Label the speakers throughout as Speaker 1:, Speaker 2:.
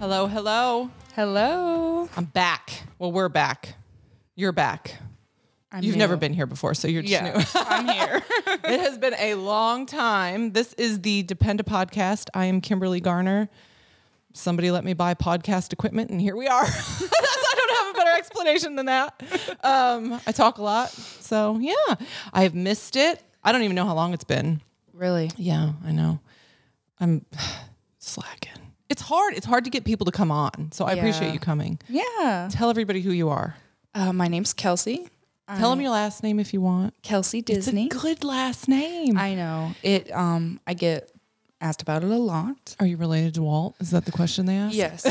Speaker 1: Hello, hello.
Speaker 2: Hello.
Speaker 1: I'm back. Well, we're back. You're back.
Speaker 2: I'm
Speaker 1: You've never been here before, so you're just
Speaker 2: Yeah,
Speaker 1: new.
Speaker 2: I'm here.
Speaker 1: it has been a long time. This is the Dependa podcast. I am Kimberly Garner. Somebody let me buy podcast equipment, and here we are. That's- I don't have a better explanation than that. Um, I talk a lot, so yeah, I have missed it. I don't even know how long it's been.
Speaker 2: really?
Speaker 1: Yeah, I know. I'm slacking. It's hard. It's hard to get people to come on. So I appreciate
Speaker 2: Yeah.
Speaker 1: you coming.
Speaker 2: Yeah.
Speaker 1: Tell everybody who you are.
Speaker 2: Uh, my name's Kelsey.
Speaker 1: Tell them your last name if you want.
Speaker 2: Kelsey Disney.
Speaker 1: It's a good last name.
Speaker 2: I know it. Um, I get asked about it a lot.
Speaker 1: Are you related to Walt? Is that the question they asked?
Speaker 2: Yes.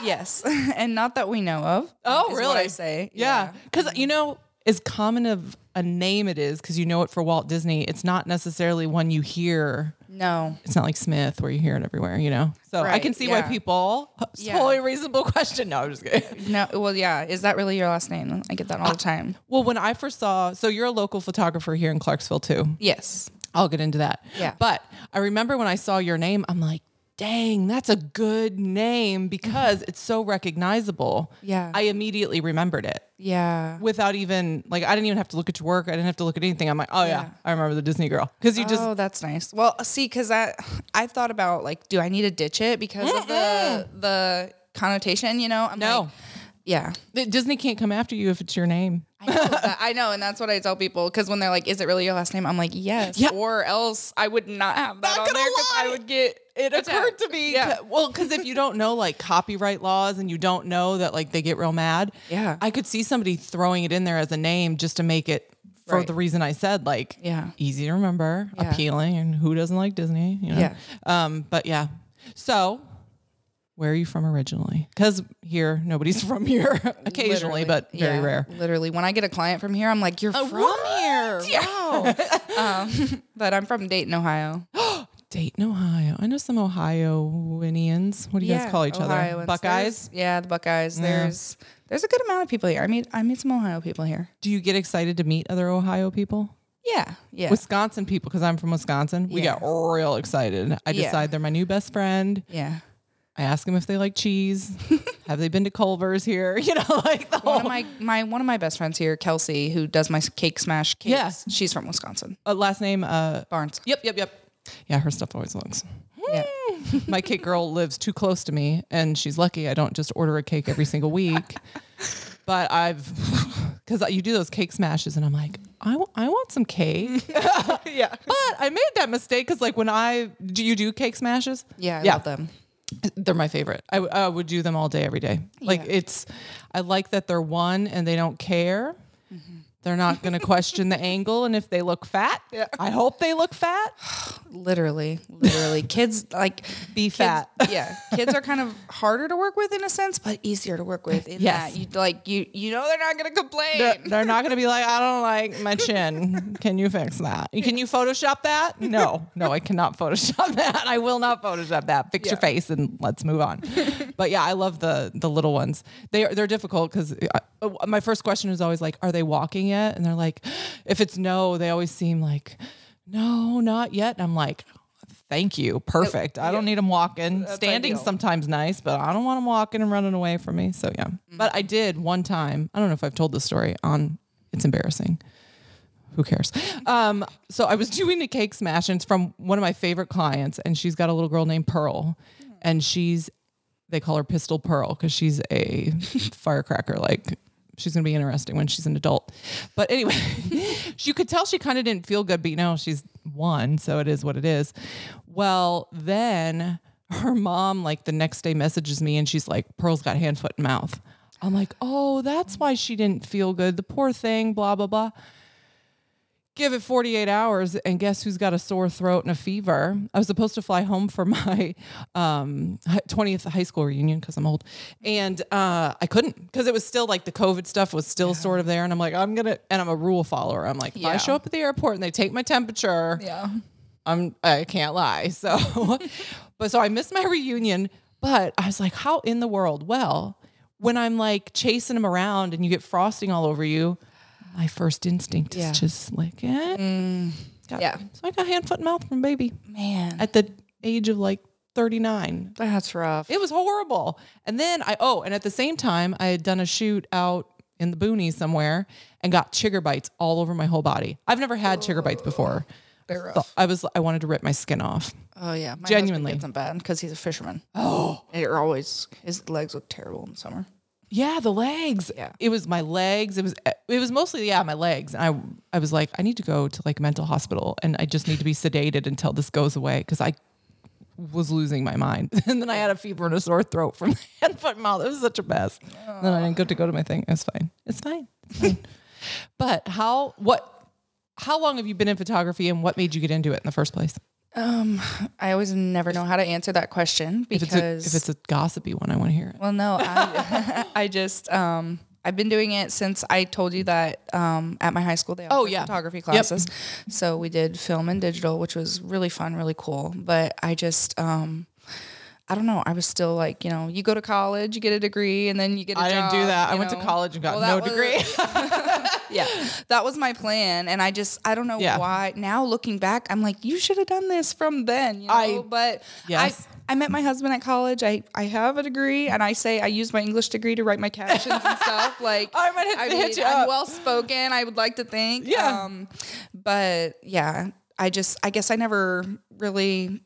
Speaker 2: yes, and not that we know of.
Speaker 1: Oh,
Speaker 2: is
Speaker 1: really?
Speaker 2: What I say.
Speaker 1: Yeah. Because, you know, as common of a name it is, because you know it for Walt Disney, it's not necessarily one you hear.
Speaker 2: No.
Speaker 1: It's not like Smith where you hear it everywhere, you know? So I
Speaker 2: Right,
Speaker 1: can see why
Speaker 2: yeah.
Speaker 1: people. It's
Speaker 2: Yeah.
Speaker 1: totally reasonable question. No, I'm just kidding.
Speaker 2: No. Well, yeah. Is that really your last name? I get that all
Speaker 1: Uh,
Speaker 2: the time.
Speaker 1: Well, when I first saw, so you're a local photographer here in Clarksville too.
Speaker 2: Yes.
Speaker 1: I'll get into that.
Speaker 2: Yeah.
Speaker 1: But I remember when I saw your name, I'm like, dang, that's a good name because it's so recognizable.
Speaker 2: Yeah.
Speaker 1: I immediately remembered it
Speaker 2: Yeah.
Speaker 1: without even, like, I didn't even have to look at your work. I didn't have to look at anything. I'm like, oh, yeah,
Speaker 2: Yeah.
Speaker 1: I remember the Disney girl. Because you just,
Speaker 2: oh, that's nice. Well, see, because I I thought about like, do I need to ditch it because of the the connotation? You know, I'm
Speaker 1: No.
Speaker 2: Like, yeah,
Speaker 1: Disney can't come after you if it's your name.
Speaker 2: I know, that- I know, and that's what I tell people because when they're like, "Is it really your last name?" I'm like, "Yes,"
Speaker 1: Yeah.
Speaker 2: or else I would not have that
Speaker 1: Not
Speaker 2: on
Speaker 1: gonna
Speaker 2: there because I
Speaker 1: lie.
Speaker 2: would get
Speaker 1: It occurred to me,
Speaker 2: Yeah.
Speaker 1: ca- well, because if you don't know like copyright laws and you don't know that like they get real mad,
Speaker 2: Yeah.
Speaker 1: I could see somebody throwing it in there as a name just to make it for
Speaker 2: Right.
Speaker 1: the reason I said, like,
Speaker 2: Yeah.
Speaker 1: easy to remember,
Speaker 2: Yeah.
Speaker 1: appealing, and who doesn't like Disney? You know?
Speaker 2: Yeah.
Speaker 1: Um, but yeah, so where are you from originally? Because here, nobody's from here occasionally,
Speaker 2: Literally.
Speaker 1: but very
Speaker 2: Yeah,
Speaker 1: rare.
Speaker 2: Literally, when I get a client from here, I'm like, "You're from
Speaker 1: what?
Speaker 2: here, wow!" um, but I'm from Dayton, Ohio.
Speaker 1: Dayton, Ohio. I know some Ohioanians. What do you guys call each other?
Speaker 2: Ohioans.
Speaker 1: Buckeyes.
Speaker 2: There's- Yeah, the Buckeyes. There's there's a good amount of people here. I mean, I meet some Ohio people here.
Speaker 1: Do you get excited to meet other Ohio people?
Speaker 2: Yeah, yeah.
Speaker 1: Wisconsin people, because I'm from Wisconsin, we
Speaker 2: Yeah.
Speaker 1: got real excited. I
Speaker 2: Yeah.
Speaker 1: decide they're my new best friend.
Speaker 2: Yeah.
Speaker 1: I ask them if they like cheese. Have they been to Culver's here? You know, like the
Speaker 2: One
Speaker 1: whole.
Speaker 2: of my, my one of my best friends here, Kelsey, who does my cake smash cakes.
Speaker 1: Yeah.
Speaker 2: She's from Wisconsin.
Speaker 1: uh, last name. Uh,
Speaker 2: Barnes.
Speaker 1: yep, yep, yep. Yeah, her stuff always looks.
Speaker 2: Yeah.
Speaker 1: my cake girl lives too close to me, and she's lucky I don't just order a cake every single week. but I've, because you do those cake smashes, and I'm like, I wa- I want some cake.
Speaker 2: yeah.
Speaker 1: but I made that mistake because, like, when I do you do cake smashes?
Speaker 2: Yeah, I love them.
Speaker 1: They're my favorite. I, w- I would do them all day, every day. Like
Speaker 2: Yeah.
Speaker 1: it's, I like that they're one and they don't care.
Speaker 2: Mm-hmm.
Speaker 1: They're not going to question the angle. And if they look fat, I hope they look fat.
Speaker 2: Literally. Literally. kids like
Speaker 1: Be
Speaker 2: kids-
Speaker 1: fat.
Speaker 2: yeah. Kids are kind of harder to work with in a sense, but easier to work with in
Speaker 1: Yes.
Speaker 2: that you like you you know they're not gonna complain.
Speaker 1: They're, they're not going to be like, I don't like my chin. Can you fix that? Can you Photoshop that? No, no, I cannot Photoshop that. I will not Photoshop that. Fix your
Speaker 2: Yeah.
Speaker 1: face and let's move on. but yeah, I love the the little ones. They are, they're difficult because my first question is always like, are they walking yet? And they're like, if it's no, they always seem like, no, not yet. And I'm like. Thank you. Perfect. I don't need them walking. Standing
Speaker 2: ideal.
Speaker 1: sometimes nice, but I don't want them walking and running away from me. So yeah. But I did one time. I don't know if I've told this story on. It's embarrassing. Who cares? Um, so I was doing a cake smash, and it's from one of my favorite clients, and she's got a little girl named Pearl, and she's they call her Pistol Pearl because she's a firecracker. Like she's gonna be interesting when she's an adult. But anyway, she could tell she kind of didn't feel good, but you know she's one, so it is what it is. Well, then her mom like the next day messages me, and she's like, "Pearl's got hand, foot, and mouth." I'm like, "Oh, that's why she didn't feel good. The poor thing." Blah blah blah. Give it 48 hours, and guess who's got a sore throat and a fever? I was supposed to fly home for my um, hi- 20th high school reunion because I'm old, and uh, I couldn't because it was still like the COVID stuff was still sort of there, and I'm like, I'm gonna, and I'm a rule follower. I'm like, if I
Speaker 2: Yeah.
Speaker 1: show up at the airport and they take my temperature,
Speaker 2: Yeah.
Speaker 1: I'm I can't lie. So but so I missed my reunion, but I was like, how in the world? Well, when I'm like chasing them around and you get frosting all over you, my first instinct
Speaker 2: Yeah. Mm.
Speaker 1: is just lick it. Got-
Speaker 2: yeah.
Speaker 1: So I got hand, foot, and mouth from baby
Speaker 2: Man.
Speaker 1: at the age of like 39.
Speaker 2: That's rough.
Speaker 1: It was horrible. And then I, oh, and at the same time, I had done a shoot out in the boonies somewhere and got chigger bites all over my whole body. I've never had chigger bites before.
Speaker 2: They're rough.
Speaker 1: But I was, I wanted to rip my skin off.
Speaker 2: Oh yeah,
Speaker 1: Genuinely.
Speaker 2: my genuinely gets them bad because he's a fisherman. Oh, they're always his legs look terrible in summer.
Speaker 1: Yeah, the legs.
Speaker 2: Yeah.
Speaker 1: It was my legs. It was it was mostly yeah, my legs. And I I was like, I need to go to like a mental hospital and I just need to be sedated until this goes away cuz I was losing my mind. And then I had a fever and a sore throat from the head foot and mouth. It was such a mess. And Then I didn't get to go to my thing. It was fine. It's fine. It's fine. but how what how long have you been in photography and what made you get into it in the first place?
Speaker 2: I always never know how to answer that question
Speaker 1: If it's a,
Speaker 2: because
Speaker 1: if it's a gossipy one, I want to hear it.
Speaker 2: well, no, I, I just um, I've been doing it since I told you that um, at my high school they
Speaker 1: Oh,
Speaker 2: offered
Speaker 1: yeah.
Speaker 2: photography classes. So we did film and digital, which was really fun, really cool. But I just um, I don't know. I was still like, you know, you go to college, you get a degree, and then you get. I
Speaker 1: I didn't do that. I went to college and got no degree.
Speaker 2: yeah, that was my plan, and I just I don't know
Speaker 1: Yeah.
Speaker 2: why. Now looking back, I'm like, you should have done this from then. You know?
Speaker 1: I-
Speaker 2: but
Speaker 1: Yes.
Speaker 2: I I met my husband at college. I I have a degree, and I say I use my English degree to write my captions and stuff. Like
Speaker 1: I might have to hit you
Speaker 2: I'm
Speaker 1: up.
Speaker 2: well spoken. I would like to think.
Speaker 1: Yeah.
Speaker 2: Um, but yeah, I just I guess I never really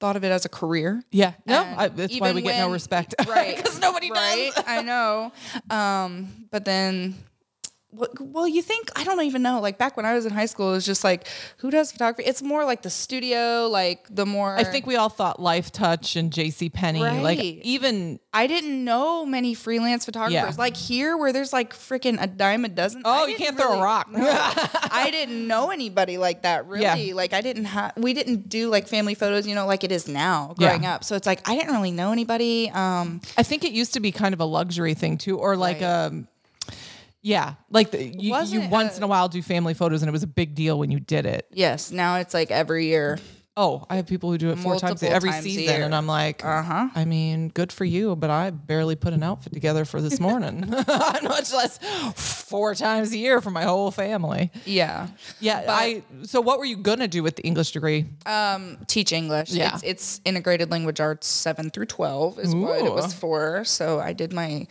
Speaker 2: thought of it as a career.
Speaker 1: Yeah. No,
Speaker 2: And
Speaker 1: I, that's why
Speaker 2: even
Speaker 1: we get no
Speaker 2: when-
Speaker 1: respect.
Speaker 2: Right.
Speaker 1: Because nobody
Speaker 2: right?
Speaker 1: does.
Speaker 2: I know. Um, but then, well- well, you think, I don't even know. Like back when I was in high school, it was just like, who does photography? It's more like the studio, like the more.
Speaker 1: I think we all thought Life Touch and JC Penney, like
Speaker 2: Right.
Speaker 1: even
Speaker 2: I didn't know many freelance photographers.
Speaker 1: Yeah.
Speaker 2: Like here, where there's like freaking a dime a dozen.
Speaker 1: oh, you
Speaker 2: I didn't
Speaker 1: can't throw
Speaker 2: really-
Speaker 1: a rock.
Speaker 2: I didn't know anybody like that really. Like I didn't have we didn't do like family photos, you know, like it is now
Speaker 1: Yeah.
Speaker 2: growing up. So it's like I didn't really know anybody. Um
Speaker 1: I think it used to be kind of a luxury thing too, or like
Speaker 2: Right.
Speaker 1: um, yeah, like the, you, you
Speaker 2: Wasn't it
Speaker 1: once
Speaker 2: a-
Speaker 1: in a while do family photos, and it was a big deal when you did it.
Speaker 2: yes, now it's like every year
Speaker 1: Oh, I have people who do it four times
Speaker 2: Multiple
Speaker 1: every
Speaker 2: times a
Speaker 1: season,
Speaker 2: year. Uh-huh.
Speaker 1: and I'm like, uh huh. I mean, good for you, but I barely put an outfit together for this morning, much less four times a year for my whole family.
Speaker 2: Yeah.
Speaker 1: Yeah, I. So, what were you gonna do with the English degree?
Speaker 2: Teach English.
Speaker 1: Yeah.
Speaker 2: It's, it's integrated language arts seven through 12 is what it was for. So I did my,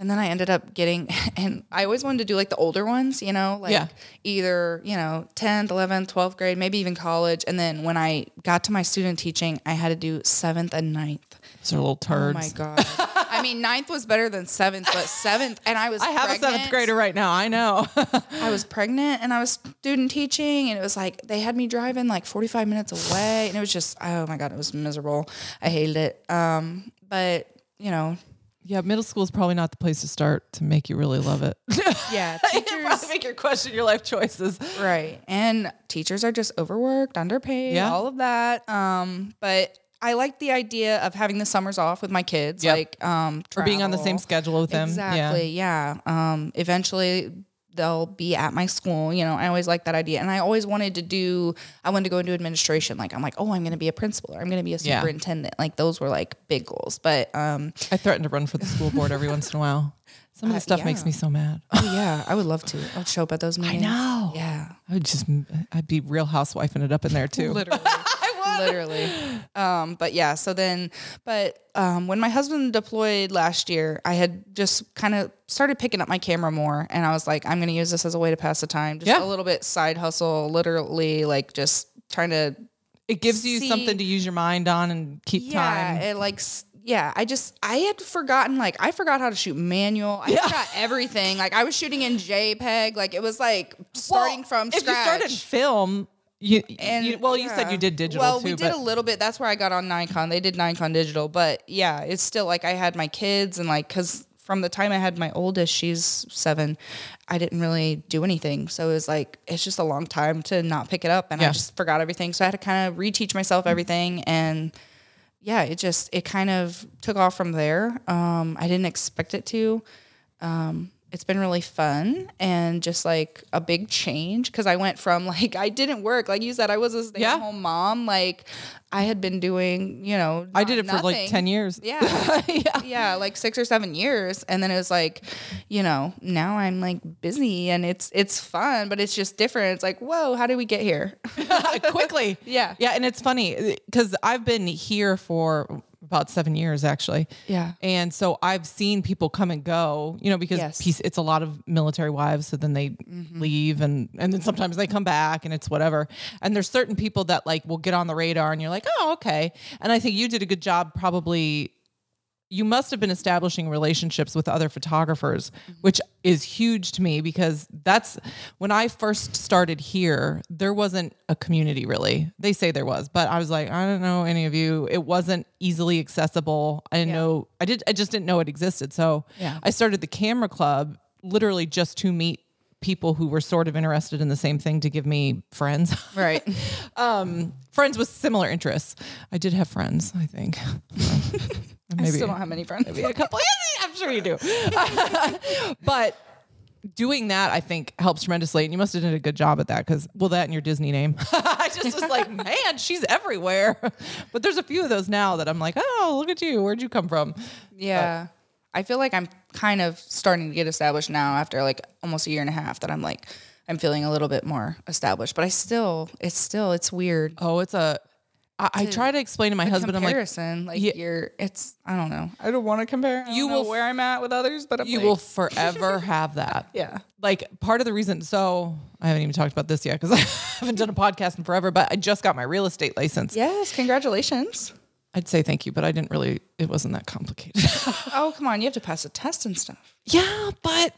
Speaker 2: and then I ended up getting, and I always wanted to do like the older ones, you know, like
Speaker 1: Yeah.
Speaker 2: either, you know, 10th, 11th, 12th grade, maybe even college. And then when I got to my student teaching, I had to do seventh and ninth.
Speaker 1: Those are little turds.
Speaker 2: Oh my God. I mean, ninth was better than seventh, but seventh, and I was
Speaker 1: I have a seventh
Speaker 2: pregnant.
Speaker 1: grader right now. I know.
Speaker 2: I was pregnant and I was student teaching, and it was like they had me driving like 45 minutes away, and it was just oh my god, it was miserable. I hated it. Um, but you know,
Speaker 1: yeah, middle school is probably not the place to start to make you really love it.
Speaker 2: yeah,
Speaker 1: probably
Speaker 2: teachers,
Speaker 1: make you question your life choices.
Speaker 2: right? And teachers are just overworked, underpaid,
Speaker 1: Yeah.
Speaker 2: all of that. Um, but I liked the idea of having the summers off with my kids,
Speaker 1: Yep.
Speaker 2: like um,
Speaker 1: Or being on the same
Speaker 2: travel.
Speaker 1: schedule with them.
Speaker 2: Exactly. Yeah. Um, eventually they'll be at my school. You know, I always like that idea. And I always wanted to do, I wanted to go into administration. Like, I'm like, oh, I'm going to be a principal or I'm going to be a
Speaker 1: Yeah.
Speaker 2: superintendent. Like those were like big goals. But, um,
Speaker 1: Yeah. I threaten to run for the school board every once in a while. Some of
Speaker 2: Uh,
Speaker 1: the stuff makes me so mad. I
Speaker 2: oh, yeah, I would love to. I'll show up at those meetings.
Speaker 1: know.
Speaker 2: Yeah.
Speaker 1: I would just, I'd be real housewifing it up in there too.
Speaker 2: Literally. Literally. Um, but yeah, so then, but um, when my husband deployed last year, I had just kind of started picking up my camera more. And I was like, I'm going to use this as a way to pass the time. Just
Speaker 1: Yeah.
Speaker 2: a little bit side hustle, literally, like just trying to.
Speaker 1: It gives you
Speaker 2: See-
Speaker 1: something to use your mind on and keep
Speaker 2: Yeah.
Speaker 1: time.
Speaker 2: It like, s- yeah, I just, I had forgotten, like, I forgot how to shoot manual. I forgot everything. Like, I was shooting in JPEG. Like, it was like starting from
Speaker 1: if
Speaker 2: scratch.
Speaker 1: you started film, you,
Speaker 2: and
Speaker 1: you well, you said
Speaker 2: yeah.
Speaker 1: you did digital
Speaker 2: Well,
Speaker 1: too,
Speaker 2: we did
Speaker 1: but
Speaker 2: a little bit. That's where I got on Nikon. They did Nikon digital, but yeah, it's still like I had my kids and like because from the time I had my oldest, she's seven, I didn't really do anything. So it was like it's just a long time to not pick it up, and
Speaker 1: Yeah.
Speaker 2: I just forgot everything. So I had to kind of reteach myself everything and. Yeah, it just it kind of took off from there. Um, I didn't expect it to, it's been really fun and just like a big change because I went from like I didn't work like you said I was a stay at home mom like I had been doing you know
Speaker 1: I
Speaker 2: not-
Speaker 1: did it for like
Speaker 2: nothing.
Speaker 1: 10 years.
Speaker 2: yeah yeah like six or seven years and then it was like you know now i'm like busy and it's it's fun but it's just different it's like whoa how did we get here
Speaker 1: quickly.
Speaker 2: Yeah.
Speaker 1: Yeah. And it's funny because I've been here for about seven years actually.
Speaker 2: Yeah.
Speaker 1: And so I've seen people come and go, you know, because
Speaker 2: Yes. Mm-hmm.
Speaker 1: peace, it's a lot of military wives. So then they leave and, and then sometimes they come back and it's whatever. And there's certain people that like will get on the radar and you're like, oh, okay. And I think you did a good job probably you must have been establishing relationships with other photographers,
Speaker 2: Mm-hmm.
Speaker 1: which is huge to me because that's when I first started here, there wasn't a community really. They say there was, but I was like, I don't know any of you. It wasn't easily accessible. I didn't know I did I just didn't know it existed. So
Speaker 2: Yeah.
Speaker 1: I started the camera club literally just to meet people who were sort of interested in the same thing to give me friends.
Speaker 2: right
Speaker 1: um friends with similar interests. I did have friends, I think.
Speaker 2: i still don't have many friends
Speaker 1: a couple. I'm sure you do. but doing that, I think, helps tremendously. And you must have done a good job at that because, well, that and your Disney name. I just was like, man, she's everywhere. But there's a few of those now that I'm like, oh, look at you. Where'd you come from?
Speaker 2: yeah i feel like i'm kind of starting to get established now after like almost a year and a half that i'm like i'm feeling a little bit more established but i still it's still it's weird
Speaker 1: Oh, it's a. I, I try to explain to my husband, I'm like,
Speaker 2: comparison like,
Speaker 1: Yeah.
Speaker 2: you're it's i don't know i don't want to compare you
Speaker 1: You
Speaker 2: will
Speaker 1: will-
Speaker 2: where i'm at with others but I'm
Speaker 1: you
Speaker 2: like-
Speaker 1: will forever have that.
Speaker 2: yeah
Speaker 1: like part of the reason so I haven't even talked about this yet because I haven't done a podcast in forever, but I just got my real estate license.
Speaker 2: yes congratulations
Speaker 1: I'd say thank you, but I didn't really it wasn't that complicated.
Speaker 2: Oh, come on. You have to pass a test and stuff.
Speaker 1: Yeah, but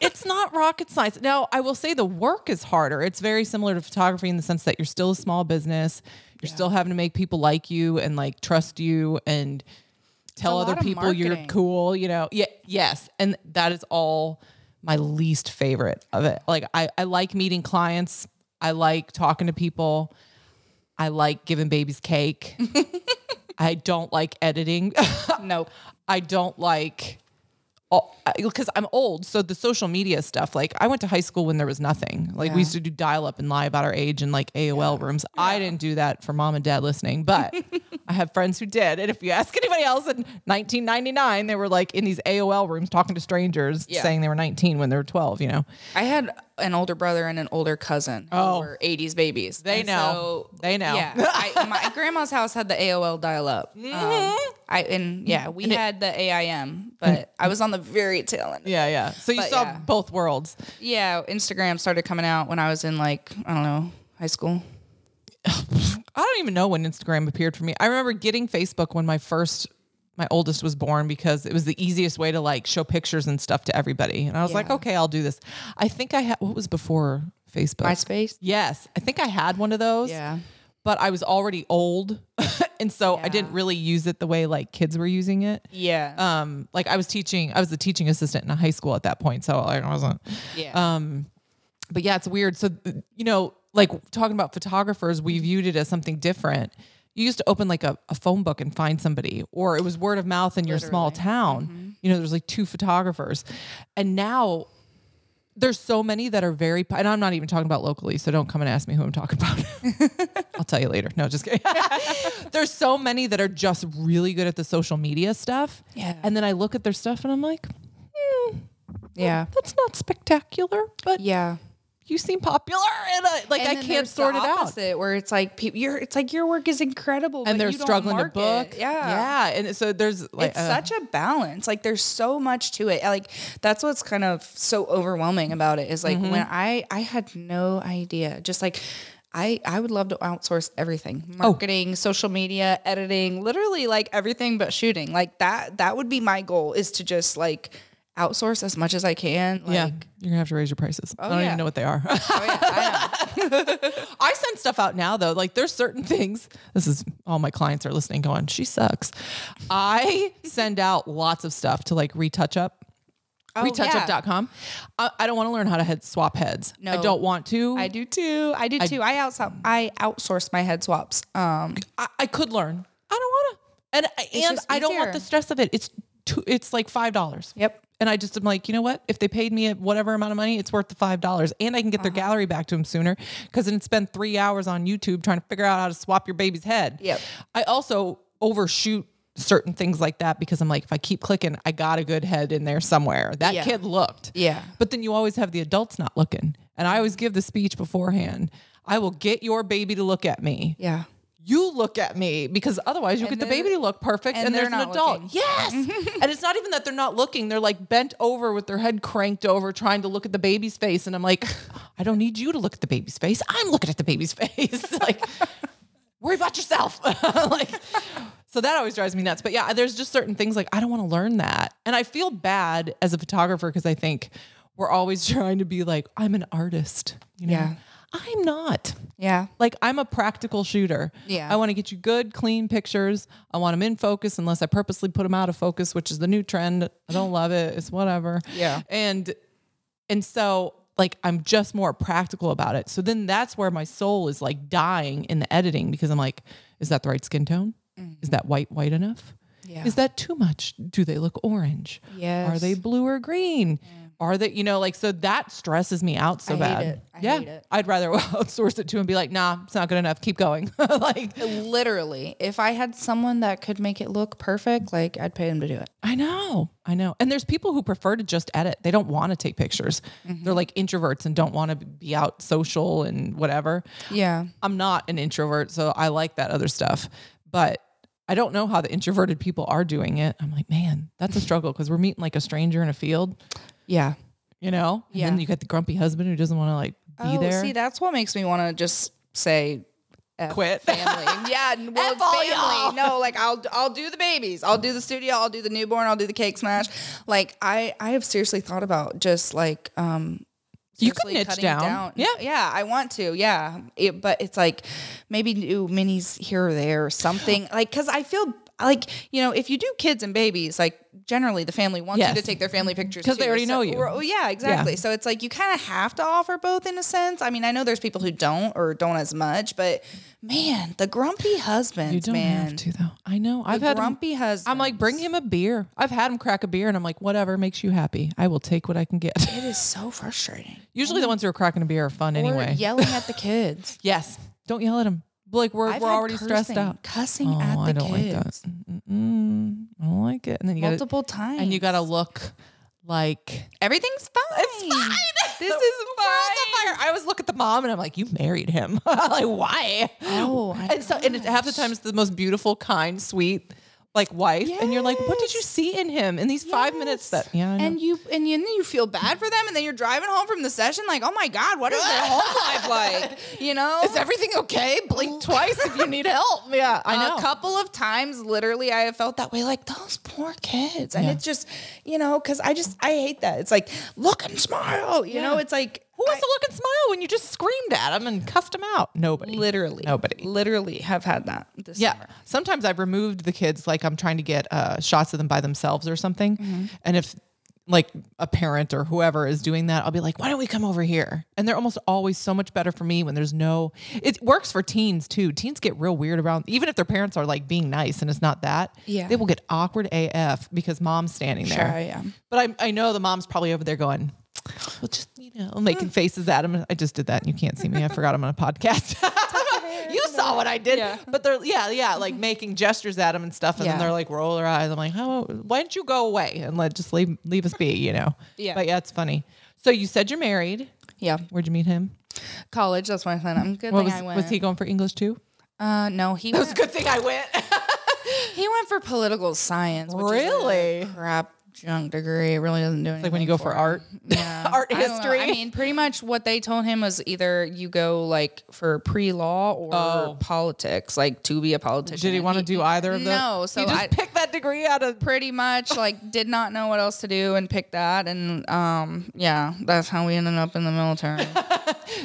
Speaker 1: it's not rocket science. Now, I will say the work is harder. It's very similar to photography in the sense that you're still a small business. You're still having to make people like you and like trust you and tell
Speaker 2: a
Speaker 1: other
Speaker 2: lot of
Speaker 1: people you're
Speaker 2: marketing.
Speaker 1: cool, you know. Yeah, yes. And that is all my least favorite of it. Like I, I like meeting clients. I like talking to people. I like giving babies cake. I don't like editing.
Speaker 2: Nope.
Speaker 1: I don't like because I'm old, so the social media stuff. Like I went to high school when there was nothing. Like we used to do dial up and lie about our age in like AOL rooms. I didn't do that for mom and dad listening, but I have friends who did. And if you ask anybody else in 1999, they were like in these AOL rooms talking to strangers,
Speaker 2: Yeah.
Speaker 1: saying they were 19 when they were 12. You know,
Speaker 2: I had an older brother and an older cousin who
Speaker 1: Oh.
Speaker 2: were 80s babies.
Speaker 1: They
Speaker 2: And
Speaker 1: know. They know.
Speaker 2: Yeah. I, my grandma's house had the AOL dial up. Um,
Speaker 1: Mm-hmm.
Speaker 2: I and yeah, we had the AIM, but I was on the very tail end.
Speaker 1: yeah, yeah. So you
Speaker 2: But
Speaker 1: saw
Speaker 2: yeah.
Speaker 1: both worlds.
Speaker 2: Yeah, Instagram started coming out when I was in like, I don't know, high school.
Speaker 1: I don't even know when Instagram appeared for me. I remember getting Facebook when my first my oldest was born because it was the easiest way to like show pictures and stuff to everybody. And I was like,
Speaker 2: Yeah.
Speaker 1: okay, I'll do this. I think I had what was before Facebook?
Speaker 2: MySpace?
Speaker 1: Yes, I think I had one of those.
Speaker 2: Yeah.
Speaker 1: But I was already old, and so I didn't
Speaker 2: Yeah.
Speaker 1: really use it the way like kids were using it.
Speaker 2: Yeah.
Speaker 1: Um, like I was teaching, I was a teaching assistant in a high school at that point, so I wasn't Um,
Speaker 2: yeah.
Speaker 1: but yeah, it's weird. So, th- you know, like talking about photographers, we viewed it as something different. You used to open like a, a phone book and find somebody, or it was word of mouth in your small town. You know, there's like two photographers. And now there's so many that are very, and I'm not even talking about locally, so don't come and ask me who I'm talking about. I'll tell you later. No, just kidding. there's so many that are just really good at the social media stuff.
Speaker 2: Yeah.
Speaker 1: And then I look at their stuff and I'm like, hmm,
Speaker 2: yeah.
Speaker 1: that's not spectacular, but
Speaker 2: Yeah.
Speaker 1: you seem popular and I, like
Speaker 2: And
Speaker 1: I
Speaker 2: then
Speaker 1: can't
Speaker 2: there's the
Speaker 1: sort it out.
Speaker 2: opposite, Where it's like people, you're, it's like your work is incredible, but
Speaker 1: And they're
Speaker 2: you don't
Speaker 1: struggling to
Speaker 2: market.
Speaker 1: book.
Speaker 2: Yeah,
Speaker 1: Yeah. And so there's like
Speaker 2: it's
Speaker 1: uh,
Speaker 2: such a balance. Like there's so much to it. Like that's what's kind of so overwhelming about it is like
Speaker 1: Mm-hmm.
Speaker 2: when I I had no idea. Just like I I would love to outsource everything.
Speaker 1: Oh.
Speaker 2: Marketing, social media, editing, literally like everything but shooting. Like that that would be my goal is to just like outsource as much as I can. Like,
Speaker 1: yeah, you're gonna have to raise your prices. I don't
Speaker 2: yeah.
Speaker 1: even know what they are.
Speaker 2: Oh, yeah, I know.
Speaker 1: I send stuff out now though. Like there's certain things. This is all my clients are listening, going, she sucks. I send out lots of stuff to like retouch up.
Speaker 2: Oh,
Speaker 1: retouchup.com. I, I don't want to learn how to head swap heads. I
Speaker 2: No.
Speaker 1: don't want to.
Speaker 2: I do too. I do too. I outsource. I outsource my head swaps. Um,
Speaker 1: I, I could learn. I don't want to. And and
Speaker 2: just
Speaker 1: I don't want
Speaker 2: easier.
Speaker 1: the stress of it. It's two, it's like five dollars.
Speaker 2: yep.
Speaker 1: And I just am like, you know what? If they paid me a whatever amount of money, it's worth the five dollars, and I can get
Speaker 2: Uh-huh.
Speaker 1: their gallery back to them sooner because then spend three hours on YouTube trying to figure out how to swap your baby's head.
Speaker 2: Yep.
Speaker 1: I also overshoot certain things like that because I'm like, if I keep clicking, I got a good head in there somewhere. That
Speaker 2: Yeah.
Speaker 1: kid looked.
Speaker 2: Yeah.
Speaker 1: But then you always have the adults not looking, and I always give the speech beforehand. I will get your baby to look at me
Speaker 2: Yeah.
Speaker 1: you look at me because otherwise you
Speaker 2: And
Speaker 1: get the
Speaker 2: they're-
Speaker 1: baby to look perfect and,
Speaker 2: and
Speaker 1: there's
Speaker 2: they're
Speaker 1: an
Speaker 2: not
Speaker 1: adult.
Speaker 2: looking.
Speaker 1: Yes. and it's not even that they're not looking. They're like bent over with their head cranked over trying to look at the baby's face. And I'm like, I don't need you to look at the baby's face. I'm looking at the baby's face. like, worry about yourself. like, so that always drives me nuts. But yeah, there's just certain things like I don't want to learn that. And I feel bad as a photographer because I think we're always trying to be like, I'm an artist. You know?
Speaker 2: Yeah.
Speaker 1: I'm not.
Speaker 2: Yeah.
Speaker 1: Like I'm a practical shooter.
Speaker 2: Yeah.
Speaker 1: I want to get you good, clean pictures. I want them in focus, unless I purposely put them out of focus, which is the new trend. I don't love it. It's whatever.
Speaker 2: Yeah.
Speaker 1: And and so like I'm just more practical about it. So then that's where my soul is like dying in the editing because I'm like, is that the right skin tone? Is that white white enough?
Speaker 2: Mm. Yeah.
Speaker 1: Is that too much? Do they look orange? Are
Speaker 2: Yes.
Speaker 1: they blue or green? Are they, you know, like, so that stresses me out so
Speaker 2: I hate
Speaker 1: bad.
Speaker 2: it. I
Speaker 1: yeah.
Speaker 2: hate it.
Speaker 1: I'd rather outsource it to and be like, nah, it's not good enough. Keep going. like,
Speaker 2: Literally, if I had someone that could make it look perfect, like I'd pay them to do it.
Speaker 1: I know, I know. And there's people who prefer to just edit. They don't want to take pictures. They're like introverts and don't want to be out social and whatever.
Speaker 2: Yeah.
Speaker 1: I'm not an introvert, so I like that other stuff. But I don't know how the introverted people are doing it. I'm like, man, that's a struggle because we're meeting like a stranger in a field,
Speaker 2: Yeah.
Speaker 1: you know? And then
Speaker 2: Yeah.
Speaker 1: you got the grumpy husband who doesn't want to like be
Speaker 2: oh,
Speaker 1: there.
Speaker 2: see, that's what makes me want to just say F
Speaker 1: Quit.
Speaker 2: family. yeah, n- well,
Speaker 1: F all
Speaker 2: family.
Speaker 1: y'all.
Speaker 2: No, like I'll I'll do the babies. I'll do the studio. I'll do the newborn. I'll do the cake smash. Like I I have seriously thought about just like um.
Speaker 1: You could
Speaker 2: seriously
Speaker 1: niche
Speaker 2: cutting
Speaker 1: down. Yeah.
Speaker 2: yeah, I want to. Yeah, It- but it's like maybe new minis here or there or something. Like, cause I feel like you know if you do kids and babies, like generally the family wants
Speaker 1: Yes.
Speaker 2: you to take their family pictures
Speaker 1: 'Cause they
Speaker 2: too.
Speaker 1: already
Speaker 2: So-
Speaker 1: know you.
Speaker 2: or- Oh yeah, exactly. So it's like you kind of have to offer both in a sense. I mean, I know there's people who don't or don't as much, but man, the grumpy husbands,
Speaker 1: You don't
Speaker 2: man,
Speaker 1: have to though. I know. I've
Speaker 2: the
Speaker 1: had him-
Speaker 2: grumpy husbands.
Speaker 1: I'm like, bring him a beer. I've had him crack a beer, and I'm like, whatever makes you happy. I will take what I can get.
Speaker 2: It is so frustrating.
Speaker 1: Usually, the ones who are cracking a beer are fun
Speaker 2: Mm. Or
Speaker 1: anyway.
Speaker 2: yelling at the kids.
Speaker 1: Yes, don't yell at him. Like we're
Speaker 2: I've
Speaker 1: we're
Speaker 2: had
Speaker 1: already stressed
Speaker 2: cursing-
Speaker 1: out.
Speaker 2: cussing
Speaker 1: Oh,
Speaker 2: at the
Speaker 1: I don't like that.
Speaker 2: kids
Speaker 1: Mm, I don't like it. And then you got
Speaker 2: multiple times,
Speaker 1: and you got to look like
Speaker 2: everything's fine. It's fine. This
Speaker 1: The
Speaker 2: is
Speaker 1: world's
Speaker 2: fine.
Speaker 1: on fire. I always look at the mom and I'm like, you married him. like why?
Speaker 2: Oh, I
Speaker 1: and so and it's half the time it's the most beautiful, kind, sweet, like wife. And you're like, what did you see in him in these five minutes? That yeah, I know.
Speaker 2: and you and then you feel bad for them, and then you're driving home from the session like, oh my god, what is their home life like? You know,
Speaker 1: Is everything okay? Blink twice if you need help. Yeah, I know.
Speaker 2: A couple of times, literally, I have felt that way. Like those poor kids, and
Speaker 1: Yeah.
Speaker 2: it's just, you know, because I just I hate that. It's like look and smile. You know,
Speaker 1: Yeah.
Speaker 2: it's like
Speaker 1: Who wants
Speaker 2: I
Speaker 1: to look and smile when you just screamed at him and cuffed him out? Nobody.
Speaker 2: literally,
Speaker 1: Nobody.
Speaker 2: literally have had that. This
Speaker 1: Yeah.
Speaker 2: summer.
Speaker 1: Sometimes I've removed the kids, like I'm trying to get uh, shots of them by themselves or something.
Speaker 2: Mm-hmm.
Speaker 1: And if like a parent or whoever is doing that, I'll be like, why don't we come over here? And they're almost always so much better for me when there's no, it works for teens too. Teens get real weird around, even if their parents are like being nice and it's not that,
Speaker 2: Yeah.
Speaker 1: they will get awkward AF because mom's standing there.
Speaker 2: Sure, yeah.
Speaker 1: But I, I know the mom's probably over there going, well, just, you know,
Speaker 2: Mm.
Speaker 1: making faces at him. I just did that and you can't see me. I forgot I'm on a podcast. you saw what I did. But they're, yeah, yeah, like making gestures at him and stuff. And then
Speaker 2: Yeah.
Speaker 1: they're like, roll their eyes. I'm like, how, why don't you go away and let, just leave, leave us be, you know?
Speaker 2: Yeah.
Speaker 1: But yeah, it's funny. So you said you're married.
Speaker 2: yeah,
Speaker 1: Where'd you meet him?
Speaker 2: college. That's my plan. I'm good.
Speaker 1: What
Speaker 2: thing
Speaker 1: was,
Speaker 2: I went.
Speaker 1: was he going for English too?
Speaker 2: Uh, no, he
Speaker 1: It's
Speaker 2: went,
Speaker 1: a good thing I went.
Speaker 2: he went for political science. Which
Speaker 1: Really?
Speaker 2: is a crap junk degree. It really doesn't do anything.
Speaker 1: like when you go for
Speaker 2: it.
Speaker 1: art,
Speaker 2: Yeah.
Speaker 1: art
Speaker 2: I don't know.
Speaker 1: history.
Speaker 2: I, mean, pretty much what they told him was either you go like for pre-law or politics, like to be a
Speaker 1: Oh.
Speaker 2: politician.
Speaker 1: did he
Speaker 2: And
Speaker 1: want to do either of those?
Speaker 2: No, so
Speaker 1: he just
Speaker 2: I-
Speaker 1: picked that degree out of
Speaker 2: Pretty much, like, did not know what else to do and picked that, and um, yeah, that's how we ended up in the military.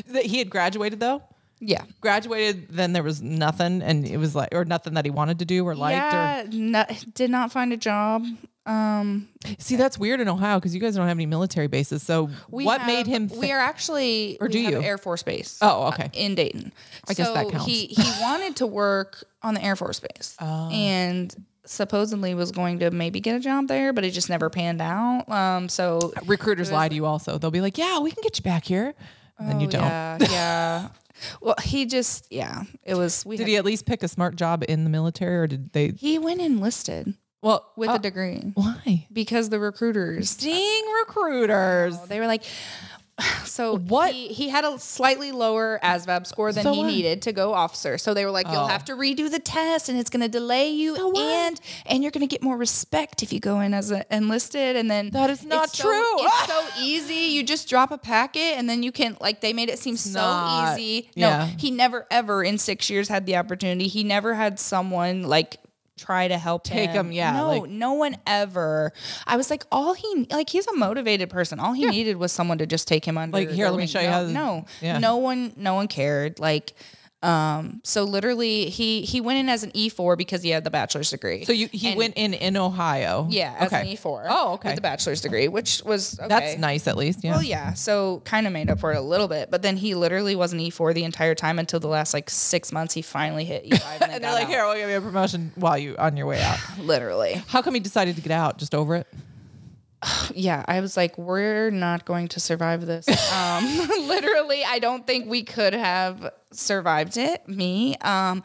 Speaker 1: that he had graduated though.
Speaker 2: yeah.
Speaker 1: graduated, then there was nothing, and it was like, or nothing that he wanted to do or liked.
Speaker 2: yeah, no, did not find a job. Um,
Speaker 1: Or see, that's weird in Ohio because you guys don't have any military bases. So,
Speaker 2: we
Speaker 1: what
Speaker 2: have-
Speaker 1: made him?
Speaker 2: we
Speaker 1: Think,
Speaker 2: are actually or
Speaker 1: do you?
Speaker 2: Air Force Base?
Speaker 1: Oh, okay.
Speaker 2: in Dayton.
Speaker 1: I guess that counts. Oh.
Speaker 2: He he wanted to work on the Air Force Base, and supposedly was going to maybe get a job there, but it just never panned out. Um, so
Speaker 1: Recruiters lie to you also. They'll be like, yeah, we can get you back here. And then you
Speaker 2: Oh,
Speaker 1: don't.
Speaker 2: Yeah, yeah. Well, he just yeah. It was we.
Speaker 1: Did
Speaker 2: had-
Speaker 1: he at least pick a smart job in the military or did they?
Speaker 2: he went enlisted
Speaker 1: Well,
Speaker 2: with
Speaker 1: uh,
Speaker 2: a degree
Speaker 1: why?
Speaker 2: because the recruiters
Speaker 1: Ding recruiters.
Speaker 2: they were like. So
Speaker 1: What-
Speaker 2: He, he had a slightly lower ASVAB score than
Speaker 1: So
Speaker 2: he
Speaker 1: what? Oh.
Speaker 2: needed to go officer. So they were like, "You'll have to redo the test, and it's going to delay you,
Speaker 1: what?
Speaker 2: and and you're going to get more respect if you go in as an enlisted." And then
Speaker 1: That is not
Speaker 2: it's so-
Speaker 1: true.
Speaker 2: it's so easy. You just drop a packet, and then you can like they made it seem so
Speaker 1: not-
Speaker 2: easy. No,
Speaker 1: yeah.
Speaker 2: he never ever in six years had the opportunity. He never had someone like try to help
Speaker 1: Take him, yeah,
Speaker 2: no
Speaker 1: like-
Speaker 2: no one ever i was like all he like he's a motivated person all he needed was someone to just take him under
Speaker 1: Like, here, let
Speaker 2: their
Speaker 1: me
Speaker 2: wing.
Speaker 1: show you
Speaker 2: no,
Speaker 1: how to-
Speaker 2: no
Speaker 1: yeah.
Speaker 2: no one no one cared like um so literally he he went in as an e4 because he had the bachelor's degree
Speaker 1: So you he
Speaker 2: And-
Speaker 1: went in in Ohio.
Speaker 2: yeah as an e4
Speaker 1: Oh, okay.
Speaker 2: with the bachelor's degree which was okay.
Speaker 1: That's nice at least. Yeah.
Speaker 2: Well, Oh, yeah. So kind of made up for it a little bit, but then he literally was an E4 the entire time until the last like six months. He finally hit E5, and,
Speaker 1: and they're like, here, we'll give you a promotion while you on your way out.
Speaker 2: literally.
Speaker 1: How come he decided to get out? Just over it?
Speaker 2: Yeah, I was like, we're not going to survive this. Um, literally, I don't think we could have survived it. Me, um,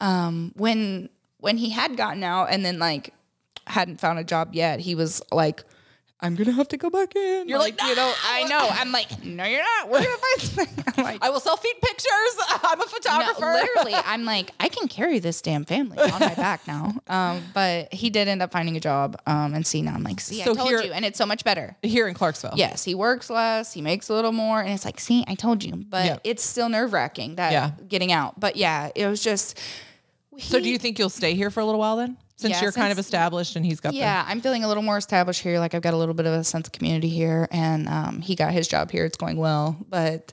Speaker 2: um, when when he had gotten out and then like hadn't found a job yet, he was like. I'm gonna have to go back in. You're
Speaker 1: like,
Speaker 2: you know, I know. I'm like, no, you're not. We're gonna find something. I'm like,
Speaker 1: I will sell feet pictures. I'm a
Speaker 2: No,
Speaker 1: photographer.
Speaker 2: literally, I'm like, I can carry this damn family on my back now. Um, but he did end up finding a job. Um, and see now I'm like, see,
Speaker 1: So
Speaker 2: I told
Speaker 1: here-
Speaker 2: you, and it's so much better.
Speaker 1: Here in Clarksville.
Speaker 2: Yes, he works less, he makes a little more, and it's like, see, I told you. But
Speaker 1: Yeah.
Speaker 2: it's still nerve wracking that
Speaker 1: Yeah.
Speaker 2: getting out. But yeah, it was just.
Speaker 1: So do you think you'll stay here for a little while then? Since
Speaker 2: Yeah,
Speaker 1: you're kind of
Speaker 2: since-
Speaker 1: established and he's got the
Speaker 2: Yeah, I'm feeling a little more established here. Like I've got a little bit of a sense of community here, and um, he got his job here. It's going well, but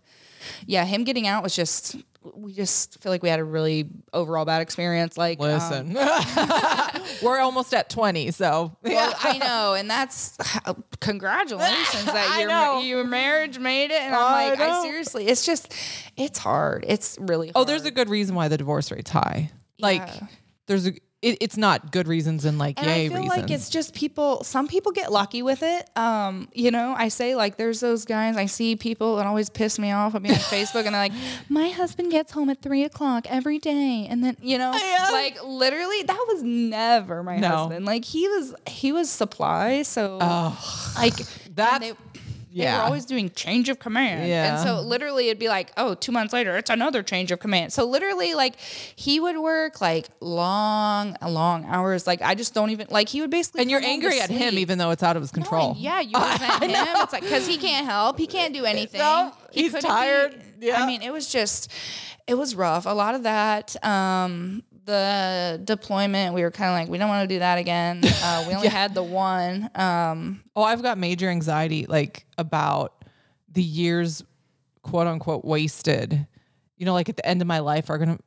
Speaker 2: yeah, him getting out was just. We just feel like we had a really overall bad experience. Like, um,
Speaker 1: Listen, we're almost at 20, so
Speaker 2: Well, I know, and that's congratulations that
Speaker 1: I
Speaker 2: your
Speaker 1: know.
Speaker 2: your marriage made it. And
Speaker 1: I
Speaker 2: I'm like, I,
Speaker 1: know.
Speaker 2: seriously, it's just, it's hard. It's really. Hard.
Speaker 1: Oh, there's a good reason why the divorce rate's high. Like,
Speaker 2: Yeah.
Speaker 1: there's a, it, it's not good reasons and like
Speaker 2: And
Speaker 1: yay
Speaker 2: I feel
Speaker 1: reasons.
Speaker 2: like it's just people. Some people get lucky with it. Um, you know, I say like, there's those guys I see people that always piss me off. I'll be on Facebook and they're like, my husband gets home at three o'clock every day, and then you know,
Speaker 1: Yeah.
Speaker 2: like literally, that was never my
Speaker 1: No.
Speaker 2: husband. Like he was, he was supply. So like
Speaker 1: That's-
Speaker 2: that. They
Speaker 1: yeah.
Speaker 2: were always doing change of command.
Speaker 1: Yeah.
Speaker 2: And so literally it'd be like, oh, two months later, it's another change of command. So literally, like he would work like long, long hours. Like I just don't even like he would basically
Speaker 1: and you're
Speaker 2: come home to
Speaker 1: angry at him
Speaker 2: sleep.
Speaker 1: even though it's out of his control.
Speaker 2: Yeah, you resent him. It's like because he can't help, he can't do anything.
Speaker 1: No,
Speaker 2: He
Speaker 1: he's
Speaker 2: couldn't be-
Speaker 1: tired. Yeah.
Speaker 2: I mean, it was just, it was rough. A lot of that. Um, the deployment, we were kind of like, we don't want to do that again. Uh, we only had the one. Um,
Speaker 1: Oh, I've got major anxiety like about the years quote unquote wasted. You know, like at the end of my life are going to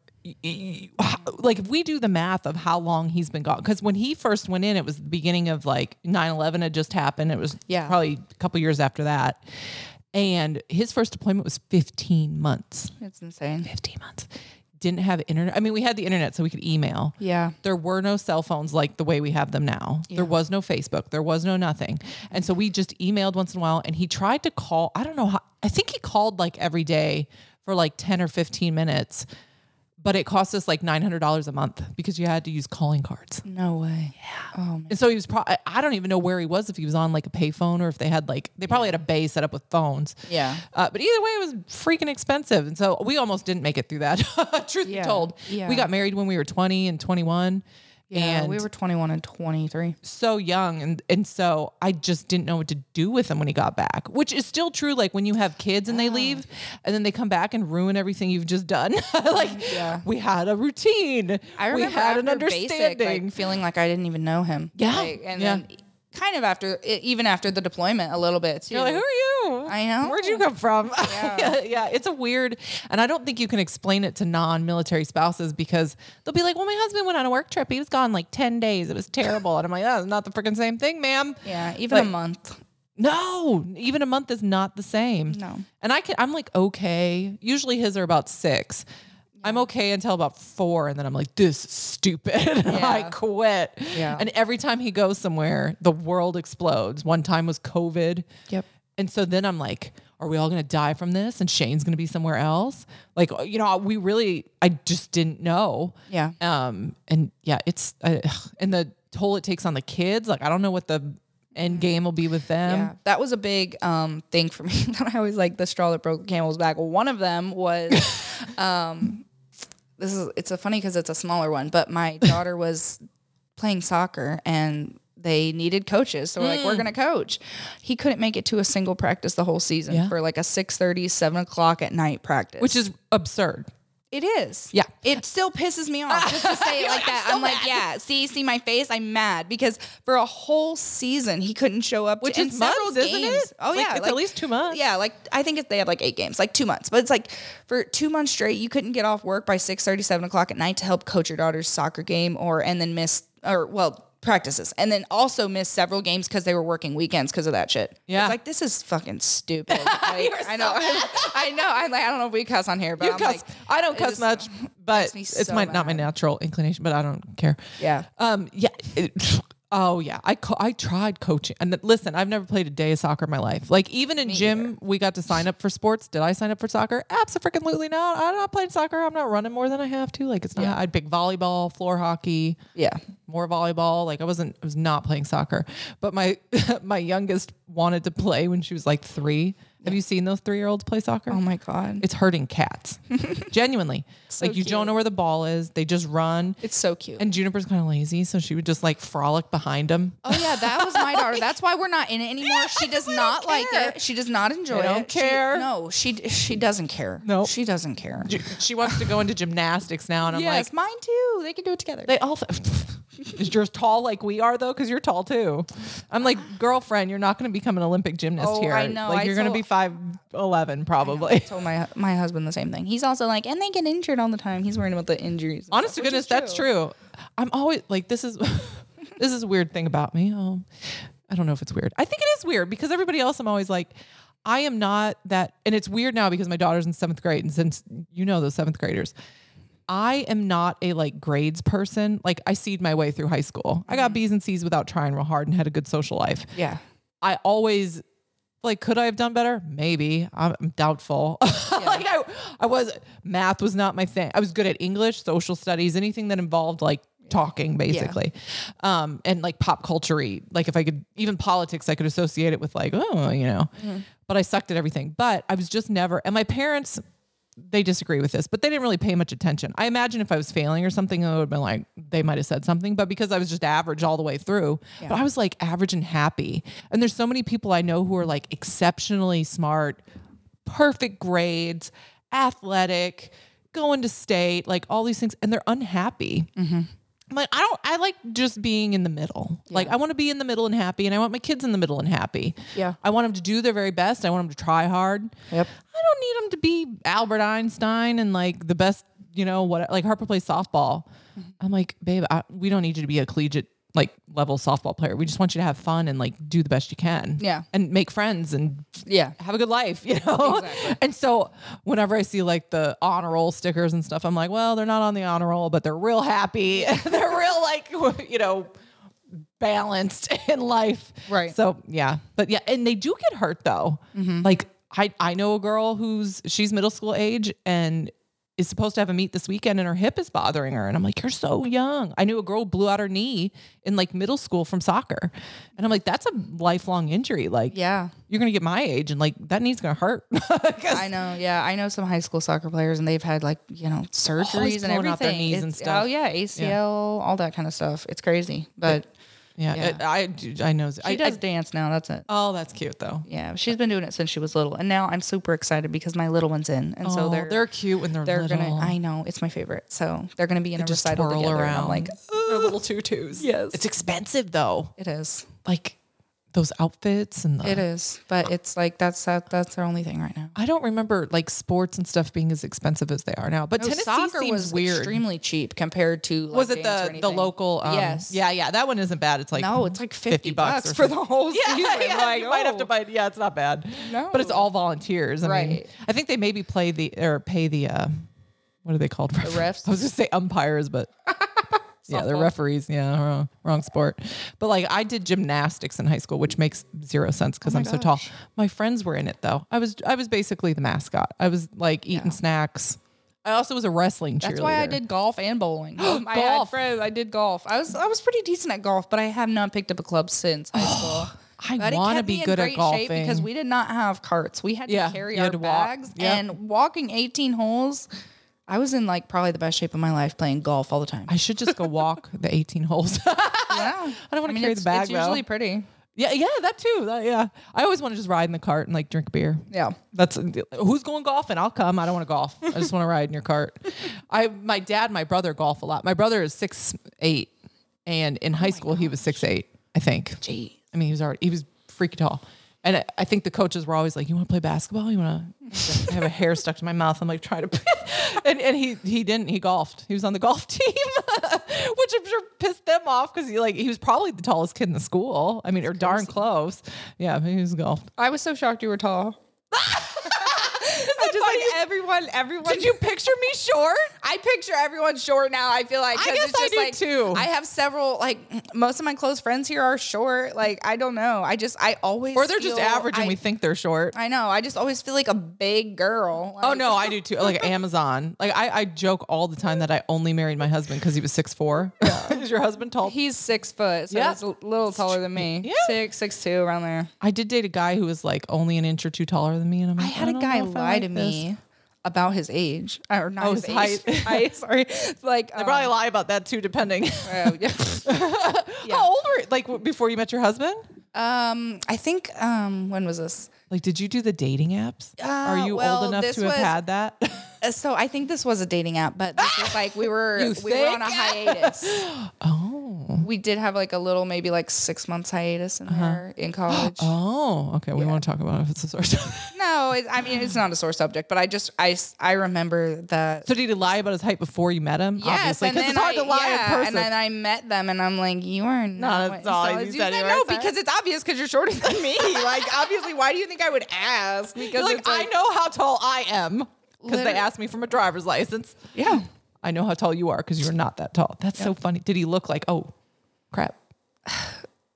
Speaker 1: like if we do the math of how long he's been gone cuz when he first went in it was the beginning of like 9/11 had just happened. It was
Speaker 2: Yeah.
Speaker 1: probably a couple years after that. And his first deployment was 15 months.
Speaker 2: it's insane.
Speaker 1: 15 months. Didn't have internet. I mean, we had the internet so we could email.
Speaker 2: Yeah.
Speaker 1: There were no cell phones like the way we have them now. There was no Facebook. There was no nothing. And so we just emailed once in a while. And he tried to call. I don't know how, I think he called like every day for like 10 or 15 minutes, but it cost us like $900 a month because you had to use calling cards.
Speaker 2: No way. Yeah. Oh man.
Speaker 1: And so he was probably, I don't even know where he was, if he was on like a payphone or if they had like, they probably had a bay set up with phones.
Speaker 2: Yeah.
Speaker 1: Uh, but either way, it was freaking expensive. And so we almost didn't make it through that, truth
Speaker 2: Yeah.
Speaker 1: be told.
Speaker 2: Yeah.
Speaker 1: We got married when we were 20 and 21.
Speaker 2: Yeah,
Speaker 1: and
Speaker 2: we were 21 and 23.
Speaker 1: so young and and so I just didn't know what to do with him when he got back, which is still true. Like when you have kids and they leave, and then they come back and ruin everything you've just done. like we had a routine,
Speaker 2: I remember
Speaker 1: we had an
Speaker 2: after
Speaker 1: understanding.
Speaker 2: Basic, like, feeling like I didn't even know him.
Speaker 1: Yeah.
Speaker 2: Like, and
Speaker 1: Yeah.
Speaker 2: then kind of after, e- even after the deployment, a little bit. Too.
Speaker 1: You're like, who are you?
Speaker 2: I know.
Speaker 1: Where'd you come from? Yeah. yeah, It's a weird, and I don't think you can explain it to non-military spouses because they'll be like, "Well, my husband went on a work trip. He was gone like ten days. It was terrible." And I'm like, "That's not the freaking same thing, ma'am."
Speaker 2: Yeah, even
Speaker 1: Like-
Speaker 2: a month.
Speaker 1: No, even a month is not the same.
Speaker 2: No.
Speaker 1: And I can I'm like okay. Usually his are about 6. I'm okay until about four, and then I'm like, this is stupid. I
Speaker 2: Yeah.
Speaker 1: quit.
Speaker 2: Yeah.
Speaker 1: And every time he goes somewhere, the world explodes. One time was COVID.
Speaker 2: Yep.
Speaker 1: And so then I'm like, are we all going to die from this? And Shane's going to be somewhere else? Like, you know, we really, I just didn't know.
Speaker 2: Yeah.
Speaker 1: Um, and yeah, it's, uh, and the toll it takes on the kids. Like, I don't know what the end game will be with them.
Speaker 2: Mm-hmm. Yeah, that was a big um, thing for me. that I always like the straw that broke the camel's back. One of them was, um, this is it's a funny because it's a smaller one, but my daughter was playing soccer and they needed coaches, so we're like,
Speaker 1: Mm.
Speaker 2: we're gonna coach. He couldn't make it to a single practice the whole season
Speaker 1: Yeah.
Speaker 2: for like a 6 7 o'clock at night practice,
Speaker 1: Which is absurd.
Speaker 2: it is.
Speaker 1: Yeah.
Speaker 2: It still pisses me off just to say it like that. I'm like, yeah, see, see my face? I'm mad because for a whole season he couldn't show up.
Speaker 1: Which
Speaker 2: to, and
Speaker 1: is months,
Speaker 2: several
Speaker 1: isn't it?
Speaker 2: games. Oh,
Speaker 1: Like,
Speaker 2: yeah.
Speaker 1: it's at least two months.
Speaker 2: Yeah. Like, I think if they had like eight games, like two months. But it's like for two months straight, you couldn't get off work by 6 7 o'clock at night to help coach your daughter's soccer game or, and then miss, or, well, practices. And then also miss several games because they were working weekends because of that shit.
Speaker 1: Yeah.
Speaker 2: It's like, this is fucking stupid. Like, I know. I know. I'm like, I don't know if we cuss on here, but
Speaker 1: You
Speaker 2: I'm
Speaker 1: cuss.
Speaker 2: like,
Speaker 1: I don't
Speaker 2: it
Speaker 1: cuss
Speaker 2: just-
Speaker 1: much, but
Speaker 2: me
Speaker 1: it's
Speaker 2: so
Speaker 1: my not my
Speaker 2: mad.
Speaker 1: natural inclination. But I don't care.
Speaker 2: Yeah.
Speaker 1: Um. Yeah. it- oh yeah. I co- I tried coaching, and th- listen, I've never played a day of soccer in my life. Like even in gym, we got to sign up for sports. Did I sign up for soccer? Absolutely not. I'm not playing soccer. I'm not running more than I have to. Like it's not. I'd pick volleyball, floor hockey
Speaker 2: Yeah.
Speaker 1: more volleyball. Like I wasn't, I was not playing soccer. But my my youngest wanted to play when she was like three. Have you seen those three year olds play soccer?
Speaker 2: Oh my God.
Speaker 1: It's hurting cats. Genuinely. like you don't
Speaker 2: cute.
Speaker 1: know where the ball is. They just run.
Speaker 2: It's so cute.
Speaker 1: And Juniper's kind of lazy, so she would just like frolic behind them.
Speaker 2: oh yeah, that was my daughter. That's why we're not in it anymore. she does not like it. She does not enjoy
Speaker 1: I don't
Speaker 2: it. She-
Speaker 1: care.
Speaker 2: no, she she doesn't care.
Speaker 1: Nope.
Speaker 2: she doesn't care.
Speaker 1: Ju- She wants to go into gymnastics now, and I'm
Speaker 2: yes,
Speaker 1: like,
Speaker 2: mine too. They can do it together.
Speaker 1: they all. Is yours tall like we are though? Because you're tall too. I'm like, girlfriend, you're not going to become an Olympic gymnast
Speaker 2: Oh,
Speaker 1: here.
Speaker 2: I know.
Speaker 1: Like
Speaker 2: I
Speaker 1: you're going to
Speaker 2: told-
Speaker 1: be five eleven
Speaker 2: I
Speaker 1: probably.
Speaker 2: told my my husband the same thing. He's also like, and they get injured all the time. He's worrying about the injuries. and
Speaker 1: honest to
Speaker 2: stuff, which
Speaker 1: goodness
Speaker 2: is
Speaker 1: that's true i'm always like this is this is a weird thing about me oh i don't know if it's weird i think it is weird because everybody else i'm always like i am not that and it's weird now because my daughter's in seventh grade and since you know those seventh graders I am not a like grades person. Like I seed my way through high school. I
Speaker 2: Mm.
Speaker 1: got B's and C's without trying real hard and had a good social life.
Speaker 2: Yeah.
Speaker 1: I always like could I have done better? Maybe. I'm I'm doubtful. like I, I was math was not my thing. I was good at English, social studies, anything that involved like talking basically. Um and like pop culture like if I could even politics I could associate it with like oh, you know. But I sucked at everything. But I was just never and my parents they disagree with this, but they didn't really pay much attention. I imagine if I was failing or something, it would have been like they might have said something, but because I was just average all the way through, but I was like average and happy. And there's so many people I know who are like exceptionally smart, perfect grades, athletic, going to state, like all these things, and they're unhappy. I'm like, I don't, I like just being in the middle. Like, I want to be in the middle and happy, and I want my kids in the middle and happy.
Speaker 2: Yeah.
Speaker 1: I want them to do their very best. I want them to try hard.
Speaker 2: Yep.
Speaker 1: I don't need them to be Albert Einstein and like the best, you know, what, like Harper plays softball. I'm like, babe, I, we don't need you to be a collegiate, like level softball player. We just want you to have fun and like do the best you can.
Speaker 2: Yeah.
Speaker 1: And make friends and
Speaker 2: Yeah.
Speaker 1: have a good life, you know? And so whenever I see like the honor roll stickers and stuff, I'm like, well, they're not on the honor roll, but they're real happy. they're real like, you know, balanced in life.
Speaker 2: Right.
Speaker 1: So yeah. But yeah, and they do get hurt though. Like I I know a girl who's she's middle school age and is supposed to have a meet this weekend and her hip is bothering her. And I'm like, you're so young. I knew a girl who blew out her knee in like middle school from soccer. And I'm like, that's a lifelong injury. Like
Speaker 2: Yeah.
Speaker 1: you're gonna get my age and like that knee's gonna hurt 'Cause
Speaker 2: I know. Yeah, I know some high school soccer players, and they've had like you know surgeries and
Speaker 1: pulling
Speaker 2: everything.
Speaker 1: out their knees and
Speaker 2: It's-
Speaker 1: stuff.
Speaker 2: Oh yeah, ACL, all that kind of stuff. It's crazy, but
Speaker 1: yeah,
Speaker 2: Yeah.
Speaker 1: I, I I know she
Speaker 2: she does dance now. That's it.
Speaker 1: oh that's cute though
Speaker 2: Yeah, she's been doing it since she was little, and now I'm super excited because my little one's in, and so
Speaker 1: oh,
Speaker 2: they're
Speaker 1: they're, cute when they're,
Speaker 2: they're
Speaker 1: little.
Speaker 2: gonna. I know it's my favorite, so they're gonna be in a
Speaker 1: just
Speaker 2: recital
Speaker 1: twirl
Speaker 2: together. and
Speaker 1: around
Speaker 2: I'm like,
Speaker 1: their little tutus
Speaker 2: Yes.
Speaker 1: it's expensive though
Speaker 2: it is,
Speaker 1: like those outfits and the
Speaker 2: it is, but it's like that's that that's their only thing right now.
Speaker 1: I don't remember like sports and stuff being as expensive as they are now but Tennessee
Speaker 2: soccer
Speaker 1: seems
Speaker 2: was
Speaker 1: weird
Speaker 2: extremely cheap compared to like,
Speaker 1: was it
Speaker 2: dance or
Speaker 1: the the
Speaker 2: anything.
Speaker 1: local um,
Speaker 2: yes
Speaker 1: yeah yeah that one isn't bad it's like
Speaker 2: no it's like 50,
Speaker 1: bucks
Speaker 2: bucks,
Speaker 1: or
Speaker 2: for the whole
Speaker 1: yeah,
Speaker 2: season
Speaker 1: yeah,
Speaker 2: Like,
Speaker 1: you might have to
Speaker 2: oh.
Speaker 1: buy. Yeah, it's not bad. But it's all volunteers. I mean,
Speaker 2: Right.
Speaker 1: I think they maybe play the or pay the uh, what are they called? The
Speaker 2: refs?
Speaker 1: I was just say umpires, but yeah, they're referees. Yeah, wrong, wrong sport. But like I did gymnastics in high school, which makes zero sense
Speaker 2: Oh
Speaker 1: because I'm so tall. My friends were in it though. I was I was basically the mascot. I was like eating snacks. I also was a wrestling cheerleader.
Speaker 2: That's why I did golf and bowling. I had
Speaker 1: Golf.
Speaker 2: friends. I did golf. I was I was pretty decent at golf, but I have not picked up a club since high school.
Speaker 1: I
Speaker 2: But it
Speaker 1: wanna
Speaker 2: kept
Speaker 1: be
Speaker 2: me in
Speaker 1: good at
Speaker 2: great shape
Speaker 1: golfing.
Speaker 2: because we did not have carts. We had
Speaker 1: Yeah,
Speaker 2: to carry
Speaker 1: you
Speaker 2: our
Speaker 1: had to walk.
Speaker 2: bags
Speaker 1: Yeah.
Speaker 2: and walking 18 holes. I was in like probably the best shape of my life playing golf all the time.
Speaker 1: I should just go walk the 18 holes.
Speaker 2: yeah.
Speaker 1: I don't wanna carry
Speaker 2: it's,
Speaker 1: the bag,
Speaker 2: It's
Speaker 1: though.
Speaker 2: usually pretty.
Speaker 1: yeah, yeah, that too. That- yeah, I always want to just ride in the cart and like drink beer.
Speaker 2: Yeah.
Speaker 1: That's who's going golfing. I'll come. I don't want to golf. I just want to ride in your cart. I my dad, my brother golf a lot. My brother is six eight, and in high school he was six eight. I think.
Speaker 2: Gee.
Speaker 1: I mean, he was already he was freaky tall, and I, I think the coaches were always like, "You want to play basketball? You want to?" I have a hair stuck to my mouth. I'm like trying to, and and he he didn't. He golfed. He was on the golf team, which I'm sure pissed them off because he like he was probably the tallest kid in the school. I mean, or darn close. Yeah, he was golfed.
Speaker 2: I was so shocked you were tall. I just like everyone, everyone.
Speaker 1: Did you picture me short?
Speaker 2: I picture everyone short now. I feel like 'cause
Speaker 1: guess
Speaker 2: it's
Speaker 1: I
Speaker 2: just
Speaker 1: do too.
Speaker 2: like I have several like most of my close friends here are short. Like I don't know. I just I always
Speaker 1: Or they're just
Speaker 2: feel-
Speaker 1: average and
Speaker 2: I-
Speaker 1: we think they're short.
Speaker 2: I know. I just always feel like a big girl.
Speaker 1: oh
Speaker 2: Like,
Speaker 1: no, I do too. Like Amazon. Like I, I joke all the time that I only married my husband because he was six four. Is your husband tall?
Speaker 2: He's six foot, so
Speaker 1: Yeah.
Speaker 2: he's a little taller than me.
Speaker 1: Yeah.
Speaker 2: Six, six two, around there.
Speaker 1: I did date a guy who was like only an inch or two taller than me, and I'm
Speaker 2: I
Speaker 1: like,
Speaker 2: had a
Speaker 1: don't
Speaker 2: guy
Speaker 1: know if I
Speaker 2: lie
Speaker 1: like
Speaker 2: to
Speaker 1: this.
Speaker 2: me about his age, Uh, or not
Speaker 1: Oh,
Speaker 2: his,
Speaker 1: his
Speaker 2: age.
Speaker 1: height.
Speaker 2: Height, sorry, like
Speaker 1: They probably lie about that too, depending.
Speaker 2: um, yeah.
Speaker 1: How old were like w- before you met your husband?
Speaker 2: um, I think um, when was this?
Speaker 1: Like, did you do the dating apps? Are you
Speaker 2: Uh, well,
Speaker 1: old enough
Speaker 2: this
Speaker 1: to have
Speaker 2: was-
Speaker 1: had that?
Speaker 2: Uh, So I think this was a dating app, but this was like we were
Speaker 1: You
Speaker 2: we were on a
Speaker 1: think?
Speaker 2: hiatus.
Speaker 1: oh,
Speaker 2: we did have like a little maybe like six months hiatus in there in college.
Speaker 1: oh, okay. We won't talk about it if it's a source. so
Speaker 2: No, it, I mean it's not a sore subject, but I just I s- I remember that.
Speaker 1: did he lie about his height before you met him?
Speaker 2: Yes,
Speaker 1: Obviously,
Speaker 2: and
Speaker 1: because
Speaker 2: then
Speaker 1: it's hard
Speaker 2: I,
Speaker 1: to lie
Speaker 2: yeah,
Speaker 1: in person.
Speaker 2: and then I met them, and I'm like, "You are not,
Speaker 1: as
Speaker 2: what you
Speaker 1: tall
Speaker 2: saw
Speaker 1: as you
Speaker 2: you
Speaker 1: said
Speaker 2: said."
Speaker 1: you were,
Speaker 2: No,
Speaker 1: sorry.
Speaker 2: because it's obvious because you're shorter than me. like, obviously, why do you think I would ask? Because
Speaker 1: You're like,
Speaker 2: it's like,
Speaker 1: I know how tall I am because they
Speaker 2: Literally.
Speaker 1: asked me for my driver's license.
Speaker 2: yeah,
Speaker 1: I know how tall you are because you're not that tall. That's so funny. Did he look like, oh, crap?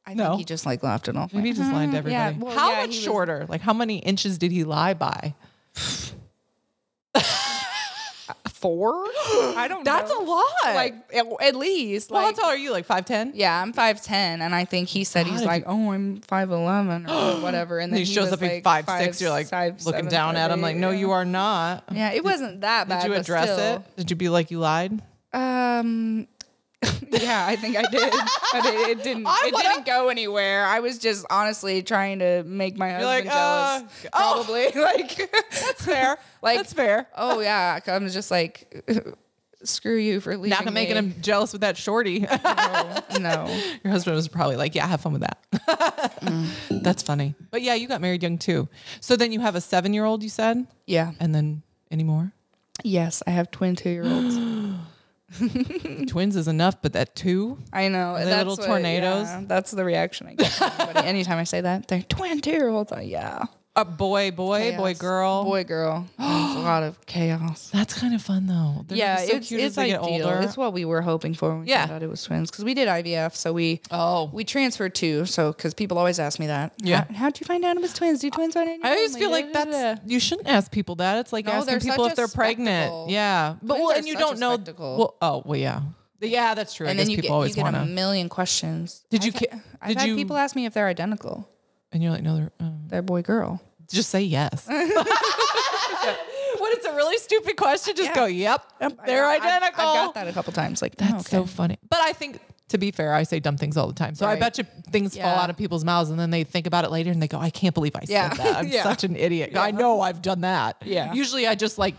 Speaker 2: I think
Speaker 1: No.
Speaker 2: he just like laughed and all.
Speaker 1: Maybe he just lied to
Speaker 2: Mm-hmm. yeah,
Speaker 1: everybody.
Speaker 2: well,
Speaker 1: how
Speaker 2: yeah,
Speaker 1: much
Speaker 2: he was-
Speaker 1: shorter? Like, how many inches did he lie by?
Speaker 2: four. I don't.
Speaker 1: That's
Speaker 2: know.
Speaker 1: a lot.
Speaker 2: Like at, at least.
Speaker 1: well,
Speaker 2: like,
Speaker 1: how tall are you? Like 5'10?
Speaker 2: Yeah, I'm five ten, and I think he said
Speaker 1: God,
Speaker 2: he's
Speaker 1: if
Speaker 2: like, "Oh, I'm five eleven or whatever." And
Speaker 1: And
Speaker 2: then
Speaker 1: he shows
Speaker 2: was
Speaker 1: up
Speaker 2: like
Speaker 1: at 5'6. six. you're like
Speaker 2: five,
Speaker 1: looking
Speaker 2: seven,
Speaker 1: down
Speaker 2: five,
Speaker 1: at him, like,
Speaker 2: eight,
Speaker 1: no,
Speaker 2: yeah.
Speaker 1: you are not.
Speaker 2: Yeah, it wasn't that bad.
Speaker 1: Did you
Speaker 2: but
Speaker 1: address
Speaker 2: still.
Speaker 1: it? Did you be like, you lied?
Speaker 2: Um, yeah, I think I did, but it, it didn't.
Speaker 1: I
Speaker 2: it
Speaker 1: wanna-
Speaker 2: didn't go anywhere. I was just honestly trying to make my
Speaker 1: like,
Speaker 2: husband jealous.
Speaker 1: uh, oh.
Speaker 2: probably like that's fair. Like
Speaker 1: That's fair.
Speaker 2: Oh yeah, 'cause I'm just like, screw you for leaving.
Speaker 1: Not gonna making
Speaker 2: me.
Speaker 1: him jealous with that shorty.
Speaker 2: No.
Speaker 1: Your husband was probably like, "Yeah, have fun with that." That's funny. But yeah, you got married young too. So then you have a seven-year-old, you said,
Speaker 2: Yeah.
Speaker 1: and then any more?
Speaker 2: Yes, I have twin two year olds.
Speaker 1: Twins is enough, but that two.
Speaker 2: I know.
Speaker 1: they
Speaker 2: that's
Speaker 1: little
Speaker 2: what-
Speaker 1: tornadoes?
Speaker 2: yeah, that's the reaction I get. From everybody. Anytime I say that, they're twin two year olds. Yeah.
Speaker 1: A boy, boy, boy,
Speaker 2: Chaos.
Speaker 1: girl.
Speaker 2: Boy, girl. There's a lot of chaos.
Speaker 1: That's kind of fun though. They're
Speaker 2: yeah,
Speaker 1: so
Speaker 2: it's,
Speaker 1: cute
Speaker 2: it's
Speaker 1: as they
Speaker 2: ideal.
Speaker 1: get older.
Speaker 2: It's what we were hoping for when we
Speaker 1: Yeah.
Speaker 2: found out it was twins because we did IVF. So we
Speaker 1: Oh.
Speaker 2: we transferred two. So because people always ask me that.
Speaker 1: Yeah.
Speaker 2: How, how'd you find out it was twins? Do twins run in your
Speaker 1: I always
Speaker 2: family?
Speaker 1: feel like
Speaker 2: Da, da,
Speaker 1: that's
Speaker 2: da.
Speaker 1: you shouldn't ask people that. It's like
Speaker 2: No,
Speaker 1: asking
Speaker 2: they're
Speaker 1: people
Speaker 2: such
Speaker 1: if
Speaker 2: a
Speaker 1: they're pregnant.
Speaker 2: spectacle.
Speaker 1: Yeah, but
Speaker 2: Twins
Speaker 1: well,
Speaker 2: are
Speaker 1: and you
Speaker 2: such
Speaker 1: don't
Speaker 2: a
Speaker 1: know.
Speaker 2: spectacle.
Speaker 1: Well, oh well, yeah, yeah, that's true.
Speaker 2: And
Speaker 1: I guess
Speaker 2: then you
Speaker 1: people
Speaker 2: get,
Speaker 1: always
Speaker 2: you get
Speaker 1: wanna.
Speaker 2: a million questions.
Speaker 1: Did you
Speaker 2: I've,
Speaker 1: ki-
Speaker 2: I've
Speaker 1: did
Speaker 2: had
Speaker 1: you-
Speaker 2: people ask me if they're identical.
Speaker 1: and you're like, no, they're. Uh,
Speaker 2: They're boy girl.
Speaker 1: just say yes. when it's a really stupid question, just go, yep, they're
Speaker 2: I- I-
Speaker 1: identical.
Speaker 2: I've got that a couple times. Like
Speaker 1: That's
Speaker 2: okay.
Speaker 1: so funny. But I think, to be fair, I say dumb things all the time. So I
Speaker 2: Right.
Speaker 1: bet you things fall
Speaker 2: Yeah.
Speaker 1: out of people's mouths and then they think about it later and they go, I can't believe I
Speaker 2: Yeah.
Speaker 1: said that. I'm
Speaker 2: Yeah.
Speaker 1: such an idiot. I know I've done that.
Speaker 2: Yeah.
Speaker 1: Usually I just like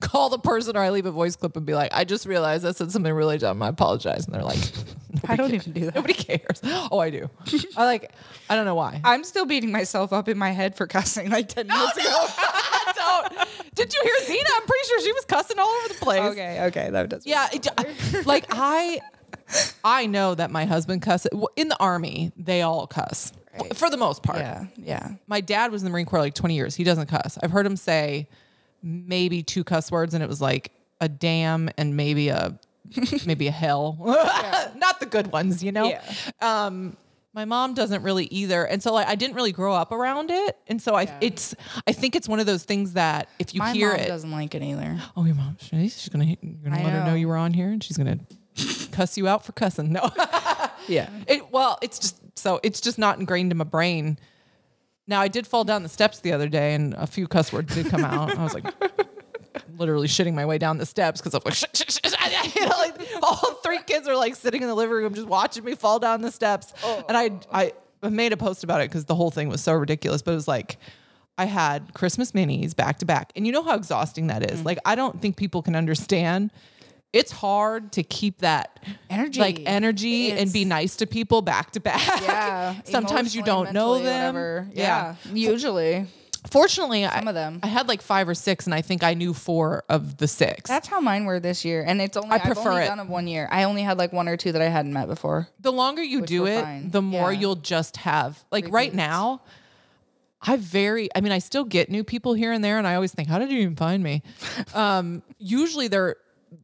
Speaker 1: call the person or I leave a voice clip and be like, I just realized I said something really dumb. I apologize. And they're like,
Speaker 2: I don't even do that.
Speaker 1: nobody cares. Oh, I do. I like, I don't know why.
Speaker 2: I'm still beating myself up in my head for cussing like 10 minutes ago.
Speaker 1: I don't. Did you hear Zena? I'm pretty sure she was cussing all over the place.
Speaker 2: okay, okay, that does.
Speaker 1: Yeah, it, like I, I know that my husband cusses. Well, In the army, they all cuss
Speaker 2: Right.
Speaker 1: for the most part.
Speaker 2: yeah, yeah.
Speaker 1: My dad was in the Marine Corps like 20 years. He doesn't cuss. I've heard him say maybe two cuss words, and it was like a dam and maybe a maybe a hell. Not the good ones, you know.
Speaker 2: Yeah.
Speaker 1: Um my mom doesn't really either. And so like, I didn't really grow up around it. And so I it's I think it's one of those things that if you
Speaker 2: My
Speaker 1: hear
Speaker 2: mom
Speaker 1: it
Speaker 2: doesn't like it either.
Speaker 1: Oh, your mom. She's, she's gonna. You're gonna
Speaker 2: I
Speaker 1: let her know
Speaker 2: know.
Speaker 1: you were on here, and she's gonna cuss you out for cussing. No.
Speaker 2: Yeah.
Speaker 1: It, well, it's just so it's just not ingrained in my brain. Now I did fall down the steps the other day, and a few cuss words did come out. I was like, literally shitting my way down the steps because I'm like, shit, shit, shit. You know, like all three kids are like sitting in the living room just watching me fall down the steps,
Speaker 2: Oh.
Speaker 1: and I I I made a post about it because the whole thing was so ridiculous. But it was like. I had Christmas minis back to back. And you know how exhausting that
Speaker 2: Mm.
Speaker 1: is. Like I don't think people can understand. It's hard to keep that
Speaker 2: Energy.
Speaker 1: like energy and be
Speaker 2: It's-
Speaker 1: nice to people back to back.
Speaker 2: Yeah.
Speaker 1: Sometimes you
Speaker 2: Emotionally,
Speaker 1: don't know
Speaker 2: mentally,
Speaker 1: them.
Speaker 2: whatever. Yeah. Usually.
Speaker 1: Fortunately, I,
Speaker 2: Some of them.
Speaker 1: I had like five or six, and I think I knew four of the six.
Speaker 2: That's how mine were this year. And it's only
Speaker 1: I
Speaker 2: I have
Speaker 1: prefer
Speaker 2: only
Speaker 1: it.
Speaker 2: done of one year. I only had like one or two that I hadn't met before.
Speaker 1: the longer you do
Speaker 2: were
Speaker 1: it,
Speaker 2: fine.
Speaker 1: the more
Speaker 2: Yeah.
Speaker 1: you'll just have. Like right
Speaker 2: Repeats.
Speaker 1: now, I very, I mean, I still get new people here and there, and I always think, how did you even find me? Um, usually they're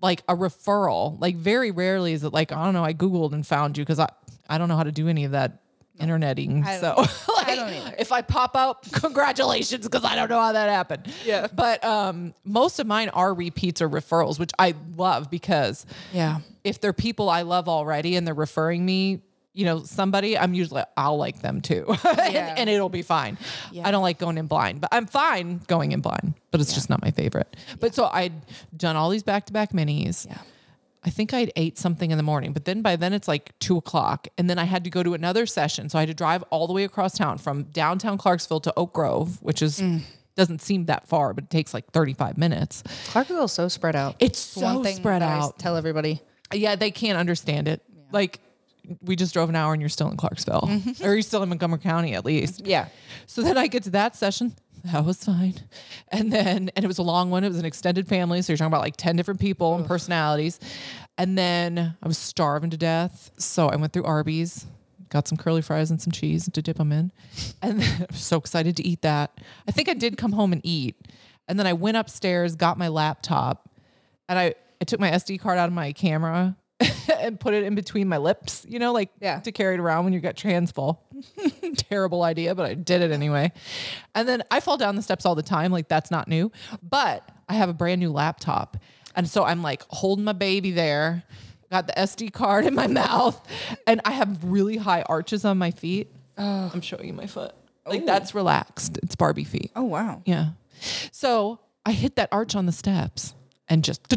Speaker 1: like a referral. Like very rarely is it like, I don't know, I Googled and found you because I, I don't know how to do any of that. Interneting,
Speaker 2: I
Speaker 1: so
Speaker 2: don't I don't either.
Speaker 1: if I pop out, congratulations, because I don't know how that happened.
Speaker 2: Yeah.
Speaker 1: but um, most of mine are repeats or referrals, which I love because
Speaker 2: Yeah.
Speaker 1: if they're people I love already and they're referring me, you know, somebody, I'm usually I'll like them too, and,
Speaker 2: Yeah.
Speaker 1: and it'll be fine. I don't like going in blind, but I'm fine going in blind. But it's just not my favorite. But so I'd done all these back to back minis.
Speaker 2: Yeah.
Speaker 1: I think I'd ate something in the morning, but then by then it's like two o'clock, and then I had to go to another session, so I had to drive all the way across town from downtown Clarksville to Oak Grove, which is
Speaker 2: Mm.
Speaker 1: doesn't seem that far, but it takes like thirty five minutes.
Speaker 2: Clarksville's so spread out.
Speaker 1: It's
Speaker 2: The one
Speaker 1: so
Speaker 2: thing
Speaker 1: spread
Speaker 2: that I s-
Speaker 1: out.
Speaker 2: tell everybody.
Speaker 1: Yeah, they can't understand it. Like, we just drove an hour and you're still in Clarksville,
Speaker 2: Mm-hmm.
Speaker 1: or you're still in Montgomery County at least.
Speaker 2: Yeah.
Speaker 1: So then I get to that session. That was fine. And then, and it was a long one. It was an extended family. So you're talking about like 10 different people and personalities. And then I was starving to death. So I went through Arby's, got some curly fries and some cheese to dip them in. And then I was so excited to eat that. I think I did come home and eat. And then I went upstairs, got my laptop, and I, I took my SD card out of my camera and put it in between my lips, you know, like
Speaker 2: Yeah.
Speaker 1: to carry it around when you got trans full. Terrible idea, but I did it anyway. And then I fall down the steps all the time. Like that's not new, but I have a brand new laptop. And so I'm like holding my baby there, got the SD card in my mouth, and I have really high arches on my feet. I'm showing you my foot. Like that's relaxed. It's Barbie feet.
Speaker 2: Oh wow.
Speaker 1: Yeah. So I hit that arch on the steps and just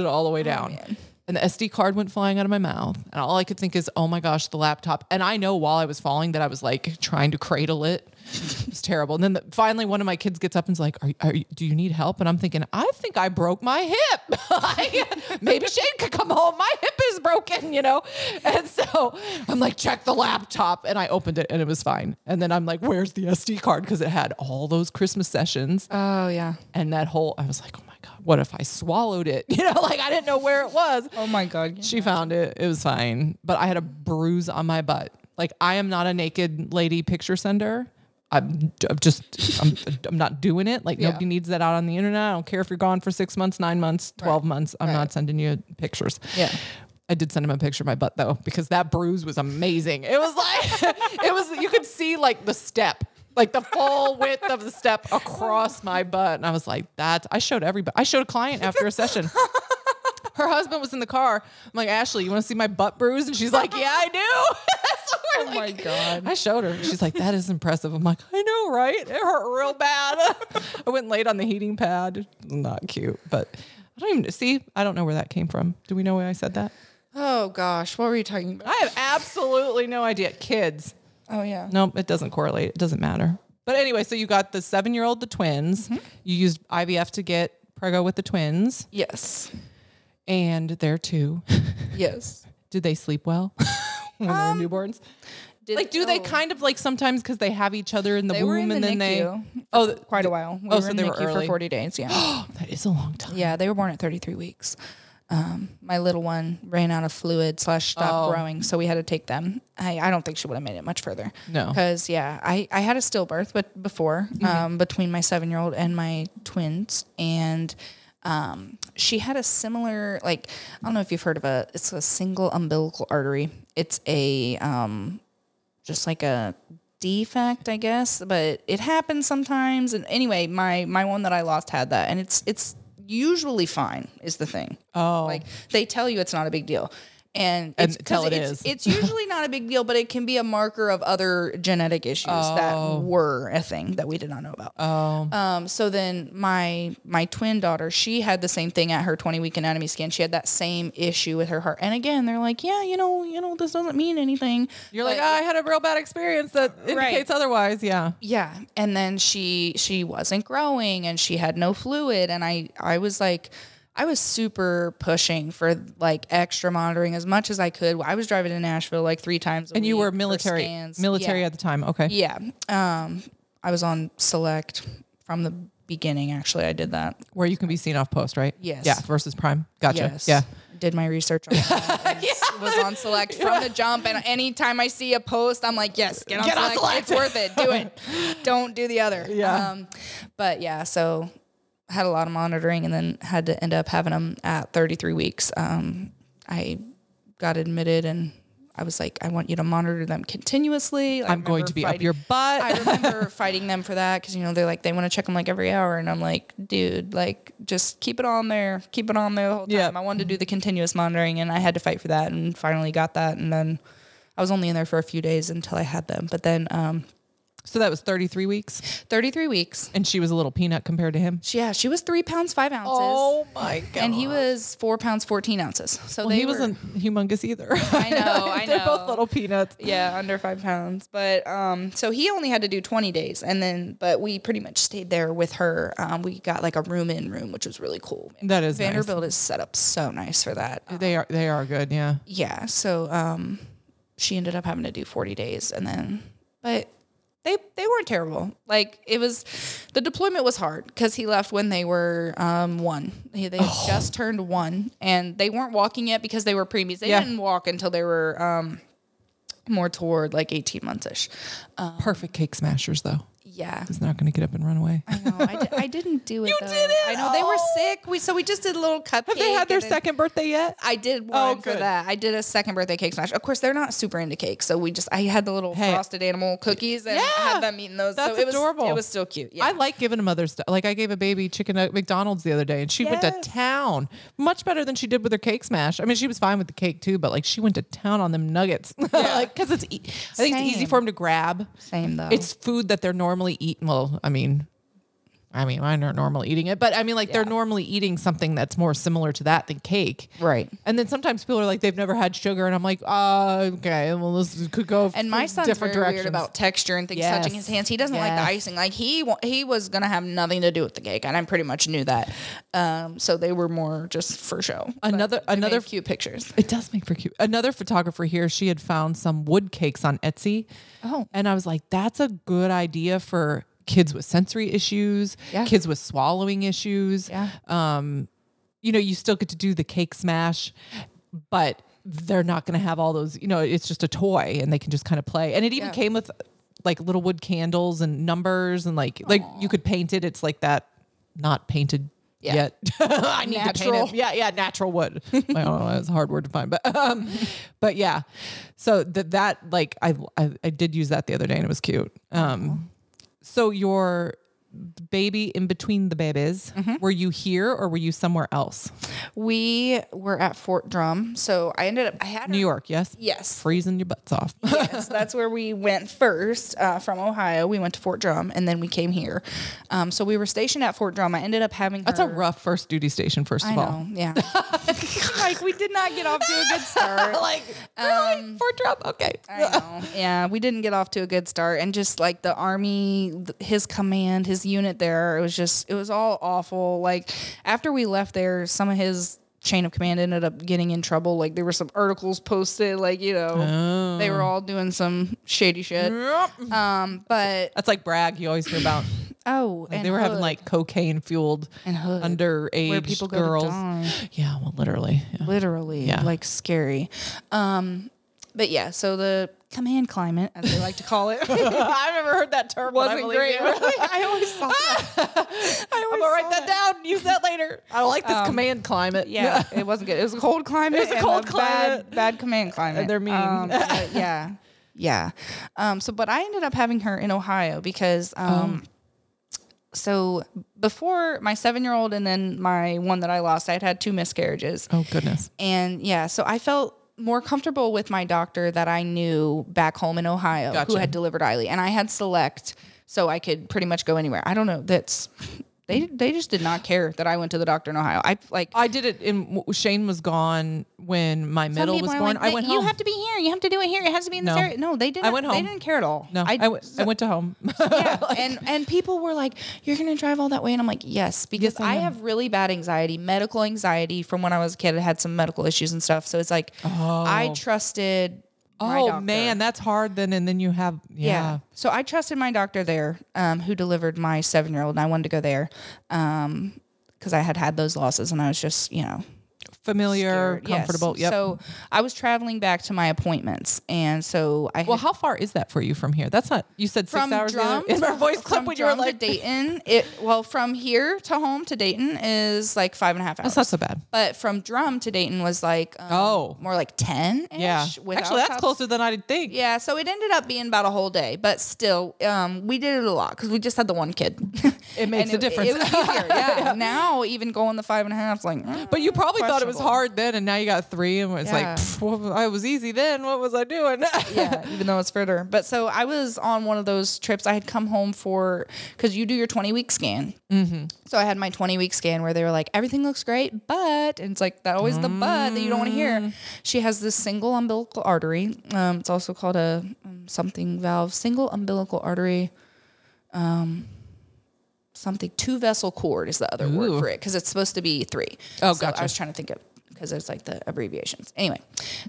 Speaker 1: all the way down. and the SD card went flying out of my mouth. And all I could think is, oh my gosh, the laptop. And I know while I was falling that I was like trying to cradle it. It was terrible. And then the, finally, one of my kids gets up and's like, are, are, you- Do you need help? And I'm thinking, I think I broke my hip. Like, Maybe Shane could come home. My hip is broken, you know? And so I'm like, Check the laptop. And I opened it and it was fine. And then I'm like, Where's the SD card? Because it had all those Christmas sessions
Speaker 2: Oh yeah.
Speaker 1: and that whole i was like oh my god what if i swallowed it you know like i didn't know where it was
Speaker 2: Oh my god.
Speaker 1: she found it it was fine but i had a bruise on my butt like i am not a naked lady picture sender i'm, I'm just I'm, I'm not doing it like
Speaker 2: Yeah.
Speaker 1: nobody needs that out on the internet i don't care if you're gone for six months nine months 12 months i'm not sending you pictures
Speaker 2: Yeah.
Speaker 1: I did send him a picture of my butt though, because that bruise was amazing. It was like, it was, you could see like the step, like the full width of the step across my butt. And I was like, that, I showed everybody, I showed a client after a session. Her husband was in the car. I'm like, Ashley, you want to see my butt bruise? And she's like, yeah, I do. So we're
Speaker 2: Oh my God.
Speaker 1: I showed her. She's like, that is impressive. I'm like, I know, right? It hurt real bad. I went and laid on the heating pad. Not cute, but I don't even see. I don't know where that came from. Do we know why I said that?
Speaker 2: Oh gosh. What were you talking about?
Speaker 1: I have absolutely no idea. Kids.
Speaker 2: Oh yeah.
Speaker 1: Nope, it doesn't correlate. It doesn't matter. But anyway, so you got the seven year old, the twins.
Speaker 2: Mm-hmm.
Speaker 1: You used IVF to get prego with the twins,
Speaker 2: Yes.
Speaker 1: and they're two.
Speaker 2: Yes.
Speaker 1: Did they sleep well when they were newborns?
Speaker 2: Um, Did,
Speaker 1: Like, do they
Speaker 2: oh.
Speaker 1: kind of like sometimes because they have each other in the
Speaker 2: They
Speaker 1: womb
Speaker 2: were in the
Speaker 1: and then
Speaker 2: NICU
Speaker 1: they.
Speaker 2: for
Speaker 1: Oh, th-
Speaker 2: quite a while. We
Speaker 1: Oh,
Speaker 2: were
Speaker 1: so
Speaker 2: in
Speaker 1: they were
Speaker 2: NICU
Speaker 1: early.
Speaker 2: for 40 days. Yeah.
Speaker 1: that is a long time.
Speaker 2: yeah. They were born at 33 weeks. Um, my little one ran out of fluid slash stopped growing, so we had to take them. I, I don't think she would have made it much further.
Speaker 1: No.
Speaker 2: Because yeah, I, I had a stillbirth, but before um, between my seven year old and my twins, and um, she had a similar like I don't know if you've heard of a it's a single umbilical artery. It's a um, just like a defect, I guess, but it happens sometimes. And anyway, my my one that I lost had that, and it's it's usually fine is the thing.
Speaker 1: Oh.
Speaker 2: like they tell you it's not a big deal. And,
Speaker 1: And
Speaker 2: it's,
Speaker 1: tell
Speaker 2: 'cause
Speaker 1: it
Speaker 2: it's,
Speaker 1: is.
Speaker 2: It's usually not a big deal, but it can be a marker of other genetic issues that were a thing that we did not know about.
Speaker 1: Oh,
Speaker 2: Um, so then my my twin daughter, she had the same thing at her 20 week anatomy scan. She had that same issue with her heart. And again, they're like, yeah, you know, you know, this doesn't mean anything.
Speaker 1: you're
Speaker 2: But-
Speaker 1: like, "Ah, I had a real bad experience that indicates otherwise. Yeah.
Speaker 2: yeah. And then she she wasn't growing and she had no fluid. And I I was like. I was super pushing for like extra monitoring as much as I could. I was driving to Nashville like three times. A
Speaker 1: And you
Speaker 2: week
Speaker 1: were
Speaker 2: for
Speaker 1: military,
Speaker 2: scans.
Speaker 1: military
Speaker 2: Yeah.
Speaker 1: at the time. Okay.
Speaker 2: Yeah. Um, I was on select from the beginning. Actually, I did that.
Speaker 1: Where you can be seen off post, right?
Speaker 2: Yes.
Speaker 1: Yeah. Versus prime. Gotcha.
Speaker 2: Yes.
Speaker 1: Yeah.
Speaker 2: Did my research on that. and Was on select from the jump. And anytime I see a post, I'm like, yes, get on,
Speaker 1: Get on
Speaker 2: select. It's worth it. Do it. Don't do the other.
Speaker 1: Yeah.
Speaker 2: Um, but yeah, so had a lot of monitoring and then had to end up having them at 33 weeks. Um, I got admitted and I was like, I want you to monitor them continuously. I
Speaker 1: I'm going
Speaker 2: remember
Speaker 1: to be up
Speaker 2: fighting-
Speaker 1: your butt.
Speaker 2: I remember fighting them for that because you know they're like they want to check them like every hour, and I'm like, dude, like just keep it on there, keep it on there the whole time.
Speaker 1: Yeah.
Speaker 2: I wanted to do the continuous monitoring, and I had to fight for that, and finally got that, and then I was only in there for a few days until I had them, but then um,
Speaker 1: so that was 33 weeks,
Speaker 2: 33 weeks.
Speaker 1: and she was a little peanut compared to him.
Speaker 2: She, yeah, she was three pounds five ounces.
Speaker 1: Oh my god.
Speaker 2: And he was four pounds fourteen ounces. So
Speaker 1: Well,
Speaker 2: they
Speaker 1: he
Speaker 2: were,
Speaker 1: wasn't humongous either.
Speaker 2: I know. I
Speaker 1: They're
Speaker 2: know.
Speaker 1: both little peanuts.
Speaker 2: yeah, under five pounds. But um, so he only had to do 20 days, and then but we pretty much stayed there with her. Um, we got like a room in room, which was really cool.
Speaker 1: That is nice.
Speaker 2: Vanderbilt is set up so nice for that. Um,
Speaker 1: They are they are good. Yeah.
Speaker 2: yeah, so um, she ended up having to do 40 days, and then but. They, they weren't terrible. Like it was, the deployment was hard because he left when they were um, one. They they had
Speaker 1: Oh.
Speaker 2: just turned one, and they weren't walking yet because they were preemies. They
Speaker 1: Yeah.
Speaker 2: didn't walk until they were um, more toward like eighteen months ish. Um,
Speaker 1: Perfect cake smashers though.
Speaker 2: Yeah.
Speaker 1: He's not going to get up and run away.
Speaker 2: I know. I, di- I didn't do it.
Speaker 1: You
Speaker 2: though.
Speaker 1: didn't?
Speaker 2: I know they were
Speaker 1: Oh.
Speaker 2: sick. We so we just did a little cupcake.
Speaker 1: Have they had their
Speaker 2: and then-
Speaker 1: second birthday yet?
Speaker 2: I did one
Speaker 1: Oh,
Speaker 2: for
Speaker 1: good.
Speaker 2: that. I did a second birthday cake smash. Of course, they're not super into cakes, so we just I had the little
Speaker 1: Hey.
Speaker 2: frosted animal cookies and
Speaker 1: Yeah.
Speaker 2: had them eating those.
Speaker 1: That's
Speaker 2: so it was,
Speaker 1: adorable.
Speaker 2: It was still cute. Yeah.
Speaker 1: I like giving a mother stuff. Like I gave a baby chicken at McDonald's the other day, and she went
Speaker 2: Yes.
Speaker 1: to town. Much better than she did with her cake smash. I mean, she was fine with the cake too, but like she went to town on them nuggets. like because it's, e- I think it's easy
Speaker 2: Same.
Speaker 1: for them to grab.
Speaker 2: Same though.
Speaker 1: It's food that they're normally eating. Well, I mean, I mean, mine aren't normal eating it, but I mean, like they're normally eating something that's more similar to that than cake.
Speaker 2: Right.
Speaker 1: And then sometimes people are like, they've never had sugar, and I'm like, uh, okay, well, this could go
Speaker 2: and my son's
Speaker 1: different
Speaker 2: very
Speaker 1: directions.
Speaker 2: weird about texture and things touching his
Speaker 1: Yes.
Speaker 2: hands. He doesn't like the
Speaker 1: Yes.
Speaker 2: icing. Like he wa- he was gonna have nothing to do with the cake, and I pretty much knew that. Um, so they were more just for show. But
Speaker 1: Another-
Speaker 2: they made
Speaker 1: another-
Speaker 2: cute pictures.
Speaker 1: It does make for cute. Another photographer here, she had found some wood cakes on Etsy.
Speaker 2: Oh.
Speaker 1: And I was like, that's a good idea for kids with sensory issues,
Speaker 2: Yeah.
Speaker 1: kids with swallowing issues.
Speaker 2: Yeah.
Speaker 1: Um, you know, you still get to do the cake smash, but they're not going to have all those, you know, it's just a toy and they can just kind of play. And it even
Speaker 2: Yeah.
Speaker 1: came with like little wood candles and numbers and like like you could paint it. It's like that not painted
Speaker 2: Yeah.
Speaker 1: yet. I need to
Speaker 2: Natural.
Speaker 1: paint it. Yeah, yeah, natural wood. I don't know, it's a hard word to find, but um, but yeah. So that that like I, I I did use that the other day and it was cute. Um, so your baby in between the babies,
Speaker 2: Mm-hmm.
Speaker 1: were you here or were you somewhere else?
Speaker 2: We were at Fort Drum, so I ended up I had
Speaker 1: New
Speaker 2: her-
Speaker 1: York, yes.
Speaker 2: Yes,
Speaker 1: Freezing your butts off.
Speaker 2: yes, that's where we went first uh, from Ohio. We went to Fort Drum, and then we came here. Um, so we were stationed at Fort Drum. I ended up having
Speaker 1: That's a rough first duty station. First
Speaker 2: I
Speaker 1: of all,
Speaker 2: know, yeah. like we did not get off to a good start.
Speaker 1: like
Speaker 2: Um,
Speaker 1: really for Trump. Okay,
Speaker 2: I know. Yeah, we didn't get off to a good start, and just like the army, th- his command, his unit there, it was just it was all awful. Like after we left there, some of his chain of command ended up getting in trouble. Like there were some articles posted, like you know,
Speaker 1: Oh.
Speaker 2: they were all doing some shady shit.
Speaker 1: Mm-hmm.
Speaker 2: Um, but
Speaker 1: that's like brag you always hear about.
Speaker 2: oh, and
Speaker 1: they were having
Speaker 2: Hood.
Speaker 1: like cocaine fueled
Speaker 2: And hood,
Speaker 1: underage
Speaker 2: where people go to
Speaker 1: girls.
Speaker 2: die.
Speaker 1: yeah, well, literally. Yeah.
Speaker 2: literally
Speaker 1: Yeah.
Speaker 2: like scary um But yeah, so the command climate, as they like to call it,
Speaker 1: I've never heard that term. but I
Speaker 2: wasn't
Speaker 1: believe
Speaker 2: great.
Speaker 1: you.
Speaker 2: Really. I always thought
Speaker 1: I'm gonna write that, down. Use that later. I like this command climate.
Speaker 2: Um, Yeah, it wasn't good. It was a cold climate. It
Speaker 1: was a cold
Speaker 2: Bad,
Speaker 1: climate.
Speaker 2: bad command climate.
Speaker 1: they're mean.
Speaker 2: Um, but yeah, yeah. Um, so, but I ended up having her in Ohio because. Um, So before my seven-year-old and then my one that I lost, I'd had two miscarriages.
Speaker 1: Oh goodness.
Speaker 2: And yeah, so I felt more comfortable with my doctor that I knew back home in Ohio who
Speaker 1: Gotcha.
Speaker 2: had delivered Eiley. And I had select so I could pretty much go anywhere. I don't know. That's they they just did not care that I went to the doctor in Ohio. I like
Speaker 1: I did it in Shane was gone when my
Speaker 2: some
Speaker 1: middle was
Speaker 2: people are
Speaker 1: born.
Speaker 2: like,
Speaker 1: I went
Speaker 2: you
Speaker 1: home.
Speaker 2: have to be here. You have to do it here. It has to be in this
Speaker 1: No.
Speaker 2: area. No, they didn't.
Speaker 1: went
Speaker 2: They
Speaker 1: home.
Speaker 2: didn't care at all.
Speaker 1: no, I, w- I went to home.
Speaker 2: yeah. and and people were like, "You're gonna drive all that way," and I'm like, "Yes," because
Speaker 1: I
Speaker 2: I,
Speaker 1: am.
Speaker 2: have really bad anxiety, medical anxiety from when I was a kid. I had some medical issues and stuff, so it's like I trusted. my
Speaker 1: oh
Speaker 2: doctor.
Speaker 1: man, that's hard. Then and then you have
Speaker 2: Yeah.
Speaker 1: yeah.
Speaker 2: So I trusted my doctor there, um, who delivered my seven year old, and I wanted to go there because I had had those losses, and I was just, you know,
Speaker 1: familiar,
Speaker 2: scared. Yes.
Speaker 1: comfortable. Yep.
Speaker 2: So I was traveling back to my appointments, and so I
Speaker 1: well,
Speaker 2: had-
Speaker 1: how far is that for you from here? That's not. You said six hours the other- in our voice clip
Speaker 2: from
Speaker 1: when you were
Speaker 2: Drum
Speaker 1: like,
Speaker 2: to Dayton. It well from here to home to Dayton is like five and a half hours.
Speaker 1: that's not so bad.
Speaker 2: but from Drum to Dayton was like um,
Speaker 1: Oh.
Speaker 2: more like ten.
Speaker 1: Yeah, actually, that's closer than I would think.
Speaker 2: Yeah, so it ended up being about a whole day, but still, um, we did it a lot because we just had the one kid.
Speaker 1: It makes
Speaker 2: And
Speaker 1: a difference.
Speaker 2: It was easier. Yeah. Now even going the five and a half, is like, mm,
Speaker 1: But you probably thought it was
Speaker 2: questionable.
Speaker 1: hard then, and now you got three, and it's
Speaker 2: Yeah.
Speaker 1: like, pff, well, I was easy then. What was I doing?
Speaker 2: yeah, even though it's further. But so I was on one of those trips. I had come home for because you do your 20 week scan. Mm-hmm. So I had my 20 week scan where they were like, everything looks great, but and it's like that always the but that you don't want to hear. She has this single umbilical artery. Um, it's also called a um, something valve, single umbilical artery. Um, something two vessel cord is the other word
Speaker 1: Ooh.
Speaker 2: for it because it's supposed to be three.
Speaker 1: Oh,
Speaker 2: So I
Speaker 1: gotcha.
Speaker 2: was trying to think of because it's like the abbreviations. Anyway,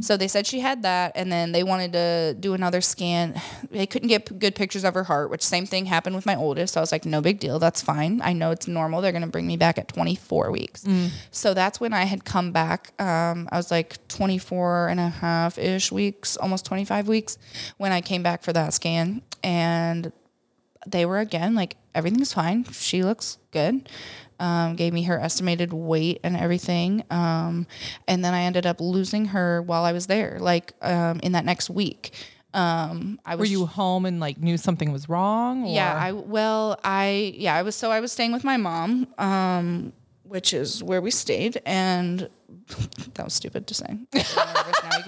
Speaker 2: so they said she had that, and then they wanted to do another scan. They couldn't get p- good pictures of her heart, which same thing happened with my oldest. So I was like, no big deal, that's fine. I know it's normal. They're going to bring me back at 24 weeks.
Speaker 1: Mm.
Speaker 2: So that's when I had come back. Um, I was like 24 and a half ish weeks, almost 25 weeks when I came back for that scan, and they were again like everything's fine she looks good um, gave me her estimated weight and everything um, and then i ended up losing her while i was there like um, in that next week um, i
Speaker 1: Were
Speaker 2: was
Speaker 1: you home and like knew something was wrong? Or?
Speaker 2: yeah i well i yeah i was so i was staying with my mom um, which is where we stayed and that was stupid to say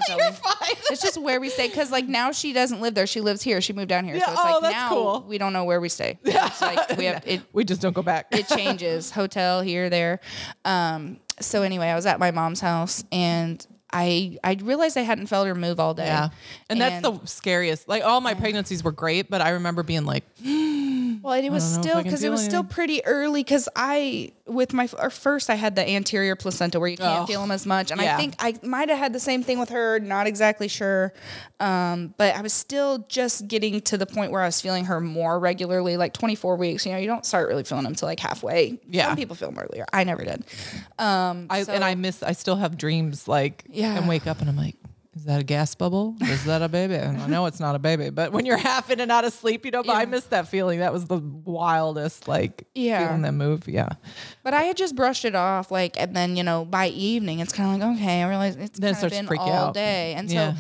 Speaker 2: You're fine. it's just where we stay because like now she doesn't live there she lives here she moved down here so
Speaker 1: Yeah,
Speaker 2: it's
Speaker 1: oh,
Speaker 2: like
Speaker 1: that's
Speaker 2: now
Speaker 1: cool.
Speaker 2: we don't know where we stay it's like we have it
Speaker 1: we just don't go back.
Speaker 2: it changes hotel here there um so anyway i was at my mom's house and i i realized i hadn't felt her move all day
Speaker 1: yeah, and, that's the scariest. Like all my pregnancies were great, but I remember being like,
Speaker 2: well and it was
Speaker 1: know if
Speaker 2: still
Speaker 1: I can
Speaker 2: because it
Speaker 1: feel
Speaker 2: was still
Speaker 1: anything.
Speaker 2: pretty early because i with my or first i had the anterior placenta where you can't
Speaker 1: Oh.
Speaker 2: feel them as much and i
Speaker 1: Yeah.
Speaker 2: think i might have had the same thing with her not exactly sure um but i was still just getting to the point where i was feeling her more regularly like 24 weeks you know you don't start really feeling them until like halfway
Speaker 1: Yeah.
Speaker 2: some people feel them earlier i never did um
Speaker 1: I
Speaker 2: so-
Speaker 1: and I miss. I still have dreams like
Speaker 2: Yeah.
Speaker 1: and wake up and I'm like. Is that a gas bubble? Is that a baby? And I know it's not a baby, but when you're half in and out of sleep, you know, but I
Speaker 2: Yeah.
Speaker 1: miss that feeling. That was the wildest, like,
Speaker 2: Yeah.
Speaker 1: feeling that move. Yeah.
Speaker 2: But I had just brushed it off, like, and then you know, by evening, it's kind of like, okay, I realize it's
Speaker 1: Then it
Speaker 2: kind of
Speaker 1: starts to
Speaker 2: been
Speaker 1: freak you
Speaker 2: all
Speaker 1: out.
Speaker 2: day, and
Speaker 1: Yeah.
Speaker 2: so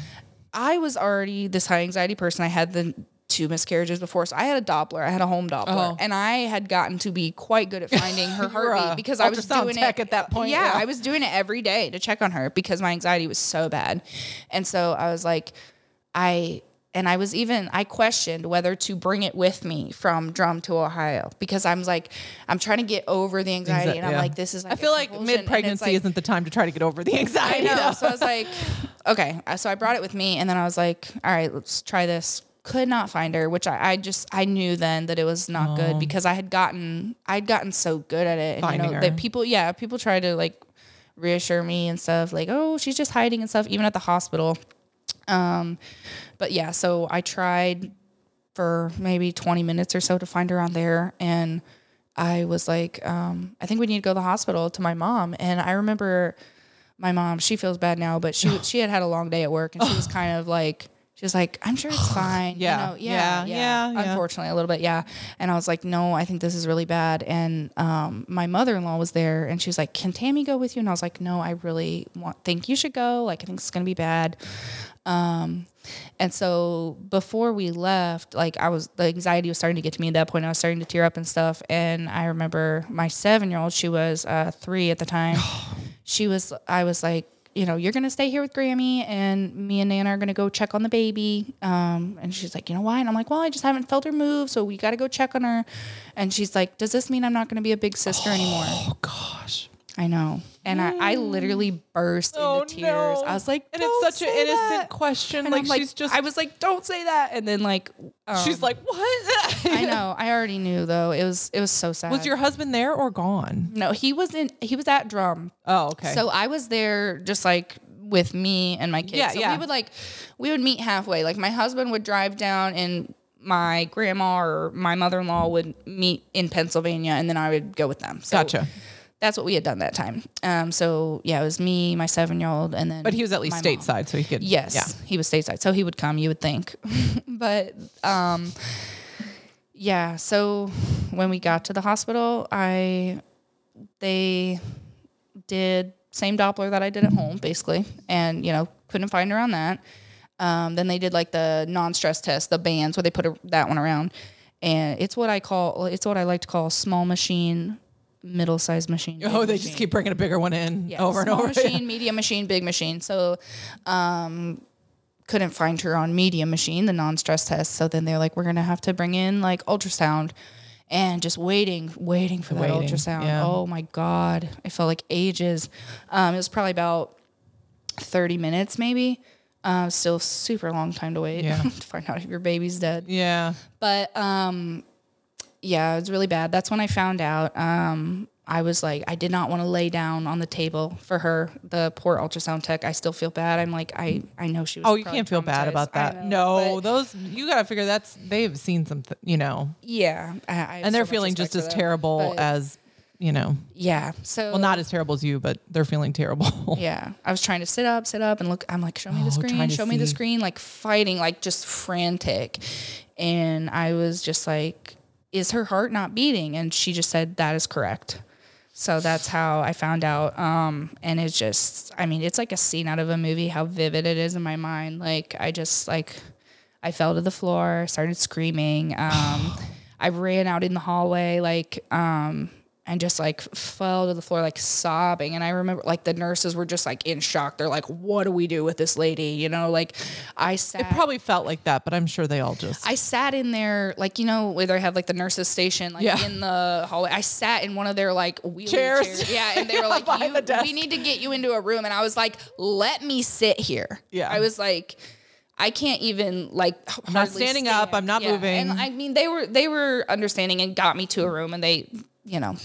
Speaker 2: I was already this high anxiety person. I had the two miscarriages before, so I had a Doppler, I had a home Doppler,
Speaker 1: Oh.
Speaker 2: and I had gotten to be quite good at finding her
Speaker 1: were a
Speaker 2: heartbeat because I was
Speaker 1: ultrasound
Speaker 2: doing
Speaker 1: tech
Speaker 2: it
Speaker 1: at that point,
Speaker 2: Yeah,
Speaker 1: yeah.
Speaker 2: I was doing it every day to check on her because my anxiety was so bad, and so I was like, I. And I was even I questioned whether to bring it with me from Drum to Ohio because I'm like I'm trying to get over the anxiety
Speaker 1: Exa-
Speaker 2: and I'm
Speaker 1: yeah.
Speaker 2: like this is
Speaker 1: I feel like mid pregnancy
Speaker 2: isn't.
Speaker 1: isn't the time to try to get over the
Speaker 2: I
Speaker 1: anxiety.
Speaker 2: know.
Speaker 1: though.
Speaker 2: So I was like, okay. Uh, So I brought it with me, and then I was like, all right, let's try this. Could not find her, which I, I just I knew then that it was not good because I had gotten I'd gotten so good at it, and
Speaker 1: Oh. Finding
Speaker 2: you know
Speaker 1: her.
Speaker 2: that people yeah people try to like reassure me and stuff like oh she's just hiding and stuff even at the hospital, um, but yeah so I tried for maybe 20 minutes or so to find her on there. And I was like, um, I think we need to go to the hospital to my mom. And I remember my mom. She feels bad now, but she she had had a long day at work and she was kind of like she was like, I'm sure it's fine. you
Speaker 1: Yeah,
Speaker 2: know, yeah,
Speaker 1: yeah,
Speaker 2: yeah,
Speaker 1: yeah, yeah.
Speaker 2: Unfortunately, a little bit, yeah. And I was like, no, I think this is really bad. And um, my mother in law was there, and she was like, can Tammy go with you? And I was like, no, I really want think you should go. Like, I think it's gonna be bad. Um, and so before we left, like I was, the anxiety was starting to get to me at that point. I was starting to tear up and stuff. And I remember my seven year old, she was uh, three at the time. she was, I was like, you know, you're going to stay here with Grammy and me and Nana are going to go check on the baby. Um, and she's like, you know why? And I'm like, well, I just haven't felt her move. So we got to go check on her. And she's like, does this mean I'm not going to be a big sister anymore?
Speaker 1: Oh gosh.
Speaker 2: I know. And I, I literally burst
Speaker 1: Oh,
Speaker 2: into tears.
Speaker 1: no.
Speaker 2: I was like,
Speaker 1: And it's
Speaker 2: "Don't
Speaker 1: such an
Speaker 2: say
Speaker 1: innocent
Speaker 2: that."
Speaker 1: question.
Speaker 2: And
Speaker 1: Like,
Speaker 2: I'm
Speaker 1: she's just
Speaker 2: I was like, don't say that. And then like, um,
Speaker 1: she's like, What?
Speaker 2: I know. I already knew though. It was it was so sad.
Speaker 1: Was your husband there or gone?
Speaker 2: no? He was in. He was at drum.
Speaker 1: Oh, okay.
Speaker 2: So I was there just like with me and my kids.
Speaker 1: Yeah,
Speaker 2: so
Speaker 1: yeah.
Speaker 2: we would like we would meet halfway. Like my husband would drive down and my grandma or my mother-in-law would meet in Pennsylvania and then I would go with them. So
Speaker 1: Gotcha.
Speaker 2: That's what we had done that time. Um so yeah, it was me, my 7-year-old and then
Speaker 1: But he was at least
Speaker 2: my mom.
Speaker 1: stateside, so he could
Speaker 2: Yes,
Speaker 1: Yeah.
Speaker 2: he was stateside, so he would come. You would think, but um, yeah. So when we got to the hospital, I they did same Doppler that I did at home, basically, and you know couldn't find her on that. Um, then they did like the non-stress test, the bands where they put a, that one around, and it's what I call it's what I like to call small machine, middle-sized machine. big
Speaker 1: Oh, they
Speaker 2: machine.
Speaker 1: just keep bringing a bigger one in
Speaker 2: Yeah,
Speaker 1: over and
Speaker 2: small
Speaker 1: over.
Speaker 2: Machine, medium machine, big machine. So, um, couldn't find her on medium machine, the non-stress test. So then they're like, we're gonna have to bring in like ultrasound, and just waiting, waiting for that
Speaker 1: Waiting,
Speaker 2: ultrasound.
Speaker 1: yeah.
Speaker 2: Oh my god, it felt like ages. Um, it was probably about thirty minutes, maybe. Uh, still super long time to wait
Speaker 1: Yeah.
Speaker 2: to find out if your baby's dead.
Speaker 1: Yeah.
Speaker 2: But um, yeah, it was really bad. That's when I found out. Um, I was like, I did not want to lay down on the table for her. The poor ultrasound tech. I still feel bad. I'm like, I, I know she was.
Speaker 1: Oh, you
Speaker 2: probably
Speaker 1: can't feel bad
Speaker 2: traumatized.
Speaker 1: about
Speaker 2: I
Speaker 1: that.
Speaker 2: know,
Speaker 1: no,
Speaker 2: but
Speaker 1: those you got to figure that's they've seen something, you know,
Speaker 2: yeah, I, I
Speaker 1: and
Speaker 2: have
Speaker 1: they're
Speaker 2: so much
Speaker 1: feeling
Speaker 2: respect
Speaker 1: just as
Speaker 2: for them.
Speaker 1: terrible
Speaker 2: But,
Speaker 1: as you know.
Speaker 2: yeah. So
Speaker 1: Well, not as terrible as you, but they're feeling terrible.
Speaker 2: Yeah, I was trying to sit up, sit up, and look. I'm like, show me
Speaker 1: Oh,
Speaker 2: the screen,
Speaker 1: trying to
Speaker 2: show me the
Speaker 1: see.
Speaker 2: screen, like fighting, like just frantic. And I was just like, is her heart not beating? And she just said, that is correct. So that's how I found out. Um, and it's just, I mean, it's like a scene out of a movie, how vivid it is in my mind. Like, I just, like, I fell to the floor, started screaming. Um, I ran out in the hallway, like, um, and just like fell to the floor, like sobbing. And I remember, like, the nurses were just like in shock. They're like, "What do we do with this lady?" You know, like, I sat.
Speaker 1: It probably felt like that, but I'm sure they all just.
Speaker 2: I sat in there, like you know, where they have like the nurses station, like
Speaker 1: Yeah.
Speaker 2: in the hallway. I sat in one of their like wheelie
Speaker 1: Chairs.
Speaker 2: chairs. Yeah, and they were like,
Speaker 1: Behind
Speaker 2: you,
Speaker 1: the desk.
Speaker 2: "We need to get you into a room." And I was like, "Let me sit here."
Speaker 1: Yeah.
Speaker 2: I was like, "I can't even like." I'm
Speaker 1: not standing up. I'm not moving.
Speaker 2: And I mean, they were they were understanding and got me to a room, and they, you know.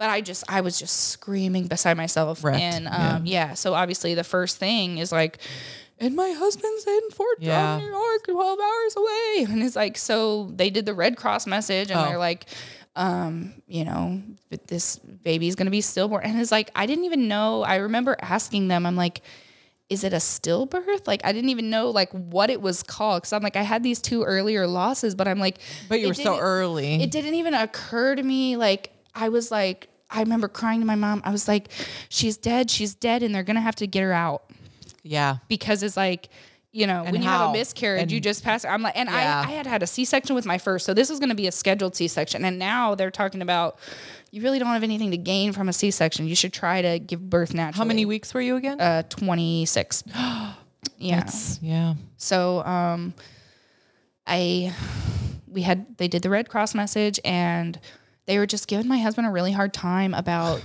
Speaker 2: But I just, I was just screaming beside myself,
Speaker 1: Wrecked,
Speaker 2: and um, yeah. So obviously, the first thing is like, and my husband's in Fort Drum,
Speaker 1: Yeah.
Speaker 2: New York. York, 12 hours away. And it's like, so they did the Red Cross message and
Speaker 1: Oh.
Speaker 2: they're like, um, you know, but this baby's going to be stillborn. And it's like, I didn't even know. I remember asking them, I'm like, is it a stillbirth? Like, I didn't even know like what it was called. Cause I'm like, I had these two earlier losses, but I'm like,
Speaker 1: but you
Speaker 2: it
Speaker 1: were so
Speaker 2: didn't-
Speaker 1: early.
Speaker 2: it didn't even occur to me. Like I was like, I remember crying to my mom. I was like, she's dead. She's dead. And they're going to have to get her out
Speaker 1: yeah.
Speaker 2: because it's like you know when you
Speaker 1: how?
Speaker 2: have a miscarriage
Speaker 1: And-
Speaker 2: you just pass i'm like and
Speaker 1: Yeah.
Speaker 2: I, I had had a c-section with my first so this was going to be a scheduled c-section and now they're talking about you really don't have anything to gain from a c-section you should try to give birth naturally
Speaker 1: How many weeks were you again?
Speaker 2: uh 26 yeah
Speaker 1: yeah.
Speaker 2: so um I we had they did the Red Cross message and they were just giving my husband a really hard time about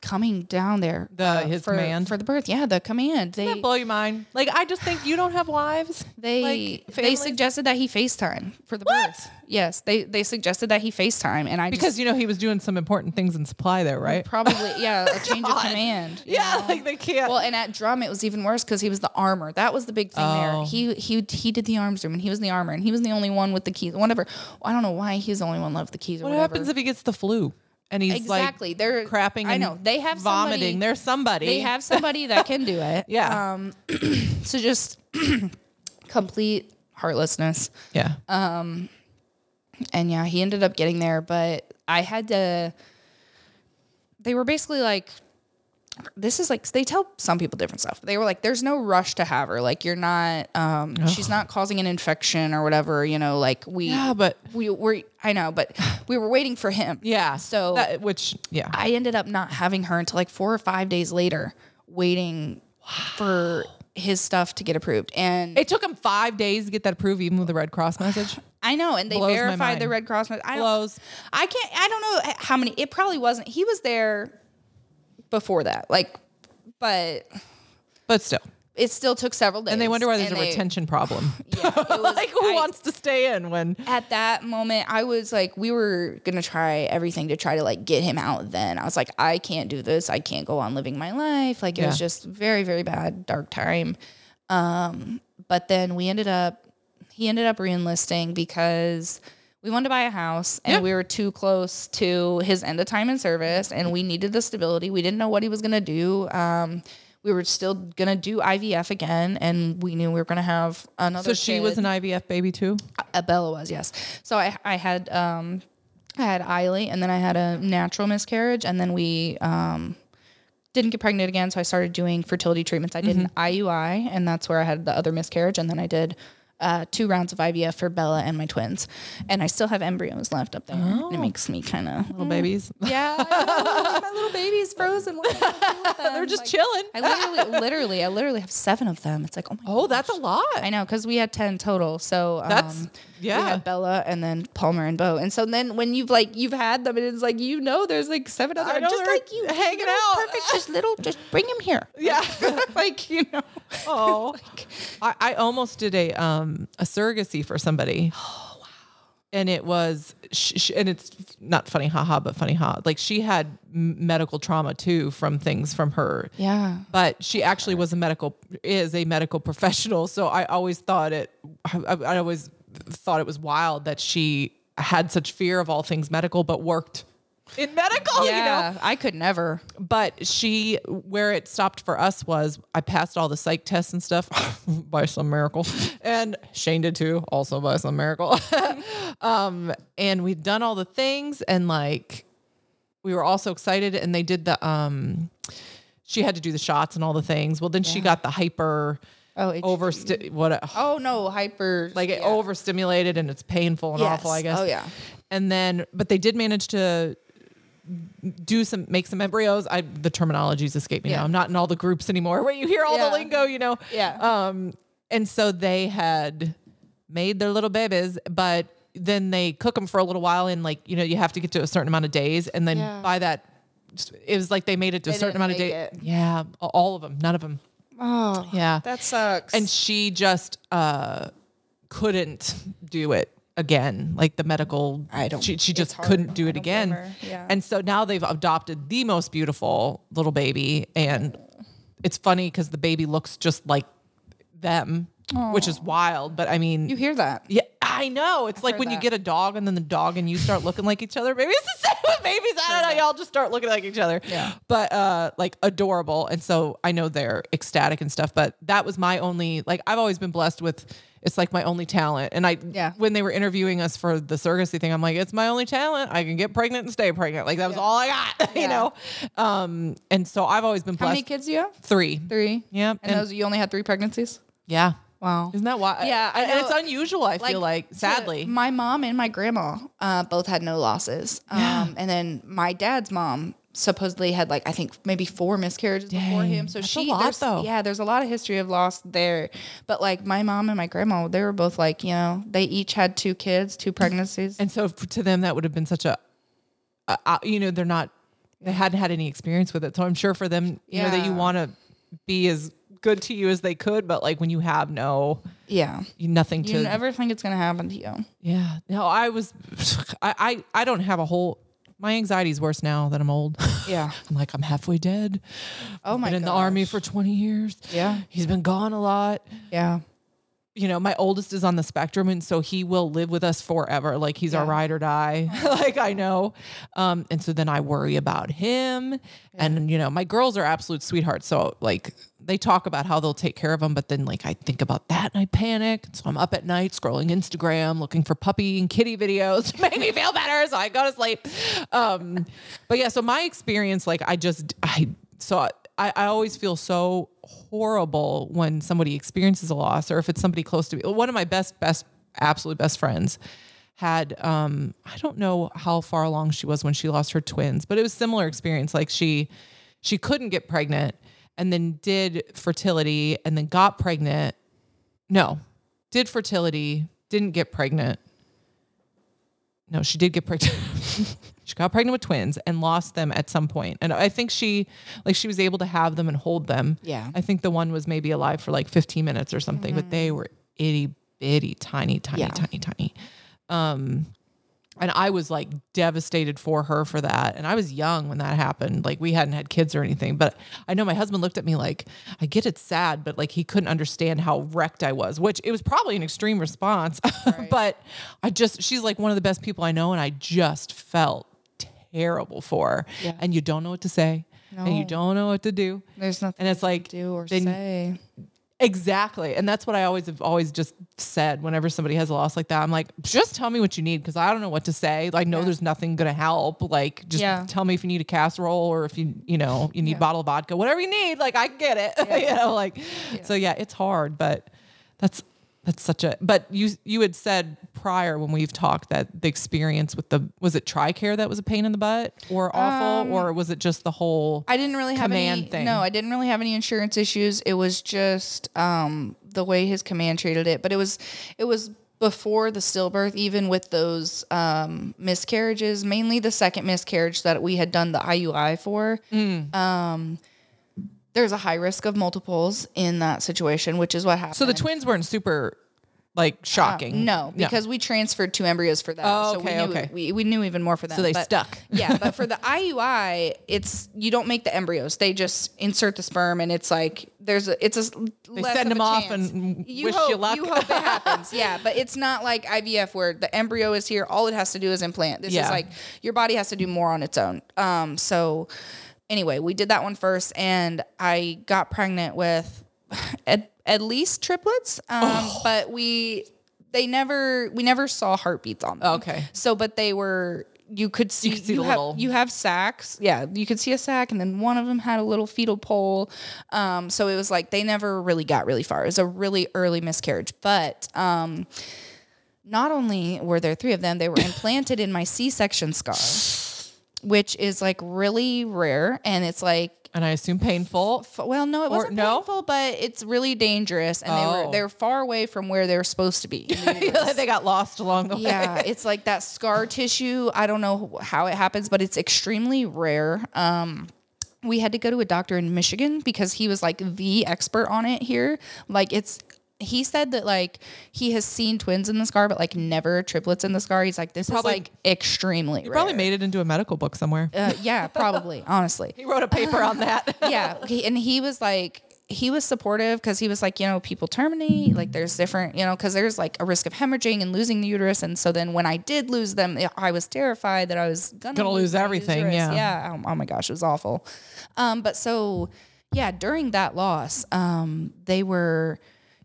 Speaker 2: coming down there uh,
Speaker 1: The- his
Speaker 2: for,
Speaker 1: command?
Speaker 2: for the birth. Yeah, the command. They
Speaker 1: That blow your mind. Like I just think you don't have wives.
Speaker 2: they
Speaker 1: like,
Speaker 2: they
Speaker 1: families?
Speaker 2: suggested that he FaceTime for the
Speaker 1: What?
Speaker 2: birth. Yes, they they suggested that he FaceTime, and I
Speaker 1: because you know he was doing some important things in supply there, right?
Speaker 2: just probably yeah a change of command. you
Speaker 1: Yeah,
Speaker 2: know?
Speaker 1: like they can't.
Speaker 2: Well, and at drum it was even worse because he was the armor. That was the big thing
Speaker 1: Oh.
Speaker 2: there. He he he did the arms room and he was the armor and he was the only one with the keys. Whatever. I don't know why he's the only one left with the keys. Or
Speaker 1: what
Speaker 2: whatever.
Speaker 1: happens if he gets the flu? and he's
Speaker 2: exactly.
Speaker 1: like
Speaker 2: They're
Speaker 1: crapping.
Speaker 2: I
Speaker 1: and
Speaker 2: know they have
Speaker 1: vomiting.
Speaker 2: Somebody,
Speaker 1: There's somebody.
Speaker 2: they have somebody that can do it.
Speaker 1: Yeah.
Speaker 2: Um, so just complete heartlessness.
Speaker 1: yeah.
Speaker 2: uh, And yeah, he ended up getting there, but I had to. They were basically like, this is like, they tell some people different stuff. They were like, there's no rush to have her. Like, you're not, um, she's not causing an infection or whatever, you know, like we,
Speaker 1: yeah, but
Speaker 2: we were, I know, but we were waiting for him.
Speaker 1: yeah.
Speaker 2: So
Speaker 1: that, which yeah.
Speaker 2: I ended up not having her until like four or five days later, waiting for his stuff to get approved. And
Speaker 1: it took him five days to get that approved, even with the Red Cross message.
Speaker 2: I know, and they
Speaker 1: Blows my
Speaker 2: verified the
Speaker 1: mind.
Speaker 2: Red Cross. mess- I don't,
Speaker 1: Blows.
Speaker 2: I can't. I don't know how many. It probably wasn't. He was there before that, like, but
Speaker 1: But still,
Speaker 2: it still took several days.
Speaker 1: and they wonder why there's
Speaker 2: and
Speaker 1: a
Speaker 2: they-
Speaker 1: retention problem.
Speaker 2: Yeah, it was,
Speaker 1: like, who
Speaker 2: I-
Speaker 1: wants to stay in when?
Speaker 2: at that moment i was like we were gonna try everything to try to like get him out then i was like i can't do this i can't go on living my life like it was
Speaker 1: Yeah.
Speaker 2: just very very bad dark time um but then we ended up he ended up re-enlisting because we wanted to buy a house and
Speaker 1: Yeah.
Speaker 2: we were too close to his end of time in service and we needed the stability we didn't know what he was gonna do um we were still gonna do IVF again, and we knew we were gonna have
Speaker 1: So
Speaker 2: another.
Speaker 1: she was
Speaker 2: kid.
Speaker 1: an IVF baby too.
Speaker 2: Uh, Bella was, yes. So I, I had um, I had Eiley, and then I had a natural miscarriage, and then we um, didn't get pregnant again. So I started doing fertility treatments. I did an IUI, and that's where I had the other miscarriage, and then I did. Uh, two rounds of IVF for Bella and my twins, and I still have embryos left up there. And it makes me kind of
Speaker 1: Little babies.
Speaker 2: Oh. yeah, I know, my little baby's frozen. What am I gonna do with them?
Speaker 1: They're just
Speaker 2: Like,
Speaker 1: chilling.
Speaker 2: I literally, literally, I literally have seven of them. It's like oh my
Speaker 1: Oh, that's a lot.
Speaker 2: I know because we had ten total. So um,
Speaker 1: That's- yeah.
Speaker 2: We had Bella and then Palmer and Bo. And so then when you've like you've had them and it's like you know there's like seven other
Speaker 1: I know
Speaker 2: just
Speaker 1: they're
Speaker 2: like you just
Speaker 1: hanging
Speaker 2: little
Speaker 1: out.
Speaker 2: perfect just little just bring him here
Speaker 1: Yeah.
Speaker 2: like you know
Speaker 1: Oh, I, I almost did a um a surrogacy for somebody. Oh wow! And it was, sh- sh- and it's not funny, haha, but funny, ha. Like she had m- medical trauma too from things from her.
Speaker 2: yeah
Speaker 1: But she actually was a medical is a medical professional, so I always thought it. I, I always thought it was wild that she had such fear of all things medical, but worked in medical. Oh, You know,
Speaker 2: yeah I could never
Speaker 1: but she where it stopped for us was I passed all the psych tests and stuff by some miracle, and Shane did too, also by some miracle. um, and we'd done all the things, and like we were all so excited, and they did the um, she had to do the shots and all the things. Well, then she got the hyper
Speaker 2: Oh, it-
Speaker 1: over what
Speaker 2: oh no hyper
Speaker 1: like it
Speaker 2: yeah.
Speaker 1: overstimulated and it's painful and awful,
Speaker 2: Yes.
Speaker 1: I guess.
Speaker 2: Oh, yeah.
Speaker 1: And then, but they did manage to do some, make some embryos. I the terminologies escape me
Speaker 2: Yeah.
Speaker 1: now. I'm not in all the groups anymore where you hear all
Speaker 2: Yeah.
Speaker 1: the lingo, you know.
Speaker 2: Yeah.
Speaker 1: Um, and so they had made their little babies, but then they cook them for a little while, and like you know, you have to get to a certain amount of days, and then
Speaker 2: Yeah.
Speaker 1: by that. It was like they made it to a
Speaker 2: They
Speaker 1: certain amount
Speaker 2: didn't
Speaker 1: of
Speaker 2: make
Speaker 1: days.
Speaker 2: it.
Speaker 1: Yeah, all of them, none of them.
Speaker 2: oh
Speaker 1: Yeah,
Speaker 2: that sucks
Speaker 1: and she just uh couldn't do it again like the medical
Speaker 2: I don't-
Speaker 1: she, she
Speaker 2: it's
Speaker 1: just
Speaker 2: hard.
Speaker 1: couldn't do
Speaker 2: I
Speaker 1: it
Speaker 2: don't blame
Speaker 1: again
Speaker 2: her. Yeah.
Speaker 1: and so now they've adopted the most beautiful little baby and it's funny because the baby looks just like them which is wild but i mean
Speaker 2: you hear that
Speaker 1: yeah, I know. It's like
Speaker 2: heard
Speaker 1: when you
Speaker 2: that.
Speaker 1: get a dog and then the dog and you start looking like each other. Maybe it's the same with babies. I don't know. Y'all just start looking like each other.
Speaker 2: Yeah.
Speaker 1: But uh like adorable. And so I know they're ecstatic and stuff, but that was my only like I've always been blessed with it's like my only talent. And I
Speaker 2: Yeah.
Speaker 1: when they were interviewing us for the surrogacy thing, I'm like, it's my only talent. I can get pregnant and stay pregnant. Like that was all I got, you
Speaker 2: Yeah.
Speaker 1: know. Um and so I've always been
Speaker 2: how many
Speaker 1: blessed.
Speaker 2: kids do you have
Speaker 1: Three.
Speaker 2: three
Speaker 1: Yeah.
Speaker 2: and, those you only had three pregnancies
Speaker 1: yeah.
Speaker 2: wow
Speaker 1: Isn't that why?
Speaker 2: Yeah, I
Speaker 1: and and it's
Speaker 2: know.
Speaker 1: unusual. I feel like,
Speaker 2: to-
Speaker 1: sadly,
Speaker 2: my mom and my grandma uh, both had no losses. Um, And then my dad's mom supposedly had like I think maybe four miscarriages before
Speaker 1: Dang,
Speaker 2: him. So
Speaker 1: that's a
Speaker 2: she,
Speaker 1: lot,
Speaker 2: there's-
Speaker 1: though.
Speaker 2: yeah, there's a lot of history of loss there. But like my mom and my grandma, they were both like you know they each had two kids, two pregnancies.
Speaker 1: And so f- to them, that would have been such a, uh, uh, you know, they're not, they hadn't had any experience with it. So I'm sure for them, you know, that you
Speaker 2: Yeah.
Speaker 1: want to be as good to you as they could, but like when you have no,
Speaker 2: yeah,
Speaker 1: you- nothing
Speaker 2: you
Speaker 1: to,
Speaker 2: never think it's gonna happen to you.
Speaker 1: yeah. No, I was, I, I, I don't have a whole, my anxiety's worse now that I'm old.
Speaker 2: Yeah.
Speaker 1: I'm like, I'm halfway dead.
Speaker 2: Oh my
Speaker 1: Been in
Speaker 2: god.
Speaker 1: the army for 20 years.
Speaker 2: Yeah.
Speaker 1: He's been gone a lot.
Speaker 2: Yeah.
Speaker 1: you know, my oldest is on the spectrum, and so he will live with us forever. Like he's our ride or die. like I know, um, and so then I worry about him. And you know, my girls are absolute sweethearts, so like they talk about how they'll take care of him, but then like I think about that and I panic. So I'm up at night scrolling Instagram looking for puppy and kitty videos to make me feel better, so I go to sleep. Um, but yeah, so my experience, like I just I saw. I, I always feel so horrible when somebody experiences a loss or if it's somebody close to me. One of my best, best, absolute best friends had um I don't know how far along she was when she lost her twins, but it was similar experience. Like she she couldn't get pregnant and then did fertility and then got pregnant. No. Did fertility, didn't get pregnant. No, she did get pregnant. she got pregnant with twins and lost them at some point. And I think she like she was able to have them and hold them.
Speaker 2: Yeah. Mm-hmm.
Speaker 1: I think the one was maybe alive for like 15 minutes or something, but they were itty bitty, tiny, tiny,
Speaker 2: Yeah.
Speaker 1: tiny, tiny. Um, and I was like devastated for her for that. And I was young when that happened. Like we hadn't had kids or anything, but I know my husband looked at me like, I get it's sad, but like he couldn't understand how wrecked I was, which it was probably an extreme response. but I just, she's like one of the best people I know. And I just felt terrible for her. And you don't know what to say. And you
Speaker 2: No.
Speaker 1: don't know what to do.
Speaker 2: There's nothing
Speaker 1: And it's like,
Speaker 2: to do or
Speaker 1: then-
Speaker 2: say.
Speaker 1: Exactly. And that's what I always have always just said whenever somebody has a loss like that. I'm like, just tell me what you need because I don't know what to say. Like, no, there's nothing gonna help. Like, just
Speaker 2: Yeah.
Speaker 1: tell me if you need a casserole or if you, you know, you need a
Speaker 2: Yeah.
Speaker 1: bottle of vodka, whatever you need, like I get it. you know, like so yeah, it's hard, but that's that's such a but you you had said prior when we've talked that the experience with the was it TRICARE that was a pain in the butt or awful, or was it just the whole
Speaker 2: Um, I didn't really have
Speaker 1: command
Speaker 2: any.
Speaker 1: thing.
Speaker 2: No, I didn't really have any insurance issues. It was just um, the way his command treated it. But it was it was before the stillbirth, even with those um, miscarriages, mainly the second miscarriage that we had done the IUI for. Um,
Speaker 1: Mm.
Speaker 2: there's a high risk of multiples in that situation, which is what happened.
Speaker 1: So the twins weren't super like shocking.
Speaker 2: Uh, No, because we transferred two embryos for that.
Speaker 1: Mm-hmm. Oh,
Speaker 2: so we
Speaker 1: okay,
Speaker 2: knew,
Speaker 1: okay.
Speaker 2: We, we knew even more for that.
Speaker 1: So they stuck.
Speaker 2: yeah, but for the IUI, it's you don't make the embryos. They just insert the sperm, and it's like there's a it's a they
Speaker 1: send them off and wish you
Speaker 2: hope,
Speaker 1: luck.
Speaker 2: You hope it happens. yeah, but it's not like IVF where the embryo is here. All it has to do is implant. This
Speaker 1: Yeah.
Speaker 2: is like your body has to do more on its own. Um, so anyway, we did that one first, and I got pregnant with at, at least triplets. Um, but we they never we never saw heartbeats on them.
Speaker 1: Okay.
Speaker 2: so but they were. You could see, you,
Speaker 1: could see the
Speaker 2: have,
Speaker 1: little-
Speaker 2: you have sacks. Yeah, you could see a sack, and then one of them had a little fetal pole. Um, so it was like they never really got really far. It was a really early miscarriage, but um, not only were there three of them, they were implanted in my C-section scar, which is like really rare, and it's like.
Speaker 1: and I assume painful.
Speaker 2: f- Well, no, it wasn't
Speaker 1: no?
Speaker 2: painful, but it's really dangerous, and they
Speaker 1: Oh.
Speaker 2: were they're far away from where they're supposed to be. in the
Speaker 1: they got lost along the way.
Speaker 2: yeah, it's like that scar tissue. I don't know how it happens, but it's extremely rare. Um, we had to go to a doctor in Michigan because he was like the expert on it here. Like it's. He said that like he has seen twins in the scar, but like never triplets in the scar. He's like, this
Speaker 1: Probably-
Speaker 2: is like extremely rare.
Speaker 1: Probably made it into a medical book somewhere.
Speaker 2: uh, yeah, probably. honestly,
Speaker 1: He wrote a paper on that.
Speaker 2: yeah he, and he was like he was supportive because he was like you know people terminate like there's different you know because there's like a risk of hemorrhaging and losing the uterus and so then when i did lose them i was terrified that i was gonna,
Speaker 1: Gonna lose
Speaker 2: my
Speaker 1: everything,
Speaker 2: uterus.
Speaker 1: yeah.
Speaker 2: yeah oh, oh my gosh it was awful um but so yeah during that loss um they were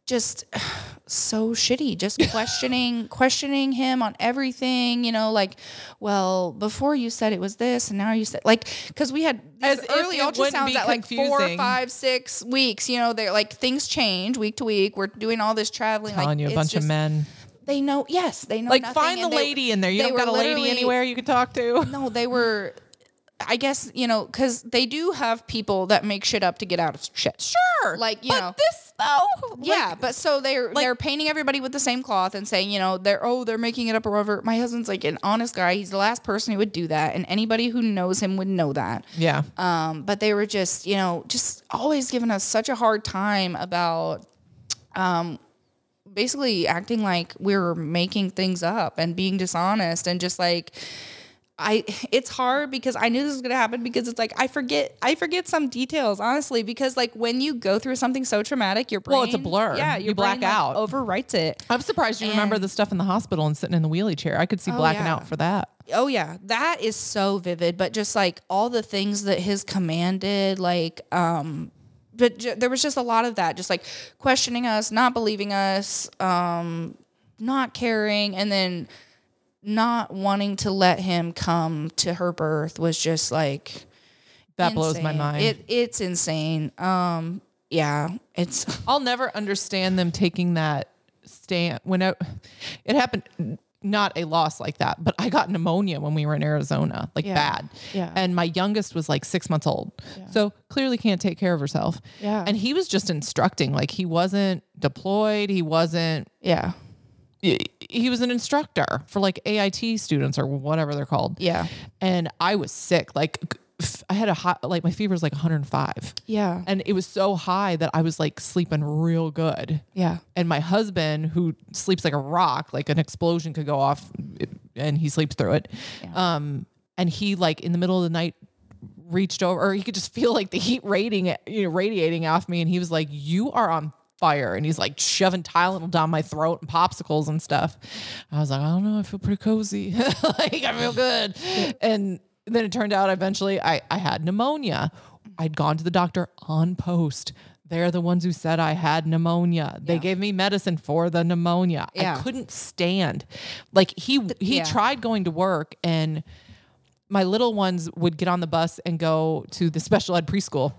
Speaker 2: just so shitty just questioning questioning him on everything you know like well before you said it was this and now you said like because we had
Speaker 1: As
Speaker 2: these
Speaker 1: if
Speaker 2: early
Speaker 1: it wouldn't
Speaker 2: ultrasounds
Speaker 1: be
Speaker 2: at like four
Speaker 1: confusing.
Speaker 2: five six weeks you know they're like things change week to week we're doing all this traveling
Speaker 1: Telling
Speaker 2: like,
Speaker 1: you a
Speaker 2: it's
Speaker 1: bunch
Speaker 2: just-
Speaker 1: of men.
Speaker 2: they know yes they know
Speaker 1: Like
Speaker 2: nothing,
Speaker 1: find the
Speaker 2: and they-
Speaker 1: lady in there. You
Speaker 2: they
Speaker 1: don't got
Speaker 2: were
Speaker 1: a lady
Speaker 2: literally-
Speaker 1: anywhere you can talk to.
Speaker 2: no, they were. I guess you know because they do have people that make shit up to get out of shit.
Speaker 1: Sure.
Speaker 2: Like, you
Speaker 1: but
Speaker 2: know.
Speaker 1: this though. like,
Speaker 2: Yeah, but so they're they're painting everybody with the same cloth and saying you know they're oh they're making it up or whatever. My husband's like an honest guy. He's the last person who would do that, and anybody who knows him would know that.
Speaker 1: yeah.
Speaker 2: Um, but they were just you know just always giving us such a hard time about um basically acting like we were making things up and being dishonest and just like I it's hard because I knew this was gonna happen because it's like I forget I forget some details honestly because like when you go through something so traumatic your brain
Speaker 1: Well, it's a blur.
Speaker 2: yeah
Speaker 1: You
Speaker 2: your
Speaker 1: black
Speaker 2: brain, like,
Speaker 1: out.
Speaker 2: overwrites it
Speaker 1: I'm surprised you remember the stuff in the hospital and sitting in the wheelie chair. I could see blacking
Speaker 2: yeah.
Speaker 1: out for that.
Speaker 2: oh yeah that is so vivid but just like all the things that his command did like um but ju- there was just a lot of that just like questioning us not believing us um not caring and then not wanting to let him come to her birth was just like
Speaker 1: That blows my
Speaker 2: insane.
Speaker 1: mind.
Speaker 2: It it's insane. Um, yeah, it's
Speaker 1: I'll never understand them taking that stand when I, it happened. Not a loss like that, but I got pneumonia when we were in Arizona, like
Speaker 2: Yeah.
Speaker 1: bad.
Speaker 2: Yeah.
Speaker 1: And my youngest was like six months old, so clearly can't take care of herself.
Speaker 2: Yeah.
Speaker 1: And he was just instructing, like he wasn't deployed, he wasn't
Speaker 2: yeah,
Speaker 1: he was an instructor for like AIT students or whatever they're called.
Speaker 2: Yeah.
Speaker 1: And I was sick. Like f- I had a hot, like my fever was like 105.
Speaker 2: yeah,
Speaker 1: And it was so high that I was like sleeping real good.
Speaker 2: yeah,
Speaker 1: And my husband, who sleeps like a rock, like an explosion could go off and he sleeps through it. Um, and he like in the middle of the night reached over or he could just feel like the heat rating you know, radiating off me and he was like, You are on fire and he's like shoving Tylenol down my throat and popsicles and stuff. I was like, I don't know, I feel pretty cozy. like I feel good. And then it turned out eventually I, I had pneumonia. I'd gone to the doctor on post. They're the ones who said I had pneumonia. They gave me medicine for the pneumonia.
Speaker 2: Yeah.
Speaker 1: I couldn't stand. Like he he
Speaker 2: yeah.
Speaker 1: tried going to work and my little ones would get on the bus and go to the special ed preschool,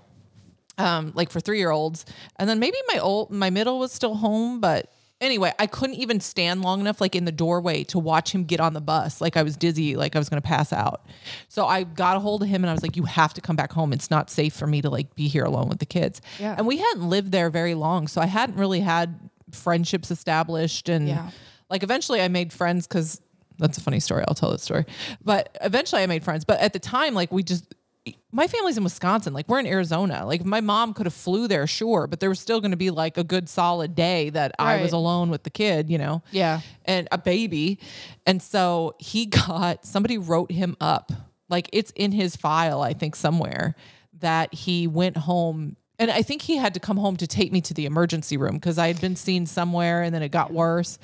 Speaker 1: um, like for three year olds. And then maybe my old, my middle was still home, but anyway, I couldn't even stand long enough, like in the doorway, to watch him get on the bus. Like I was dizzy, like I was going to pass out. So I got a hold of him and I was like, "You have to come back home. It's not safe for me to like be here alone with the kids."
Speaker 2: Yeah.
Speaker 1: And we hadn't lived there very long, so I hadn't really had friendships established and
Speaker 2: Yeah.
Speaker 1: like eventually I made friends because that's a funny story. I'll tell this story. But eventually I made friends. But at the time, like we just my family's in Wisconsin. Like we're in Arizona. Like if my mom could have flew there, sure, but there was still gonna be like a good solid day that I was
Speaker 2: Right.
Speaker 1: alone with the kid, you know?
Speaker 2: Yeah.
Speaker 1: And a baby. And so he got somebody wrote him up. Like it's in his file, I think, somewhere that he went home. And I think he had to come home to take me to the emergency room because I had been seen somewhere and then it got worse.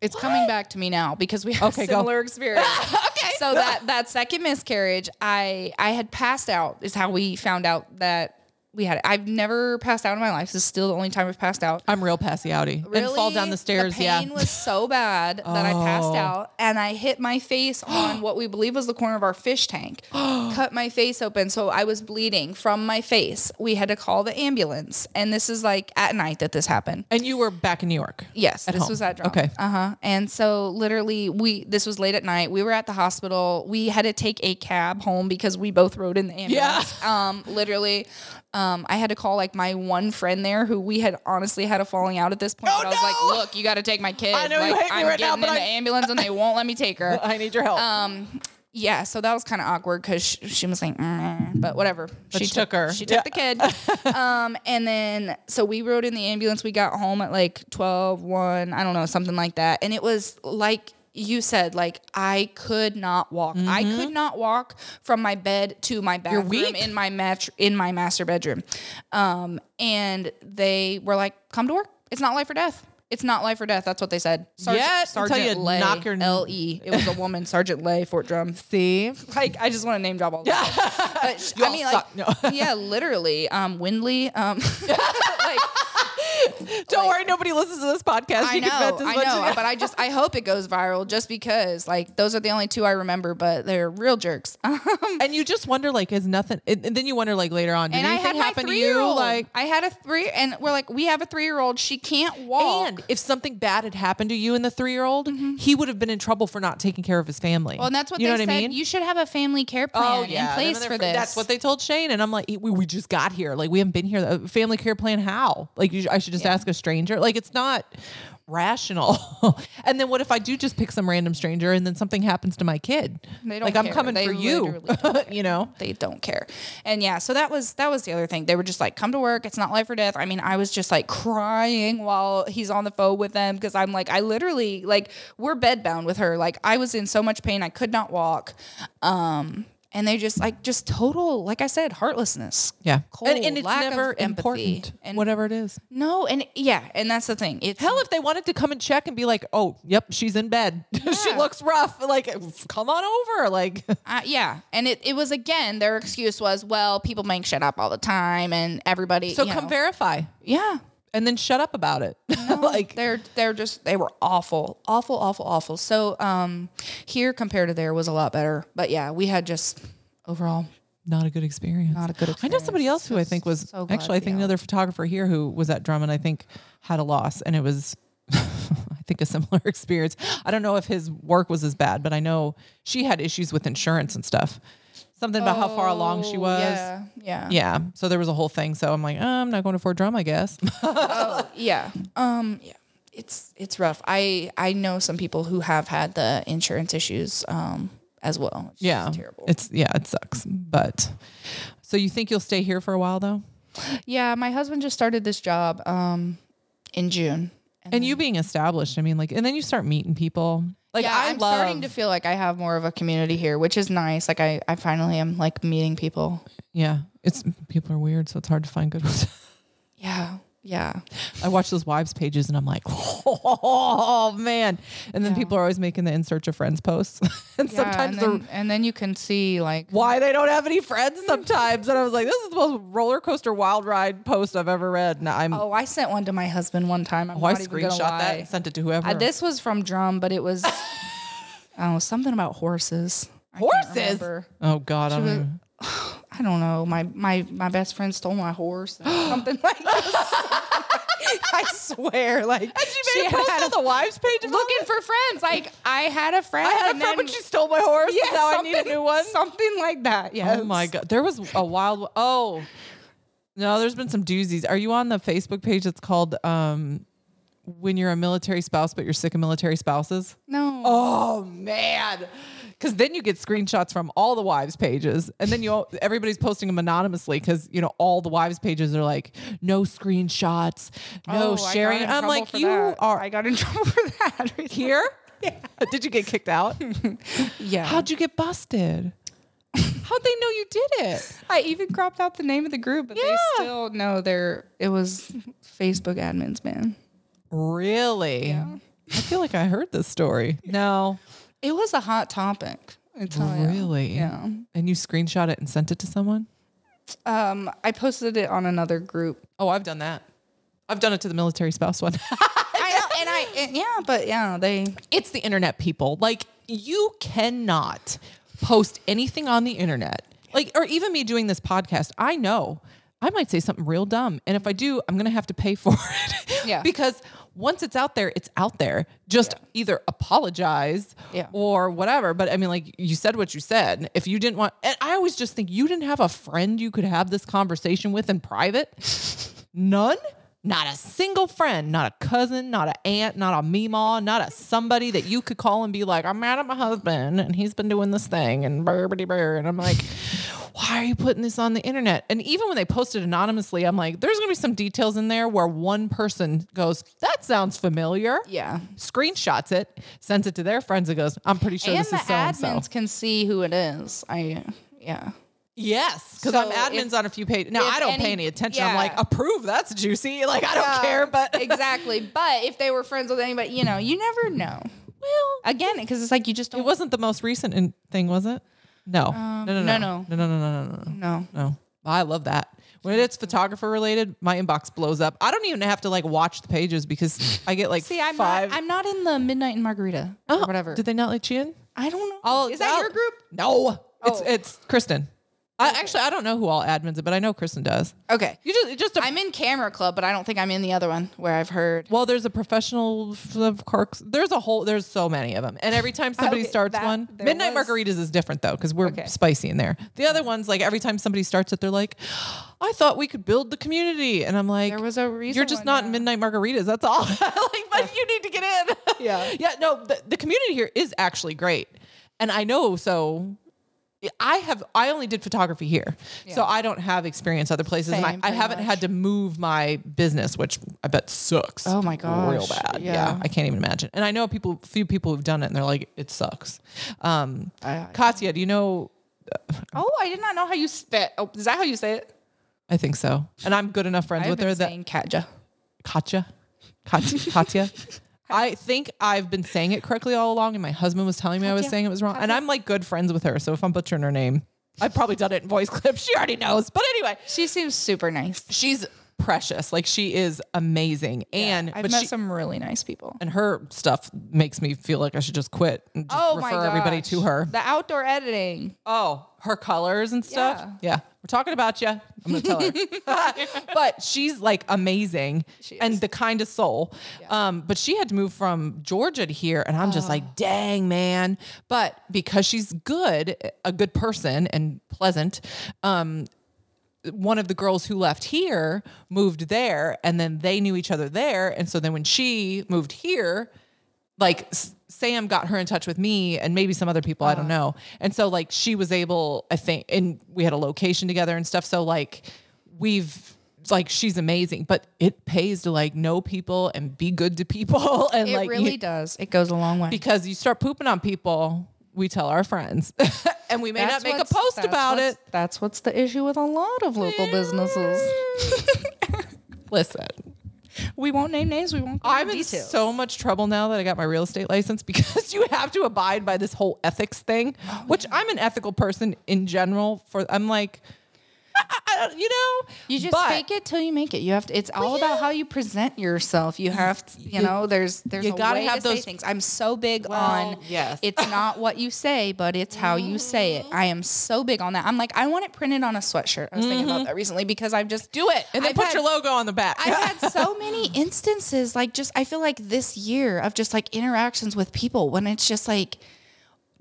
Speaker 2: it's coming back to me now because we had
Speaker 1: Okay,
Speaker 2: a
Speaker 1: go.
Speaker 2: similar experience. okay, so that that second miscarriage, I I had passed out is how we found out that we had it. I've never passed out in my life. This is still the only time I've passed out.
Speaker 1: I'm real passy outy and fall down the stairs.
Speaker 2: The
Speaker 1: yeah, Oh.
Speaker 2: pain was so bad that I passed out and I hit my face on what we believe was the corner of our fish tank. cut my face open, so I was bleeding from my face. We had to call the ambulance, and this is like at night that this happened.
Speaker 1: and you were back in New York.
Speaker 2: Yes,
Speaker 1: At
Speaker 2: this
Speaker 1: home.
Speaker 2: was at drama.
Speaker 1: Okay.
Speaker 2: Uh huh. And so literally, we this was late at night. We were at the hospital. We had to take a cab home because we both rode in the ambulance. Um, literally, um, I had to call like my one friend there who we had honestly had a falling out at this point.
Speaker 1: Oh,
Speaker 2: but I was
Speaker 1: no!
Speaker 2: like, look, you got to take my kid.
Speaker 1: I know you
Speaker 2: like,
Speaker 1: hate me
Speaker 2: I'm
Speaker 1: right now,
Speaker 2: getting
Speaker 1: but
Speaker 2: in the
Speaker 1: I-
Speaker 2: ambulance and they won't let me take her.
Speaker 1: I need your help.
Speaker 2: Yeah, so that was kind of awkward because she, she was like, "Mm," but whatever. she
Speaker 1: took her.
Speaker 2: She took the kid. um, and then, so we rode in the ambulance. We got home at like 12, 1, I don't know, something like that. And it was like you said, like I could not walk. I could not walk from my bed to my bathroom
Speaker 1: Mm-hmm. weak.
Speaker 2: in my mat- in my master bedroom. Um, and they were like, come to work. It's not life or death. It's not life or death. That's what they said. Sergeant,
Speaker 1: Yeah, until
Speaker 2: Sergeant
Speaker 1: you
Speaker 2: Lay,
Speaker 1: knock your-
Speaker 2: L.E. It was a woman, Sergeant Lay, Fort Drum
Speaker 1: E. See,
Speaker 2: like I just want to name drop all. Yeah, but sh- I
Speaker 1: all
Speaker 2: mean,
Speaker 1: suck.
Speaker 2: like, yeah, literally, um, Windley, um, like
Speaker 1: don't worry, nobody listens to this podcast.
Speaker 2: I
Speaker 1: you
Speaker 2: know,
Speaker 1: can bet this
Speaker 2: I
Speaker 1: much.
Speaker 2: know, but I just I hope it goes viral just because like those are the only two I remember, but they're real jerks. and
Speaker 1: and you just wonder, like, is nothing? And, and then you wonder, like, later on, did
Speaker 2: I had
Speaker 1: anything
Speaker 2: my
Speaker 1: happen to
Speaker 2: three
Speaker 1: you?
Speaker 2: year old.
Speaker 1: Like,
Speaker 2: I had a three, and we're like, we have a three year old. She can't walk.
Speaker 1: and if something bad had happened to you and the three-year-old, he would have been in trouble for not taking care of his family.
Speaker 2: Mm-hmm. well, and that's what
Speaker 1: you
Speaker 2: they
Speaker 1: know what
Speaker 2: said.
Speaker 1: I mean.
Speaker 2: You should have a family care plan
Speaker 1: Oh yeah,
Speaker 2: in
Speaker 1: And then
Speaker 2: place
Speaker 1: they're
Speaker 2: for
Speaker 1: fr-
Speaker 2: this.
Speaker 1: That's what they told Shane, and I'm like, we, we just got here. Like we haven't been here. Uh, Family care plan? How? Like you, sh- I should just ask a stranger. Like it's not rational. and then what if I do just pick some random stranger and then something happens to my kid?
Speaker 2: They don't
Speaker 1: like I'm
Speaker 2: care.
Speaker 1: coming
Speaker 2: They
Speaker 1: for you.
Speaker 2: literally
Speaker 1: you know.
Speaker 2: they don't care and yeah so that was that was the other thing they were just like come to work it's not life or death i mean i was just like crying while he's on the phone with them because i'm like i literally like we're bedbound with her like i was in so much pain i could not walk um and they just like just total like i said heartlessness
Speaker 1: Yeah.
Speaker 2: cold
Speaker 1: and, and it's
Speaker 2: lack
Speaker 1: never
Speaker 2: of empathy
Speaker 1: important.
Speaker 2: and
Speaker 1: whatever it is.
Speaker 2: no and yeah and that's the thing it's
Speaker 1: Hell, if they wanted to come and check and be like, "Oh, yep, she's in bed. she
Speaker 2: Yeah.
Speaker 1: looks rough. Like, come on over." Like,
Speaker 2: Uh, yeah, and it, it was again their excuse was well people make shit up all the time and everybody
Speaker 1: so
Speaker 2: you
Speaker 1: come
Speaker 2: know.
Speaker 1: verify
Speaker 2: yeah
Speaker 1: and then shut up about it. like,
Speaker 2: they're they're just they were awful, awful, awful, awful. So um, here compared to there was a lot better, but yeah, we had just overall
Speaker 1: not a good experience.
Speaker 2: Not a good
Speaker 1: I know somebody else who I think was
Speaker 2: so glad
Speaker 1: actually I
Speaker 2: to be
Speaker 1: think
Speaker 2: out.
Speaker 1: another photographer here who was at Drummond I think had a loss and it was I think a similar experience. I don't know if his work was as bad, but I know she had issues with insurance and stuff. Something about how far along she
Speaker 2: Oh,
Speaker 1: was.
Speaker 2: Yeah, yeah, yeah.
Speaker 1: Yeah. So there was a whole thing. So I'm like, uh I'm not going to Fort Drum, I guess.
Speaker 2: Um, yeah, it's it's rough. I I know some people who have had the insurance issues um as well. It's just
Speaker 1: yeah.
Speaker 2: terrible.
Speaker 1: It's yeah, it sucks. But so you think you'll stay here for a while though?
Speaker 2: yeah, my husband just started this job um in June.
Speaker 1: And you being established, I mean, like, and then you start meeting people. Like
Speaker 2: yeah,
Speaker 1: I
Speaker 2: am
Speaker 1: love
Speaker 2: starting to feel like I have more of a community here, which is nice. Like I, I finally am like meeting people.
Speaker 1: Yeah, it's people are weird, so it's hard to find good ones.
Speaker 2: Yeah, yeah.
Speaker 1: I watch those wives pages and I'm like, oh man! And then people are always making the in search of friends posts, and
Speaker 2: Yeah,
Speaker 1: sometimes
Speaker 2: and
Speaker 1: the
Speaker 2: then, and then you can see like
Speaker 1: why they don't have any friends sometimes. And I was like, this is the most roller coaster wild ride post I've ever read. And I'm
Speaker 2: oh i sent one to my husband one time i'm
Speaker 1: why
Speaker 2: not even gonna
Speaker 1: Oh, screenshot that
Speaker 2: lie.
Speaker 1: and sent it to whoever.
Speaker 2: Uh, this was from drum but it was oh something about horses I can't
Speaker 1: Horses?
Speaker 2: remember.
Speaker 1: oh god, I don't
Speaker 2: was-
Speaker 1: even-
Speaker 2: i don't know my my my best friend stole my horse or something like that i swear like
Speaker 1: she made a post on the wives page. about
Speaker 2: looking for friends like i had a friend
Speaker 1: I had a
Speaker 2: and
Speaker 1: friend,
Speaker 2: then-
Speaker 1: but she stole my horse.
Speaker 2: yeah,
Speaker 1: and now I need a
Speaker 2: something-
Speaker 1: new one.
Speaker 2: something like that yeah
Speaker 1: Oh my god, there was a wild. Oh no, there's been some doozies. Are you on the Facebook page that's called um, "When You're a Military Spouse But You're Sick of Military Spouses"?
Speaker 2: no
Speaker 1: Oh man, because then you get screenshots from all the wives pages, and then you all, everybody's posting them anonymously because you know all the wives pages are like no screenshots, no
Speaker 2: Oh, I got
Speaker 1: sharing.
Speaker 2: in
Speaker 1: I'm
Speaker 2: trouble
Speaker 1: like
Speaker 2: for
Speaker 1: you
Speaker 2: that.
Speaker 1: are
Speaker 2: i got in trouble for that
Speaker 1: here. Uh, Did you get kicked out?
Speaker 2: yeah
Speaker 1: How'd you get busted? How'd they know you did it?
Speaker 2: I even cropped out the name of the group, but
Speaker 1: Yeah.
Speaker 2: they still know they're it was Facebook admins, man.
Speaker 1: Really? I feel like I heard this story. No.
Speaker 2: It was a hot topic. I tell ya.
Speaker 1: Really?
Speaker 2: Yeah.
Speaker 1: And you screenshot it and sent it to someone?
Speaker 2: Um, I posted it on another group.
Speaker 1: Oh, I've done that. I've done it to the military spouse one.
Speaker 2: I know, and I and yeah, but yeah, they
Speaker 1: it's the internet people. Like you cannot post anything on the internet. Like or even me doing this podcast, I know I might say something real dumb and if I do, I'm going to have to pay for it.
Speaker 2: Yeah.
Speaker 1: because once it's out there, it's out there. Just either apologize
Speaker 2: Yeah.
Speaker 1: or whatever. But I mean like you said what you said. If you didn't want and I always just think you didn't have a friend you could have this conversation with in private. None? Not a single friend, not a cousin, not an aunt, not a meemaw, not a somebody that you could call and be like, I'm mad at my husband and he's been doing this thing and burbity burr. And I'm like, why are you putting this on the internet? And even when they post it anonymously, I'm like, there's gonna be some details in there where one person goes, That sounds familiar.
Speaker 2: yeah.
Speaker 1: Screenshots it, sends it to their friends and goes, I'm pretty sure
Speaker 2: and
Speaker 1: this
Speaker 2: the
Speaker 1: is so and so.
Speaker 2: admins can see who it is. I yeah.
Speaker 1: Yes, because
Speaker 2: So
Speaker 1: I'm admins
Speaker 2: if-
Speaker 1: on a few pages. Now
Speaker 2: if
Speaker 1: I don't pay
Speaker 2: any-
Speaker 1: any attention. I'm
Speaker 2: yeah.
Speaker 1: like, approve. That's juicy. Like I don't care, but
Speaker 2: exactly. But if they were friends with anybody, you know, you never know.
Speaker 1: well,
Speaker 2: Again, because it's like you just
Speaker 1: it
Speaker 2: don't
Speaker 1: wasn't the most recent in- thing, was it? No. no, no, no,
Speaker 2: Um,
Speaker 1: no,
Speaker 2: no,
Speaker 1: no, no, no, no, no, no.
Speaker 2: know.
Speaker 1: no. I love that. When it's photographer related, my inbox blows up. I don't even have to like watch the pages because I get like
Speaker 2: See, I'm
Speaker 1: five.
Speaker 2: not I'm not in the midnight and margarita
Speaker 1: Oh,
Speaker 2: or whatever.
Speaker 1: Did they not let you in?
Speaker 2: I don't know.
Speaker 1: Oh,
Speaker 2: is that
Speaker 1: no.
Speaker 2: your group?
Speaker 1: No, it's
Speaker 2: Oh.
Speaker 1: it's Kristen. I, actually, I don't know who all admins it, but I know Kristen does.
Speaker 2: Okay.
Speaker 1: You just, just a,
Speaker 2: I'm in camera club, but I don't think I'm in the other one where I've heard.
Speaker 1: well, there's a professional f- of corks. There's a whole, there's so many of them. And every time somebody
Speaker 2: Okay,
Speaker 1: starts
Speaker 2: that-
Speaker 1: one,
Speaker 2: there
Speaker 1: Midnight
Speaker 2: was-
Speaker 1: Margaritas is different though, because we're
Speaker 2: Okay.
Speaker 1: spicy in there. The other ones, like every time somebody starts it, they're like, I thought we could build the community. And I'm like,
Speaker 2: There was a reason
Speaker 1: You're just
Speaker 2: why
Speaker 1: not
Speaker 2: not.
Speaker 1: Midnight Margaritas. That's all. like, but you need to get in.
Speaker 2: Yeah.
Speaker 1: yeah, no, the, the community here is actually great. And I know so I have I only did photography here. So
Speaker 2: Yeah.
Speaker 1: I don't have experience other places
Speaker 2: Same,
Speaker 1: and I, I
Speaker 2: pretty
Speaker 1: haven't
Speaker 2: much.
Speaker 1: had to move my business, which I bet sucks.
Speaker 2: Oh my gosh.
Speaker 1: Real bad. Yeah.
Speaker 2: Yeah.
Speaker 1: I can't even imagine. And I know people few people who've done it and they're like, it sucks. Um
Speaker 2: I-
Speaker 1: Katya, do you know
Speaker 2: Oh, I did not know how you spit. Oh, is that how you say it?
Speaker 1: I think so. And I'm good enough friends
Speaker 2: I've
Speaker 1: with her
Speaker 2: been
Speaker 1: that
Speaker 2: saying Katja.
Speaker 1: Katya. Katya. Katya. I think I've been saying it correctly all along, and my husband was telling me I was
Speaker 2: Katya,
Speaker 1: saying it was wrong. And
Speaker 2: Katya.
Speaker 1: I'm like good friends with her, so if I'm butchering her name, I've probably done it in voice clips. She already knows. But anyway,
Speaker 2: She seems super nice.
Speaker 1: she's precious. Like she is amazing, and
Speaker 2: I've
Speaker 1: but
Speaker 2: met
Speaker 1: she,
Speaker 2: some really nice people.
Speaker 1: and her stuff makes me feel like I should just quit and just
Speaker 2: oh my
Speaker 1: refer everybody
Speaker 2: gosh.
Speaker 1: to her.
Speaker 2: The outdoor editing.
Speaker 1: Oh, her colors and stuff.
Speaker 2: Yeah.
Speaker 1: Yeah. We're talking about you. I'm going to tell her. but she's like amazing
Speaker 2: She
Speaker 1: and the kindest soul. Um, but she had to move from Georgia to here. And I'm just like, dang, man. But because she's good, a good person and pleasant, um, one of the girls who left here moved there and then they knew each other there. And so then when she moved here, like S- Sam got her in touch with me and maybe some other people, I
Speaker 2: Uh.
Speaker 1: don't know. And so like she was able, I think, and we had a location together and stuff. So like we've like she's amazing, but it pays to like know people and be good to people and
Speaker 2: It
Speaker 1: like
Speaker 2: really
Speaker 1: you-
Speaker 2: does. It goes a long way.
Speaker 1: because you start pooping on people, we tell our friends. and we may not
Speaker 2: That's
Speaker 1: make a
Speaker 2: what's-
Speaker 1: post
Speaker 2: that's
Speaker 1: about
Speaker 2: what's-
Speaker 1: it.
Speaker 2: That's what's the issue with a lot of local businesses.
Speaker 1: Listen,
Speaker 2: We won't name names. We won't. Go
Speaker 1: I'm
Speaker 2: into
Speaker 1: in
Speaker 2: details.
Speaker 1: so much trouble now that I got my real estate license because you have to abide by this whole ethics thing,
Speaker 2: Oh,
Speaker 1: which I'm an ethical person in general. For I'm like, I, I- I don't- you know,
Speaker 2: You just
Speaker 1: but
Speaker 2: fake it till you make it. You have to. It's all about how you present yourself. You have to. You, know, there's there's
Speaker 1: you
Speaker 2: a
Speaker 1: gotta
Speaker 2: way
Speaker 1: have
Speaker 2: to say
Speaker 1: those-
Speaker 2: things. I'm so big on.
Speaker 1: yes. Mm-hmm.
Speaker 2: It's not what you say, but it's how you say it. I am so big on that. I'm like, I want it printed on a sweatshirt. I was thinking
Speaker 1: Mm-hmm.
Speaker 2: about that recently because I've just
Speaker 1: do it and then
Speaker 2: I've
Speaker 1: put
Speaker 2: had-
Speaker 1: your logo on the back.
Speaker 2: I've had so many instances, like just I feel like this year of just like interactions with people when it's just like,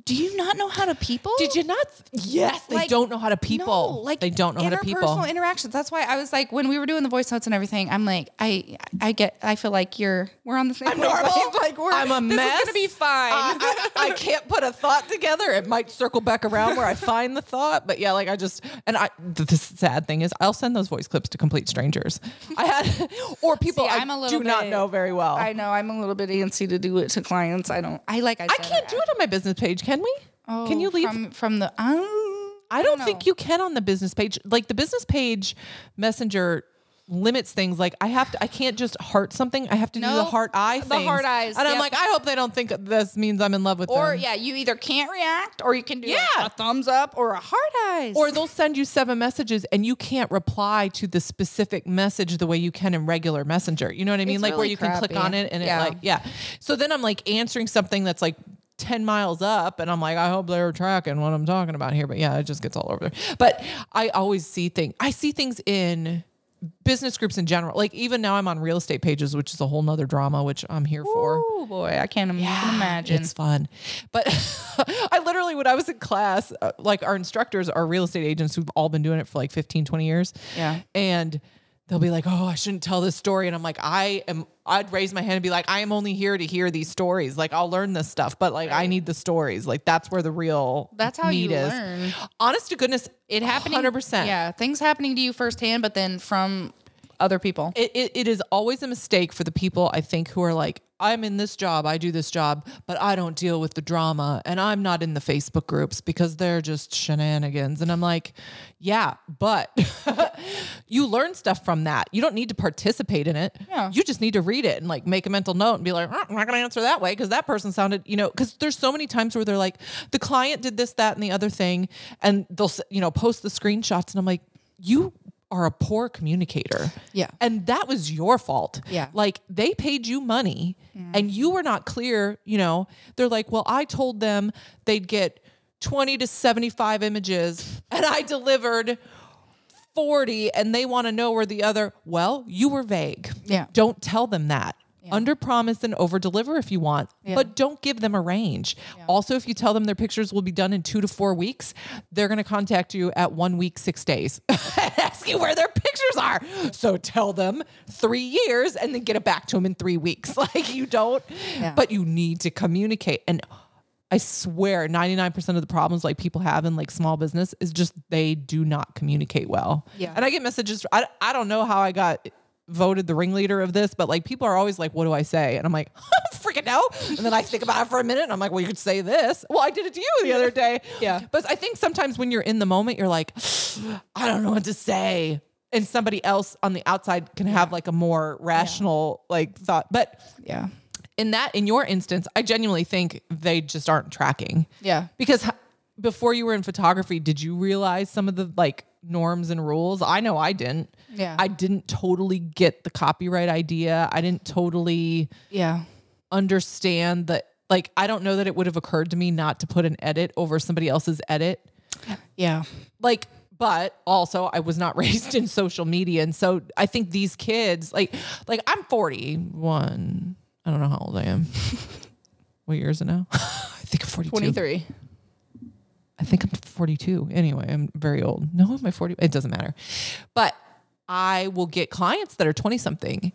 Speaker 2: do you not know how to people?
Speaker 1: Did you not? Yes, they
Speaker 2: Like,
Speaker 1: don't know how to people.
Speaker 2: No,
Speaker 1: like they don't know how to people.
Speaker 2: Interpersonal interactions. That's why I was like, when we were doing the voice notes and everything, I'm like, I, I get, I feel like you're, we're on the same.
Speaker 1: I'm normal.
Speaker 2: wavelength. Like we're,
Speaker 1: I'm a
Speaker 2: this
Speaker 1: mess. Uh,
Speaker 2: is gonna be fine.
Speaker 1: I, I- I can't put a thought together. It might circle back around where I find the thought, but yeah, like I just and I. The, the sad thing is, I'll send those voice clips to complete strangers. I had or people
Speaker 2: See,
Speaker 1: I
Speaker 2: I'm a
Speaker 1: do
Speaker 2: little
Speaker 1: not
Speaker 2: bit-
Speaker 1: know very well.
Speaker 2: I
Speaker 1: I,
Speaker 2: know I'm a little bit antsy to do it to clients. I don't. I like. I, said,
Speaker 1: can't do it on my business page. Can we?
Speaker 2: Oh,
Speaker 1: can you leave?
Speaker 2: from, from the? Um,
Speaker 1: I don't
Speaker 2: know.
Speaker 1: think you can on the business page. Like the business page messenger limits things like I have to I can't just heart something. I have to do the
Speaker 2: No,
Speaker 1: heart eye
Speaker 2: the heart
Speaker 1: things.
Speaker 2: eyes,
Speaker 1: And I'm
Speaker 2: yep.
Speaker 1: like, I hope they don't think this means I'm in love with
Speaker 2: Or
Speaker 1: them.
Speaker 2: yeah, you either can't react or you can do like,
Speaker 1: Yeah.
Speaker 2: a thumbs up or a hard eyes.
Speaker 1: Or they'll send you seven messages and you can't reply to the specific message the way you can in regular messenger. You know what I mean?
Speaker 2: It's
Speaker 1: like where
Speaker 2: really
Speaker 1: you can click
Speaker 2: crappy.
Speaker 1: on it and
Speaker 2: Yeah.
Speaker 1: it like yeah. So then I'm like answering something that's like 10 miles up and I'm like, I hope they're tracking what I'm talking about here. But yeah, it just gets all over there. But I always see things I see things in business groups in general. Like even now I'm on real estate pages, which is a whole nother drama, which I'm here for.
Speaker 2: oh boy, I can't even imagine.
Speaker 1: It's fun. But I literally, when I was in class, uh, like our instructors are real estate agents who've all been doing it for like 15, 20 years.
Speaker 2: Yeah.
Speaker 1: And they'll be like, oh, I shouldn't tell this story. And I'm like, I am, I'd raise my hand and be like, I am only here to hear these stories. Like, I'll learn this stuff, but like, I need the stories. Like, that's where the real
Speaker 2: That's how you
Speaker 1: need is.
Speaker 2: learn.
Speaker 1: Honest to goodness,
Speaker 2: It happening.
Speaker 1: 100%.
Speaker 2: Yeah, things happening to you firsthand, but then from other people.
Speaker 1: it, it, it is always a mistake for the people I think who are like, I'm in this job, I do this job, but I don't deal with the drama and I'm not in the Facebook groups because they're just shenanigans. And I'm like, yeah, but you learn stuff from that. You don't need to participate in it.
Speaker 2: Yeah.
Speaker 1: You just need to read it and like make a mental note and be like, "Mm, I'm not going to answer that way because that person sounded, you know, because there's so many times where they're like, the client did this, that, and the other thing. And they'll, s- you know, post the screenshots. And I'm like, you are a poor communicator.
Speaker 2: Yeah.
Speaker 1: And that was your fault.
Speaker 2: Yeah. Mm.
Speaker 1: Like they paid you money and you were not clear, you know. They're like, well, I told them they'd get 20 to 75 images and I delivered 40 and they want to know where the other, well, you were vague.
Speaker 2: Yeah.
Speaker 1: Don't tell them that. Under promise and over deliver if you want, but don't give them a range. Also, if you tell them their pictures will be done in two to four weeks, they're going to contact you at one week, six days, ask you where their pictures are. So tell them three years and then get it back to them in three weeks. Like you don't,
Speaker 2: Yeah.
Speaker 1: but you need to communicate. And I swear 99% of the problems like people have in like small business is just they do not communicate well.
Speaker 2: Yeah.
Speaker 1: And I get messages I, I don't know how I got voted the ringleader of this, but like people are always like what do I say? And I'm like freaking out. And then I think about it for a minute and I'm like well you could say this. Well, I did it to you the other day.
Speaker 2: Yeah.
Speaker 1: But I think sometimes when you're in the moment you're like I don't know what to say. And somebody else on the outside can have like a more rational like thought. But
Speaker 2: Yeah.
Speaker 1: in that in your instance i genuinely think they just aren't tracking
Speaker 2: Yeah.
Speaker 1: because h- before you were in photography did you realize some of the like norms and rules i know i didn't
Speaker 2: Yeah.
Speaker 1: i didn't totally get the copyright idea i didn't totally
Speaker 2: Yeah.
Speaker 1: understand that like i don't know that it would have occurred to me not to put an edit over somebody else's edit
Speaker 2: Yeah.
Speaker 1: like but also i was not raised in social media and so i think these kids like like i'm 41 i don't know how old i am what year is it now i think i'm 42
Speaker 2: 23.
Speaker 1: i think i'm 42 anyway i'm very old no am i 40 it doesn't matter but i will get clients that are 20 something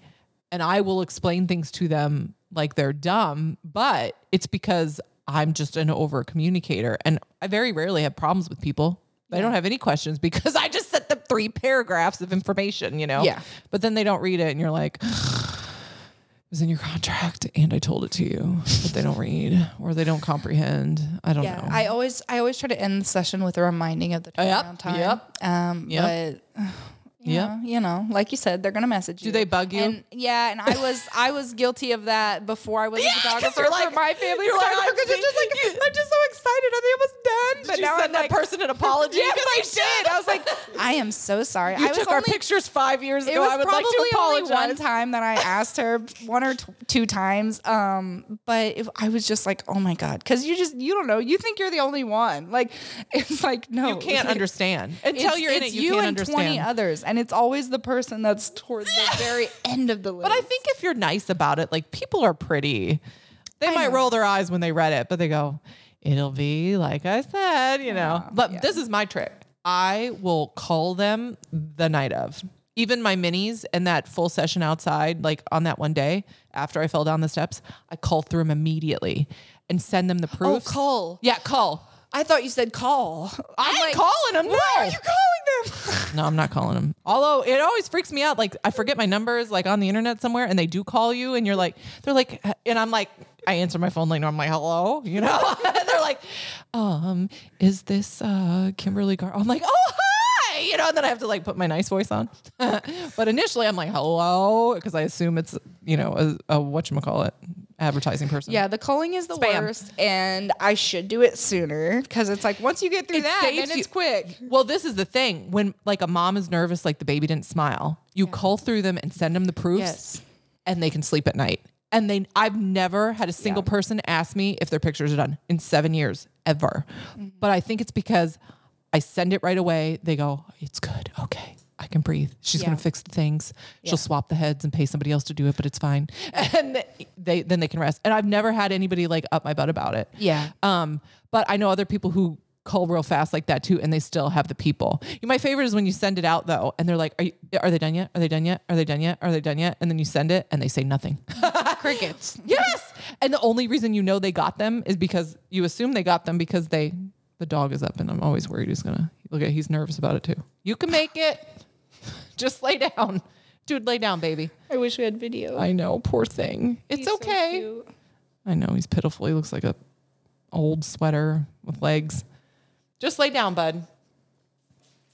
Speaker 1: and i will explain things to them like they're dumb but it's because i'm just an over communicator and i very rarely have problems with people I don't have any questions because I just sent them three paragraphs of information, you know?
Speaker 2: Yeah.
Speaker 1: But then they don't read it and you're like, it was in your contract and I told it to you, but they don't read or they don't comprehend. I don't
Speaker 2: Yeah.
Speaker 1: know.
Speaker 2: I always I always try to end the session with a reminding of the
Speaker 1: Oh, Yep,
Speaker 2: turnaround time.
Speaker 1: yep,
Speaker 2: Um
Speaker 1: yep.
Speaker 2: but you
Speaker 1: Yep.
Speaker 2: know, you know, like you said, they're gonna message you.
Speaker 1: Do they bug you?
Speaker 2: And, yeah, and I was I was guilty of that before I was a photographer
Speaker 1: you're
Speaker 2: for my family
Speaker 1: you're like,
Speaker 2: photographer
Speaker 1: I'm
Speaker 2: 'cause you're just like
Speaker 1: I'm just so excited. Are they almost done? But
Speaker 2: you
Speaker 1: now
Speaker 2: send
Speaker 1: I'm that person an apology.
Speaker 2: Yeah,
Speaker 1: because
Speaker 2: I did. I was like, I am so sorry. I
Speaker 1: you
Speaker 2: was
Speaker 1: took
Speaker 2: only,
Speaker 1: our pictures five years
Speaker 2: It
Speaker 1: ago.
Speaker 2: was
Speaker 1: I would like
Speaker 2: probably
Speaker 1: to apologize.
Speaker 2: only one time that I asked her, one or t- two times. Um, but if I was just like, oh my god, because you just you don't know. You think you're the only one. Like it's like no,
Speaker 1: You can't
Speaker 2: like,
Speaker 1: understand until
Speaker 2: it's-
Speaker 1: you're in it.
Speaker 2: it's
Speaker 1: You,
Speaker 2: you
Speaker 1: can't
Speaker 2: and
Speaker 1: understand.
Speaker 2: twenty others, and it's always the person that's toward the very end of the list.
Speaker 1: But I think if you're nice about it, like people are pretty. They might roll their eyes when they read it, but they go, it'll be like I said, you know. But this is my trick. I will call them the night of. Even my minis and that full session outside, like on that one day after I fell down the steps, I call through them immediately and send them the proofs.
Speaker 2: Oh, call.
Speaker 1: Yeah, call.
Speaker 2: I thought you said call.
Speaker 1: I'm calling them.
Speaker 2: Why
Speaker 1: no.
Speaker 2: are you calling them?
Speaker 1: No, I'm not calling them. Although it always freaks me out. Like I forget my numbers, like on the internet somewhere, and they do call you, and you're like, they're like, and I'm like, I answer my phone like, no, I'm like, hello, you know? they're like, um, is this uh, Kimberly Gar? I'm like, oh hi, you know. And then I have to like put my nice voice on. but initially, I'm like, hello, because I assume it's you know a, a what you call it, advertising person.
Speaker 2: Yeah, the calling is the
Speaker 1: Spam.
Speaker 2: worst, and I should do it sooner because it's like once you get through
Speaker 1: It
Speaker 2: that,
Speaker 1: saves
Speaker 2: then it's
Speaker 1: you-
Speaker 2: quick.
Speaker 1: Well, this is the thing. When like a mom is nervous, like the baby didn't smile, you call through them and send them the proofs,
Speaker 2: Yes.
Speaker 1: and they can sleep at night. And they, I've never had a single
Speaker 2: Yeah.
Speaker 1: person ask me if their pictures are done in seven years ever.
Speaker 2: Mm-hmm.
Speaker 1: But I think it's because I send it right away. They go, "It's good. Okay, I can breathe. She's
Speaker 2: Yeah.
Speaker 1: gonna fix the things. She'll swap the heads and pay somebody else to do it, but it's fine." And they, they then they can rest. And I've never had anybody like up my butt about it.
Speaker 2: Yeah.
Speaker 1: Um, but I know other people who call real fast like that too, and they still have the people. My favorite is when you send it out though, and they're like, "Are, you, are they done yet? Are they done yet? Are they done yet? Are they done yet?" And then you send it, and they say nothing.
Speaker 2: Crickets.
Speaker 1: yes. And the only reason you know they got them is because you assume they got them because they the dog is up, and I'm always worried he's gonna look at. He's nervous about it too. You can make it. Just lay down, dude. Lay down, baby.
Speaker 2: I wish we had video.
Speaker 1: I know, poor thing. It's okay. I know he's pitiful. He looks like a old sweater with legs. Just lay down, bud.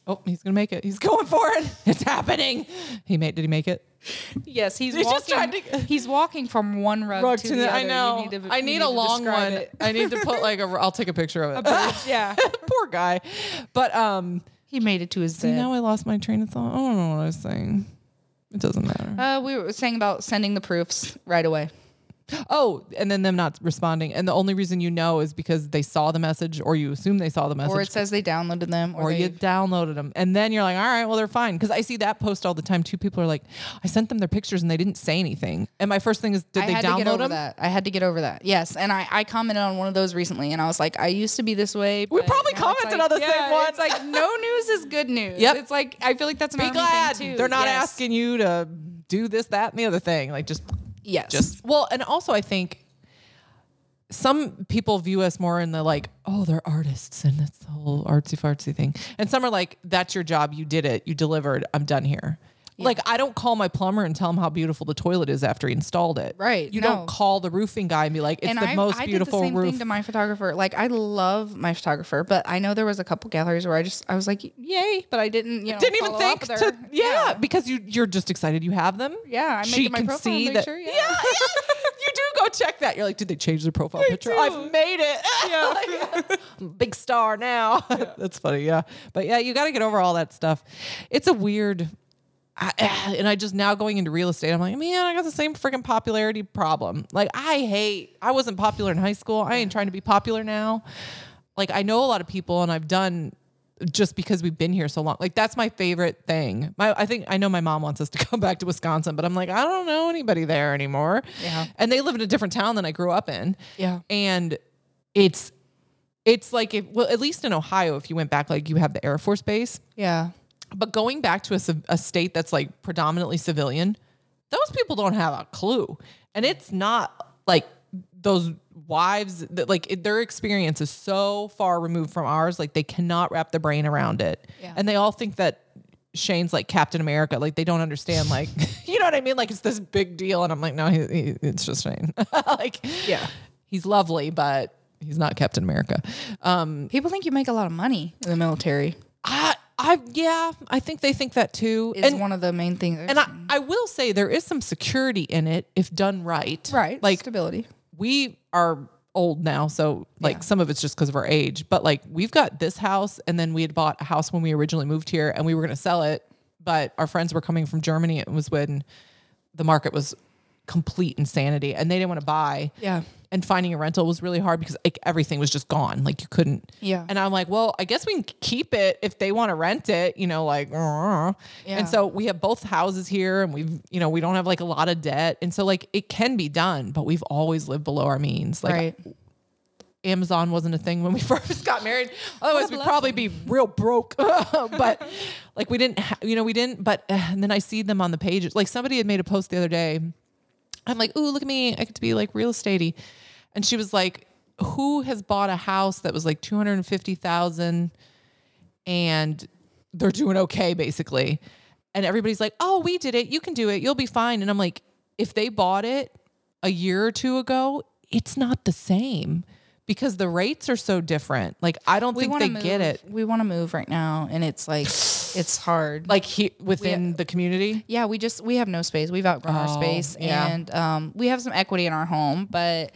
Speaker 1: Oh, he's gonna make it. He's going for it. It's happening. He made. Did he make it?
Speaker 2: Yes, he's
Speaker 1: He
Speaker 2: walking.
Speaker 1: just tried to-
Speaker 2: he's walking from one
Speaker 1: Uh,
Speaker 2: rug, to, the, other.
Speaker 1: I
Speaker 2: You
Speaker 1: know.
Speaker 2: need to-
Speaker 1: I
Speaker 2: you
Speaker 1: need
Speaker 2: to
Speaker 1: a long
Speaker 2: describe
Speaker 1: one.
Speaker 2: it.
Speaker 1: I need to put like a. I'll take a picture of it.
Speaker 2: yeah,
Speaker 1: Poor guy. But um,
Speaker 2: he made it to his
Speaker 1: you
Speaker 2: bed.
Speaker 1: know, I lost my train of thought. I don't know what I was saying. It doesn't matter.
Speaker 2: uh, we were saying about sending the proofs right away.
Speaker 1: Oh, and then them not responding. And the only reason you know is because they saw the message or you assume they saw the message.
Speaker 2: Or it says they downloaded them, or,
Speaker 1: or you
Speaker 2: you.
Speaker 1: downloaded them and then you're like all right well they're fine because i see that post all the time too people are like i sent them their pictures and they didn't say anything and my first thing is did
Speaker 2: I
Speaker 1: they
Speaker 2: had to
Speaker 1: download
Speaker 2: get over
Speaker 1: them
Speaker 2: that. I had to get over that. Yes, and I, I commented on one of those recently, and I was like, I used to be this way.
Speaker 1: We
Speaker 2: but
Speaker 1: probably
Speaker 2: now it's
Speaker 1: commented
Speaker 2: like-
Speaker 1: on the same
Speaker 2: Yeah,
Speaker 1: one.
Speaker 2: It's like no news is good news.
Speaker 1: Yep.
Speaker 2: It's like I feel like that's an
Speaker 1: be
Speaker 2: army thing,
Speaker 1: glad
Speaker 2: too.
Speaker 1: they're not
Speaker 2: Yes.
Speaker 1: asking you to do this that and the other thing like just
Speaker 2: Yes.
Speaker 1: just well and also i think some people view us more in the like oh they're artists and that's the whole artsy fartsy thing and some are like that's your job you did it you delivered i'm done here like I don't call my plumber and tell him how beautiful the toilet is after he installed it.
Speaker 2: Right,
Speaker 1: You
Speaker 2: no.
Speaker 1: don't call the roofing guy and be like, "It's
Speaker 2: and
Speaker 1: the
Speaker 2: I,
Speaker 1: most
Speaker 2: I
Speaker 1: beautiful
Speaker 2: did the same
Speaker 1: roof."
Speaker 2: thing to my photographer. Like I love my photographer, but I know there was a couple galleries where I just I was like, yay, but I didn't. You know,
Speaker 1: Didn't even
Speaker 2: follow up
Speaker 1: think
Speaker 2: with
Speaker 1: to
Speaker 2: her.
Speaker 1: yeah, because you you're just excited you have them.
Speaker 2: Yeah, I'm
Speaker 1: she
Speaker 2: making my
Speaker 1: can
Speaker 2: profile
Speaker 1: see
Speaker 2: picture.
Speaker 1: that.
Speaker 2: yeah.
Speaker 1: you do go check that. You're like, did they change their profile picture?
Speaker 2: do.
Speaker 1: I've made it. Like, I'm a big star now. That's funny. Yeah. But yeah, you got to get over all that stuff. It's a weird. I, and I just now going into real estate, I'm like, man, I got the same freaking popularity problem. Like, I hate, I wasn't popular in high school. I ain't trying to be popular now. Like, I know a lot of people and I've done just because we've been here so long. Like, that's my favorite thing. My, I think, I know my mom wants us to come back to Wisconsin, but I'm like, I don't know anybody there anymore.
Speaker 2: Yeah.
Speaker 1: And they live in a different town than I grew up in.
Speaker 2: Yeah.
Speaker 1: And it's, it's like, if, well, at least in Ohio, if you went back, like you have the Air Force Base,
Speaker 2: Yeah.
Speaker 1: but going back to a, civ- a state that's like predominantly civilian, those people don't have a clue. And it's not like those wives that like it, their experience is so far removed from ours, like they cannot wrap their brain around it.
Speaker 2: Yeah.
Speaker 1: And they all think that Shane's like Captain America, like they don't understand, like, you know what I mean? Like it's this big deal. And I'm like, no, he, he, it's just Shane. like,
Speaker 2: Yeah.
Speaker 1: he's lovely, but he's not Captain America. Um,
Speaker 2: People think you make a lot of money in the military.
Speaker 1: I, I, yeah, I think they think that too.
Speaker 2: Is one of the main things.
Speaker 1: And I, I will say there is some security in it if done right.
Speaker 2: right, like
Speaker 1: Like
Speaker 2: stability.
Speaker 1: we are old now, so like some of it's just because of our age. But like we've got this house, and then we had bought a house when we originally moved here, and we were going to sell it, but our friends were coming from Germany. It was when the market was complete insanity, and they didn't want to buy.
Speaker 2: Yeah.
Speaker 1: And finding a rental was really hard because like everything was just gone. Like you couldn't.
Speaker 2: Yeah.
Speaker 1: And I'm like, well, I guess we can keep it if they want to rent it, you know, like, uh,
Speaker 2: Yeah.
Speaker 1: and so we have both houses here and we've, you know, we don't have like a lot of debt. And so like it can be done, but we've always lived below our means. Like
Speaker 2: right.
Speaker 1: Amazon wasn't a thing when we first got married.
Speaker 2: Oh,
Speaker 1: Otherwise, we'd probably be real broke. but like we didn't, ha- you know, we didn't. But uh, and then I see them on the pages. Like somebody had made a post the other day. I'm like, ooh, look at me. I get to be like real estatey. And she was like, who has bought a house that was like 250,000 and they're doing okay basically. And everybody's like, "Oh, we did it. You can do it. You'll be fine." And I'm like, if they bought it a year or two ago, it's not the same because the rates are so different. Like I don't think
Speaker 2: wanna
Speaker 1: they get
Speaker 2: move-
Speaker 1: it
Speaker 2: We want to move right now, and it's like it's hard.
Speaker 1: like he, within the community.
Speaker 2: yeah, we just we have no space. We've outgrown our space,
Speaker 1: Oh, yeah.
Speaker 2: and um, we have some equity in our home, but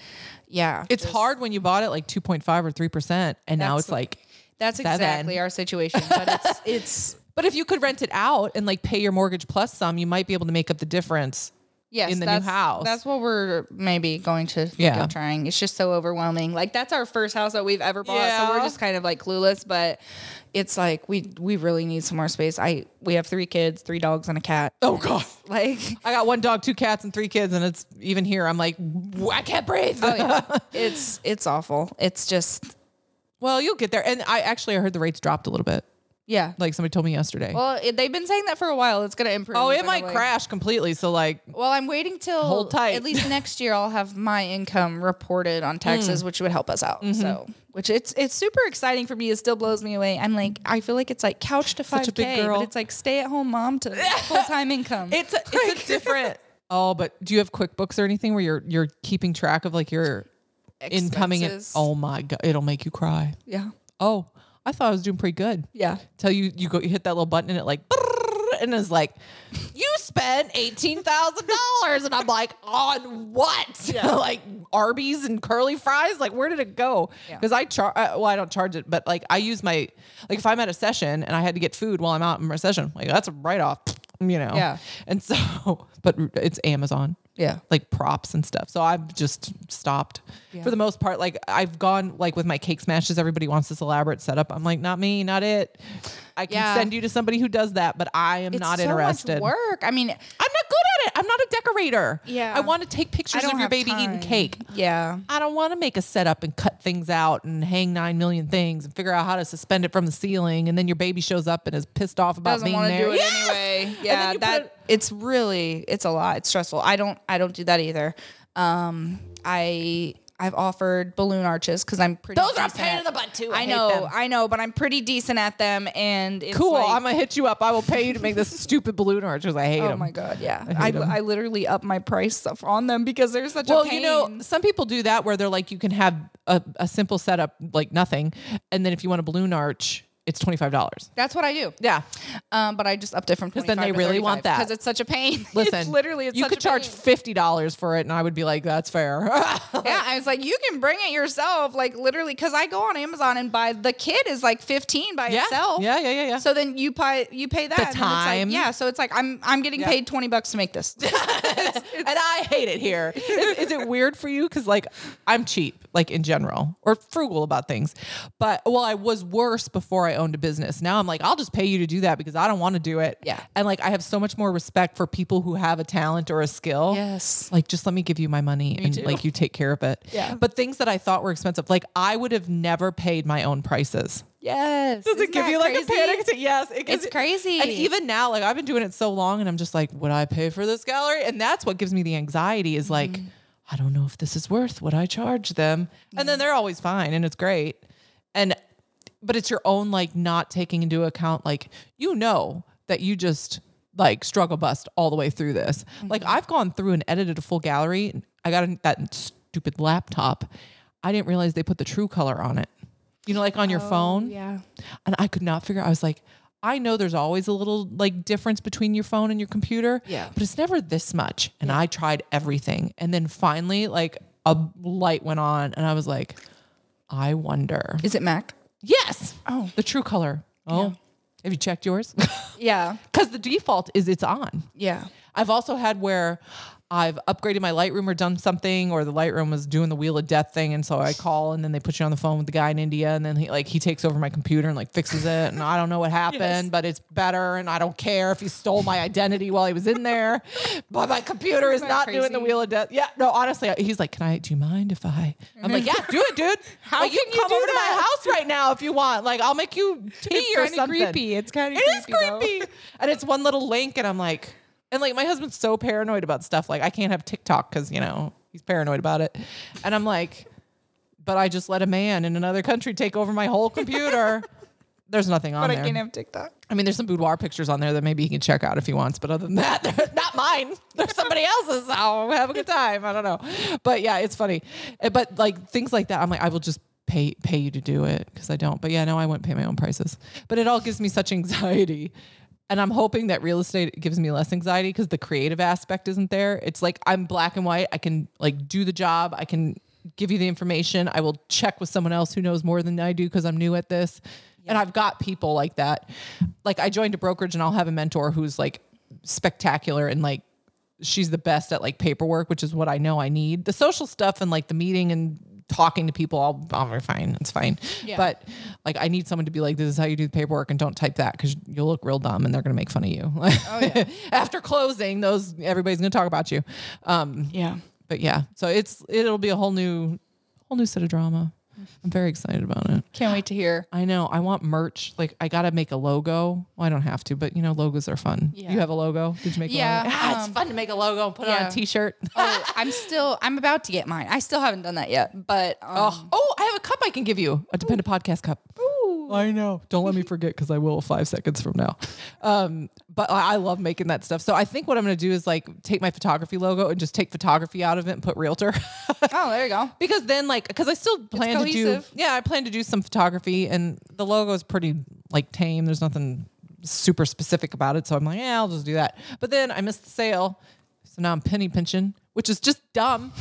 Speaker 2: yeah,
Speaker 1: It's hard when you bought it like 2.5 or 3% and now
Speaker 2: That's
Speaker 1: it's like
Speaker 2: That's
Speaker 1: Seven.
Speaker 2: exactly our situation. But it's it's
Speaker 1: but if you could rent it out and like pay your mortgage plus some, you might be able to make up the difference.
Speaker 2: yes,
Speaker 1: In the new
Speaker 2: that's,
Speaker 1: house.
Speaker 2: That's what we're maybe going to yeah.
Speaker 1: Yeah.
Speaker 2: think of trying. It's just so overwhelming. Like that's our first house that we've ever bought, so we're
Speaker 1: Yeah.
Speaker 2: just kind of like clueless. But it's like we we really need some more space. I we have three kids, three dogs, and a cat.
Speaker 1: Oh god.
Speaker 2: Like
Speaker 1: I got one dog, two cats, and three kids, and it's even here. I'm like, "Wh- I can't breathe.
Speaker 2: oh yeah, it's it's awful. It's just
Speaker 1: Well, you'll get there. And I actually I heard the rates dropped a little bit.
Speaker 2: yeah.
Speaker 1: Like somebody told me yesterday.
Speaker 2: Well, it, they've been saying that for a while. It's gonna improve.
Speaker 1: oh, it
Speaker 2: but
Speaker 1: might
Speaker 2: I'm like-
Speaker 1: crash completely. So like,
Speaker 2: Well, I'm waiting till
Speaker 1: Hold tight.
Speaker 2: at least next year I'll have my income reported on
Speaker 1: Mm.
Speaker 2: taxes, which would help us out.
Speaker 1: Mm-hmm.
Speaker 2: So, which it's it's super exciting for me. It still blows me away. I'm like, I feel like it's like couch to five
Speaker 1: a big
Speaker 2: k,
Speaker 1: girl.
Speaker 2: but it's like stay at home mom to full time income.
Speaker 1: it's a, it's a different. Oh, but do you have QuickBooks or anything where you're you're keeping track of like your incoming? And,
Speaker 2: Expenses.
Speaker 1: oh my god, it'll make you cry.
Speaker 2: yeah,
Speaker 1: Oh, I thought I was doing pretty good.
Speaker 2: yeah.
Speaker 1: Till you you go you hit that little button and it like. brrrr, And it's like, you spent eighteen thousand dollars, and I'm like, on what? like Arby's and curly fries? Like, where did it go?
Speaker 2: Yeah.
Speaker 1: Because I charge. Well, I don't charge it, but like I use my like if I'm at a session and I had to get food while I'm out in my session, like that's a write off, you know.
Speaker 2: Yeah.
Speaker 1: And so, but it's Amazon.
Speaker 2: Yeah.
Speaker 1: like props and stuff. So I've just stopped for the most part. Like I've gone like with my cake smashes. Everybody wants this elaborate setup. I'm like, not me, not it. I can
Speaker 2: Yeah.
Speaker 1: send you to somebody who does that, but I am
Speaker 2: It's
Speaker 1: not
Speaker 2: so
Speaker 1: interested.
Speaker 2: much work. I mean,
Speaker 1: I'm not good at it. I'm not a decorator.
Speaker 2: Yeah.
Speaker 1: I want to take
Speaker 2: I
Speaker 1: pictures
Speaker 2: don't
Speaker 1: of your
Speaker 2: have
Speaker 1: baby eating
Speaker 2: time.
Speaker 1: cake.
Speaker 2: Yeah.
Speaker 1: I don't want to make a setup and cut things out and hang nine million things and figure out how to suspend it from the ceiling. And then your baby shows up and is pissed off about
Speaker 2: doesn't
Speaker 1: being
Speaker 2: want to
Speaker 1: there.
Speaker 2: do it
Speaker 1: Yes!
Speaker 2: anyway.
Speaker 1: And then
Speaker 2: Yeah,
Speaker 1: you
Speaker 2: that
Speaker 1: put-
Speaker 2: it's really it's a lot. It's stressful. I don't I don't do that either. Um, I I've offered balloon arches because I'm pretty.
Speaker 1: Those are a
Speaker 2: decent
Speaker 1: pain
Speaker 2: at-
Speaker 1: in the butt, too. I
Speaker 2: I,
Speaker 1: hate
Speaker 2: know,
Speaker 1: them.
Speaker 2: I know, but I'm pretty decent at them, and it's
Speaker 1: cool.
Speaker 2: like-
Speaker 1: I'm gonna hit you up. I will pay you to make this stupid balloon arches. I hate
Speaker 2: oh
Speaker 1: them.
Speaker 2: my god, yeah.
Speaker 1: I
Speaker 2: I,
Speaker 1: hate 'em.
Speaker 2: I, literally up my price of- on them because they're such a
Speaker 1: Well,
Speaker 2: pain.
Speaker 1: you know, some people do that where they're like, you can have a, a simple setup, like nothing, and then if you want a balloon arch, it's twenty five dollars.
Speaker 2: that's what I do.
Speaker 1: Yeah,
Speaker 2: Um, but I just upped it from because
Speaker 1: then they really want that.
Speaker 2: because it's such a pain.
Speaker 1: listen,
Speaker 2: it's literally it's
Speaker 1: you
Speaker 2: such
Speaker 1: could
Speaker 2: a
Speaker 1: charge
Speaker 2: pain.
Speaker 1: fifty dollars for it, and I would be like, that's fair.
Speaker 2: yeah, I was like, you can bring it yourself, like literally, because I go on Amazon and buy the kit is like fifteen by
Speaker 1: yeah,
Speaker 2: itself.
Speaker 1: yeah, yeah, yeah, yeah.
Speaker 2: So then you pay you pay that and then it's like-
Speaker 1: time.
Speaker 2: yeah, so it's like I'm I'm getting
Speaker 1: Yeah.
Speaker 2: paid twenty bucks to make this.
Speaker 1: and I hate it here. Is, is it weird for you? Because like I'm cheap, like in general, or frugal about things. But well, I was worse before I owned a business. Now I'm like, I'll just pay you to do that because I don't want to do it.
Speaker 2: Yeah.
Speaker 1: And like I have so much more respect for people who have a talent or a skill.
Speaker 2: Yes.
Speaker 1: Like just let me give you my money and
Speaker 2: too.
Speaker 1: like you take care of it.
Speaker 2: Yeah.
Speaker 1: But things that I thought were expensive, like I would have never paid my own prices.
Speaker 2: yes.
Speaker 1: Does it give you like a panic? attack? yes, it gives
Speaker 2: It's
Speaker 1: you-
Speaker 2: crazy.
Speaker 1: And even now, like I've been doing it so long, and I'm just like, would I pay for this gallery? And that's what gives me the anxiety
Speaker 2: Mm-hmm.
Speaker 1: is like, I don't know if this is worth what I charge them. And then they're always fine, and it's great. And but it's your own like not taking into account like you know that you just like struggle bust all the way through this.
Speaker 2: Mm-hmm.
Speaker 1: Like I've gone through and edited a full gallery. I got an- that stupid laptop. I didn't realize they put the true color on it. You know, like on your phone.
Speaker 2: Oh, Yeah.
Speaker 1: And I could not figure I was like, I know there's always a little like difference between your phone and your computer.
Speaker 2: Yeah.
Speaker 1: But it's never this much. And I tried everything. And then finally, like a light went on and I was like, I wonder.
Speaker 2: Is it Mac?
Speaker 1: Yes.
Speaker 2: Oh.
Speaker 1: The true color. Oh. Have you checked yours?
Speaker 2: Yeah.
Speaker 1: Because the default is it's on.
Speaker 2: Yeah.
Speaker 1: I've also had where I've upgraded my Lightroom or done something, or the Lightroom was doing the wheel of death thing, and so I call, and then they put you on the phone with the guy in India, and then he like he takes over my computer and like fixes it, and I don't know what happened, but it's better, and I don't care if he stole my identity while he was in there, but my computer is
Speaker 2: Isn't
Speaker 1: not
Speaker 2: that
Speaker 1: doing the
Speaker 2: crazy?
Speaker 1: wheel of death. Yeah, no, honestly, I- he's like, can I? Do you mind if I? I'm like, yeah, do it, dude. How like,
Speaker 2: can you
Speaker 1: come
Speaker 2: do
Speaker 1: over to my
Speaker 2: that?
Speaker 1: house right now if you want? Like, I'll make you tea
Speaker 2: It's
Speaker 1: or
Speaker 2: kinda
Speaker 1: something.
Speaker 2: creepy. It's kinda
Speaker 1: It is
Speaker 2: creepy, though.
Speaker 1: creepy. and it's one little link, and I'm like, and like my husband's so paranoid about stuff. Like I can't have TikTok because you know he's paranoid about it, and I'm like, but I just let a man in another country take over my whole computer. There's nothing on
Speaker 2: But I
Speaker 1: there. I,
Speaker 2: can't have TikTok.
Speaker 1: mean, there's some boudoir pictures on there that maybe he can check out if he wants, but other than that, they're not mine. They're somebody else's. I'll have a good time. I don't know, but yeah, it's funny. Uh, But like things like that, I'm like, I will just pay pay you to do it because I don't. But yeah, no, I wouldn't pay my own prices. But it all gives me such anxiety. And I'm hoping that real estate gives me less anxiety because the creative aspect isn't there. It's like I'm black and white. I can like do the job. I can give you the information. I will check with someone else who knows more than I do because I'm new at this. And I've got people like that. Like I joined a brokerage and I'll have a mentor who's like spectacular and like she's the best at like paperwork, which is what I know I need. The social stuff and like the meeting and talking to people, I'll, I'll be fine. It's fine.
Speaker 2: Yeah.
Speaker 1: But like, I need someone to be like, this is how you do the paperwork and don't type that because you'll look real dumb and they're going to make fun of you.
Speaker 2: Oh,
Speaker 1: After closing those, everybody's going to talk about you. Um,
Speaker 2: Yeah.
Speaker 1: but yeah, so it's, it'll be a whole new, whole new set of drama. I'm very excited about it.
Speaker 2: Can't wait to hear.
Speaker 1: I know. I want merch. Like I gotta make a logo. Well, I don't have to, but you know, logos are fun.
Speaker 2: Yeah.
Speaker 1: You have a logo? Did you make?
Speaker 2: Yeah,
Speaker 1: A logo? Ah,
Speaker 2: um,
Speaker 1: it's fun to make a logo and put it on
Speaker 2: yeah.
Speaker 1: a t-shirt.
Speaker 2: Oh, I'm still I'm about to get mine. I still haven't done that yet, but um,
Speaker 1: oh, I have a cup I can give you. A dependent podcast cup. I know. Don't let me forget because I will five seconds from now. Um, but I, I love making that stuff. So I think what I'm gonna do is like take my photography logo and just take photography out of it and put realtor.
Speaker 2: oh, there you go.
Speaker 1: because then like because i still plan to do
Speaker 2: cohesive.
Speaker 1: yeah i plan to do some photography and the logo is pretty like tame there's nothing super specific about it so i'm like yeah i'll just do that but then i missed the sale so now i'm penny pinching which is just dumb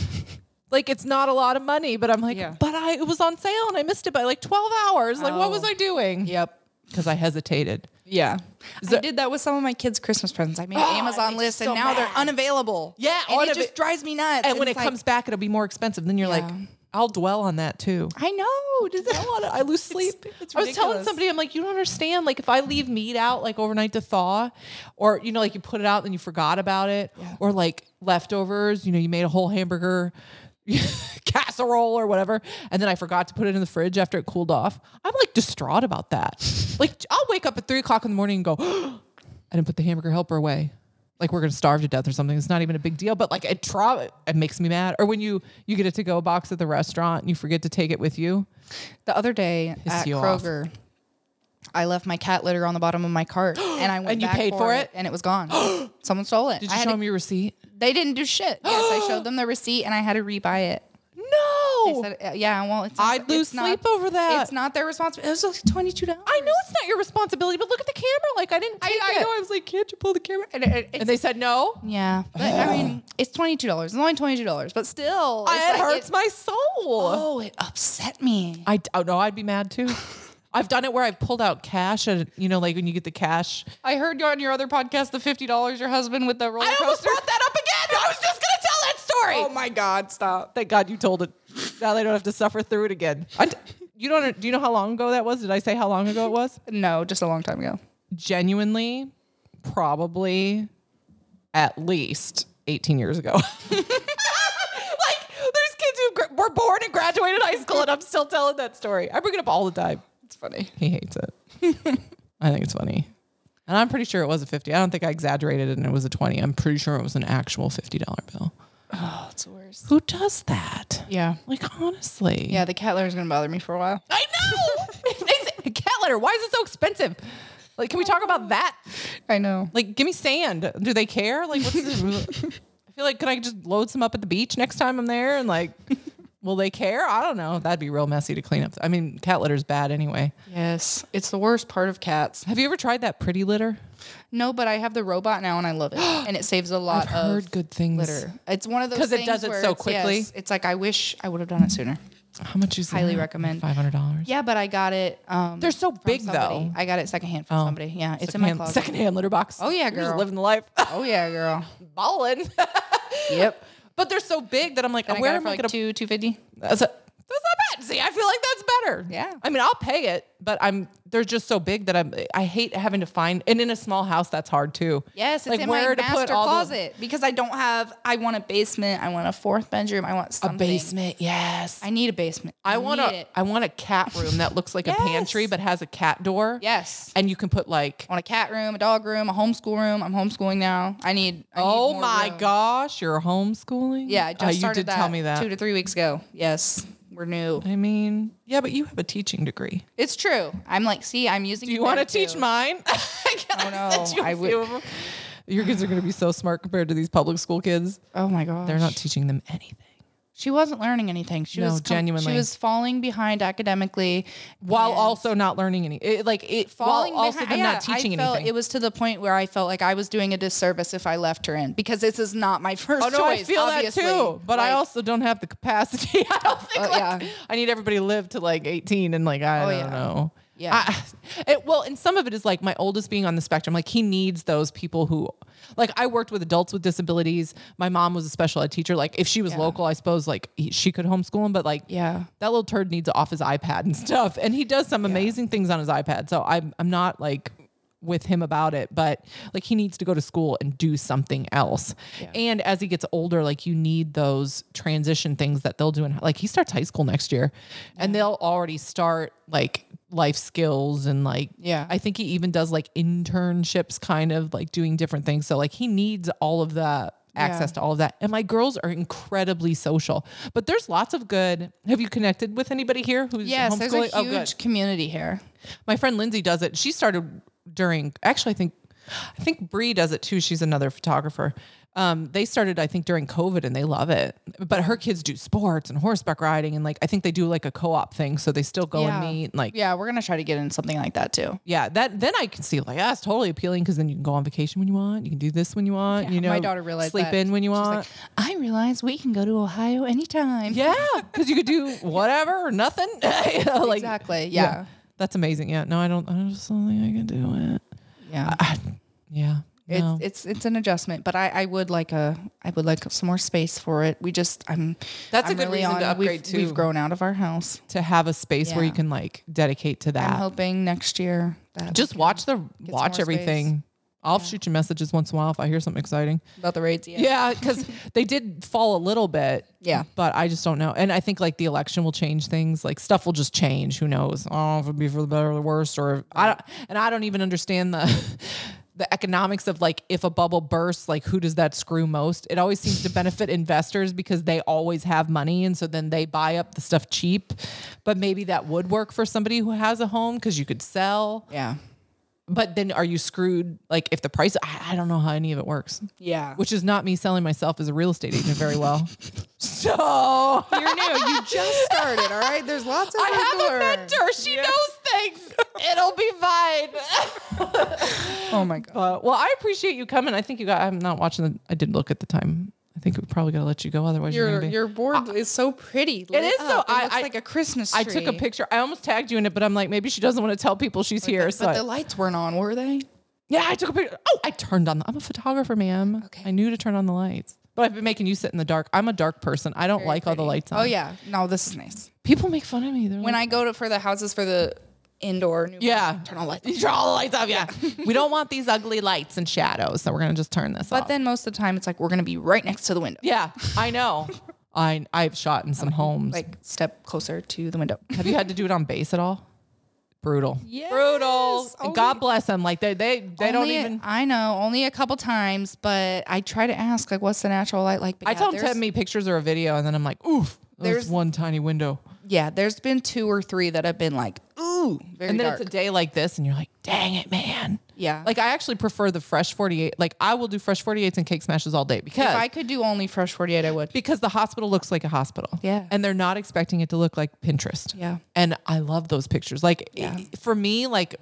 Speaker 1: like it's not a lot of money but i'm like
Speaker 2: Yeah.
Speaker 1: but i it was on sale and i missed it by like 12 hours like what was
Speaker 2: Oh.
Speaker 1: i doing
Speaker 2: Yep.
Speaker 1: because I hesitated.
Speaker 2: Yeah. I did that with some of my kids' Christmas presents. I made
Speaker 1: Oh, it
Speaker 2: Amazon
Speaker 1: makes
Speaker 2: lists
Speaker 1: so
Speaker 2: and now they're
Speaker 1: mad.
Speaker 2: unavailable.
Speaker 1: Yeah,
Speaker 2: And
Speaker 1: unava-
Speaker 2: it just drives me nuts.
Speaker 1: And when it
Speaker 2: It's like-
Speaker 1: comes back, it'll be more expensive. Then you're
Speaker 2: Yeah.
Speaker 1: like, I'll dwell on that too.
Speaker 2: I know. Does that
Speaker 1: I want to. I lose sleep.
Speaker 2: it's
Speaker 1: I was telling
Speaker 2: ridiculous.
Speaker 1: somebody, I'm like, you don't understand. Like, if I leave meat out like overnight to thaw, or you know, like you put it out and you forgot about it, or like leftovers, you know, you made a whole hamburger casserole or whatever, and then I forgot to put it in the fridge after it cooled off. I'm like distraught about that. like, I'll wake up at three o'clock in the morning and go, I didn't put the hamburger helper away. Like we're gonna starve to death or something. It's not even a big deal, but like it tra- it makes me mad. Or when you you get a to go box at the restaurant and you forget to take it with you.
Speaker 2: The other day at
Speaker 1: you off.
Speaker 2: Kroger, I left my cat litter on the bottom of my cart and I went
Speaker 1: And you
Speaker 2: back
Speaker 1: paid
Speaker 2: for,
Speaker 1: for
Speaker 2: it,
Speaker 1: it?
Speaker 2: and it was gone. Someone stole it.
Speaker 1: Did
Speaker 2: I
Speaker 1: you
Speaker 2: had
Speaker 1: show
Speaker 2: to-
Speaker 1: them your receipt?
Speaker 2: they didn't do shit. Yes, I showed them the receipt and I had to rebuy it. I
Speaker 1: No.
Speaker 2: said, uh, yeah, well, it's
Speaker 1: I'd lose
Speaker 2: it's not-
Speaker 1: sleep over that.
Speaker 2: It's not their responsibility. It was like twenty two dollars.
Speaker 1: I know it's not your responsibility, but look at the camera. Like I didn't
Speaker 2: I-
Speaker 1: take
Speaker 2: I
Speaker 1: it.
Speaker 2: know. I
Speaker 1: was like, can't you pull the camera?
Speaker 2: And, it- it's-
Speaker 1: And they said no.
Speaker 2: yeah, but I mean, it's twenty two dollars. It's only twenty two dollars, but still, it's
Speaker 1: it
Speaker 2: like
Speaker 1: hurts my soul.
Speaker 2: Oh, it upset me.
Speaker 1: I don't know. I'd be mad too. I've done it where I've pulled out cash, and you know, like when you get the cash.
Speaker 2: I heard you on your other podcast, the fifty dollars your husband with the roller
Speaker 1: I almost brought that up again. I was just gonna tell that story.
Speaker 2: Oh my God! Stop.
Speaker 1: Thank God you told it. Now they don't have to suffer through it again. I d you don't. Do you know how long ago that was? Did I say how long ago it was?
Speaker 2: No, just a long time ago.
Speaker 1: Genuinely, probably at least 18 years ago. like, there's kids who gr- were born and graduated high school, and I'm still telling that story. I bring it up all the time.
Speaker 2: It's funny.
Speaker 1: He hates it. I think it's funny. And I'm pretty sure it was a 50. I don't think I exaggerated it and it was a 20. I'm pretty sure it was an actual $50 bill.
Speaker 2: Oh, it's the worst.
Speaker 1: Who does that?
Speaker 2: Yeah.
Speaker 1: Like, honestly.
Speaker 2: Yeah, the cat litter is gonna bother me for a while.
Speaker 1: I know. It's- cat litter. Why is it so expensive? Like, can we talk about that?
Speaker 2: I know.
Speaker 1: Like, give me sand. Do they care? Like, what's the I feel like, can I just load some up at the beach next time I'm there? And like, will they care? I don't know. That'd be real messy to clean up. I mean, cat litter's bad anyway.
Speaker 2: Yes, it's the worst part of cats.
Speaker 1: Have you ever tried that pretty litter?
Speaker 2: No, but I have the robot now and I love it, and it saves a lot
Speaker 1: I've
Speaker 2: of
Speaker 1: heard good things.
Speaker 2: litter. It's one of those
Speaker 1: 'Cause it
Speaker 2: things
Speaker 1: does it
Speaker 2: where
Speaker 1: so
Speaker 2: it's-
Speaker 1: quickly.
Speaker 2: yes, it's like I wish I would have done it sooner.
Speaker 1: How much is
Speaker 2: Highly recommend.
Speaker 1: Five hundred dollars.
Speaker 2: Yeah, but I got it. Um,
Speaker 1: They're so
Speaker 2: from
Speaker 1: big,
Speaker 2: somebody.
Speaker 1: though. Oh,
Speaker 2: I got it secondhand from somebody. Yeah, it's in my closet.
Speaker 1: Secondhand litter box.
Speaker 2: Oh, yeah,
Speaker 1: You're just
Speaker 2: girl.
Speaker 1: living the life,
Speaker 2: Oh yeah, girl.
Speaker 1: balling.
Speaker 2: Yep.
Speaker 1: but they're so big that I'm like,
Speaker 2: And I
Speaker 1: where
Speaker 2: got it
Speaker 1: am
Speaker 2: for
Speaker 1: I
Speaker 2: like
Speaker 1: gonna
Speaker 2: two two fifty.
Speaker 1: That's, a, that's not bad. See, I feel like that's better.
Speaker 2: Yeah.
Speaker 1: I mean, I'll pay it, but I'm they're just so big that I'm I hate having to find and in a small house that's hard too.
Speaker 2: Yes, it's in my master closet because I don't have. I want a basement. I want a fourth bedroom. I want
Speaker 1: the a
Speaker 2: something.
Speaker 1: basement. Yes.
Speaker 2: I need a basement.
Speaker 1: I, want
Speaker 2: need
Speaker 1: a I
Speaker 2: it.
Speaker 1: want a cat room that looks like
Speaker 2: Yes.
Speaker 1: a pantry but has a cat door.
Speaker 2: Yes.
Speaker 1: And you can put like
Speaker 2: I want a cat room, a dog room, a homeschool room. I'm homeschooling now. I need. I need
Speaker 1: Oh
Speaker 2: more
Speaker 1: my
Speaker 2: room.
Speaker 1: gosh, you're homeschooling?
Speaker 2: Yeah, I just
Speaker 1: Oh, you
Speaker 2: started
Speaker 1: did
Speaker 2: that
Speaker 1: tell me that.
Speaker 2: two to three weeks ago. Yes, we're new.
Speaker 1: I mean, yeah, but you have a teaching degree.
Speaker 2: It's true. I'm like, see, I'm using.
Speaker 1: Do you want to teach
Speaker 2: my?
Speaker 1: mine? I
Speaker 2: Oh,
Speaker 1: gotta
Speaker 2: no,
Speaker 1: send you a
Speaker 2: I would-
Speaker 1: few of them. Your kids are going to be so smart compared to these public school kids.
Speaker 2: Oh my god,
Speaker 1: They're not teaching them anything.
Speaker 2: She wasn't learning anything. She
Speaker 1: No,
Speaker 2: was com-
Speaker 1: genuinely.
Speaker 2: She was falling behind academically,
Speaker 1: While
Speaker 2: and
Speaker 1: also not learning any, it, like it,
Speaker 2: falling
Speaker 1: while also
Speaker 2: behind.
Speaker 1: them
Speaker 2: yeah,
Speaker 1: not teaching
Speaker 2: I felt
Speaker 1: anything.
Speaker 2: It was to the point where I felt like I was doing a disservice if I left her in because this is not my first
Speaker 1: oh no,
Speaker 2: choice.
Speaker 1: I feel
Speaker 2: obviously.
Speaker 1: that too. But I
Speaker 2: Like,
Speaker 1: also don't have the capacity. I don't think.
Speaker 2: Uh,
Speaker 1: like,
Speaker 2: yeah.
Speaker 1: I need everybody to live to like eighteen, and like I
Speaker 2: Oh,
Speaker 1: don't
Speaker 2: yeah.
Speaker 1: know.
Speaker 2: Yeah.
Speaker 1: I, it, well, and some of it is like my oldest being on the spectrum. Like he needs those people who, like I worked with adults with disabilities. My mom was a special ed teacher. Like if she was local, I suppose like he, she could homeschool him. But like
Speaker 2: Yeah.
Speaker 1: that little turd needs off his iPad and stuff. And he does some amazing things on his iPad. So I'm I'm not like with him about it, but like he needs to go to school and do something else. And as he gets older, like you need those transition things that they'll do in like he starts high school next year and they'll already start like life skills and like
Speaker 2: Yeah.
Speaker 1: I think he even does like internships kind of like doing different things. So like he needs all of the access
Speaker 2: Yeah.
Speaker 1: to all of that. And my girls are incredibly social. But there's lots of good. Have you connected with anybody here who's
Speaker 2: Yes, there's a
Speaker 1: homeschooling?
Speaker 2: huge
Speaker 1: oh, good.
Speaker 2: community here.
Speaker 1: My friend Lindsay does it. She started during actually I think I think Bree does it too. She's another photographer. Um, they started, I think, during COVID and they love it. But her kids do sports and horseback riding and like I think they do like a co-op thing. So they still go and meet. Like
Speaker 2: yeah, we're gonna try to get in something like that too.
Speaker 1: yeah, that then I can see like that's totally appealing because then you can go on vacation when you want, you can do this when you want, you know.
Speaker 2: my daughter realized
Speaker 1: sleep
Speaker 2: that.
Speaker 1: in when you
Speaker 2: She's
Speaker 1: want.
Speaker 2: like, I realize we can go to Ohio anytime.
Speaker 1: yeah, because you could do whatever or nothing. You know, like,
Speaker 2: Exactly, yeah.
Speaker 1: That's amazing. Yeah. No, I don't. I just don't think I can do it.
Speaker 2: Yeah.
Speaker 1: I, I- yeah. No.
Speaker 2: It's, it's it's an adjustment, but I, I would like a I would like some more space for it. We just I'm
Speaker 1: That's a
Speaker 2: I'm
Speaker 1: good reason to
Speaker 2: we've-
Speaker 1: upgrade, too.
Speaker 2: We've grown out of our house.
Speaker 1: to have a space where
Speaker 2: Yeah.
Speaker 1: you can like dedicate to
Speaker 2: I'm
Speaker 1: that.
Speaker 2: hoping next year that
Speaker 1: just watch the
Speaker 2: some
Speaker 1: watch
Speaker 2: more space.
Speaker 1: everything. I'll shoot you messages once in a while if I hear something exciting.
Speaker 2: about the rates. Yeah.
Speaker 1: Yeah, because they did fall a little bit.
Speaker 2: Yeah.
Speaker 1: but I just don't know. And I think like the election will change things. Like stuff will just change. Who knows? I don't know if it'll be for the better or the worse. Or I don't. And I don't even understand the the economics of like if a bubble bursts, like who does that screw most? It always seems to benefit investors because they always have money, and so then they buy up the stuff cheap. But maybe that would work for somebody who has a home because you could sell.
Speaker 2: Yeah.
Speaker 1: But then are you screwed? Like if the price, I, I don't know how any of it works
Speaker 2: Yeah.
Speaker 1: which is not me selling myself as a real estate agent very well. so
Speaker 2: You're new. You just started. All right. There's lots of
Speaker 1: I have a mentor. She knows things. It'll be fine.
Speaker 2: Oh my god.
Speaker 1: But, well, I appreciate you coming. I think you got. I'm not watching. The, I did look at the time. I think we probably gotta let you go. Otherwise, you're,
Speaker 2: Your
Speaker 1: gonna be.
Speaker 2: your board is so pretty. Uh, It
Speaker 1: is so- I-
Speaker 2: looks
Speaker 1: I-
Speaker 2: like a Christmas tree.
Speaker 1: I took a picture. I almost tagged you in it, but I'm like, maybe she doesn't want to tell people she's here.
Speaker 2: But
Speaker 1: so I-
Speaker 2: the lights weren't on, were they?
Speaker 1: yeah, I took a picture. Oh, I turned on. The, I'm a photographer, ma'am.
Speaker 2: Okay.
Speaker 1: I knew to turn on the lights. But I've been making you sit in the dark. I'm a dark person. I don't like all the lights on.
Speaker 2: Oh yeah. No, this is nice.
Speaker 1: People make fun of me. They're
Speaker 2: When
Speaker 1: like,
Speaker 2: I go to for the houses for the indoor new
Speaker 1: Yeah.
Speaker 2: turn on lights.
Speaker 1: You turn all the lights off. Yeah. we don't want these ugly lights and shadows. So we're going to just turn this
Speaker 2: But
Speaker 1: off.
Speaker 2: then most of the time it's like we're gonna be right next to the window.
Speaker 1: yeah, I know. I, I've shot in some homes.
Speaker 2: Like step closer to the window.
Speaker 1: Have you had to do it on base at all? Brutal.
Speaker 2: Yes.
Speaker 1: Brutal.
Speaker 2: Only-
Speaker 1: God bless them. Like they, they, they don't
Speaker 2: Only-
Speaker 1: even.
Speaker 2: I know, only a couple times, but I try to ask like what's the natural light like. But
Speaker 1: I
Speaker 2: yeah,
Speaker 1: tell them to
Speaker 2: there's-
Speaker 1: send me pictures or a video, and then I'm like, oof, there's
Speaker 2: There's-
Speaker 1: one tiny window.
Speaker 2: Yeah, there's been two or three that have been like, ooh, very
Speaker 1: And then
Speaker 2: dark.
Speaker 1: it's a day like this, and you're like, dang it, man.
Speaker 2: yeah.
Speaker 1: Like I actually prefer the fresh 48. Like I will do fresh 48s and cake smashes all day because
Speaker 2: if I could do only fresh 48, I would.
Speaker 1: because the hospital looks like a hospital.
Speaker 2: Yeah.
Speaker 1: And they're not expecting it to look like Pinterest.
Speaker 2: Yeah.
Speaker 1: And I love those pictures. Like i- for me, like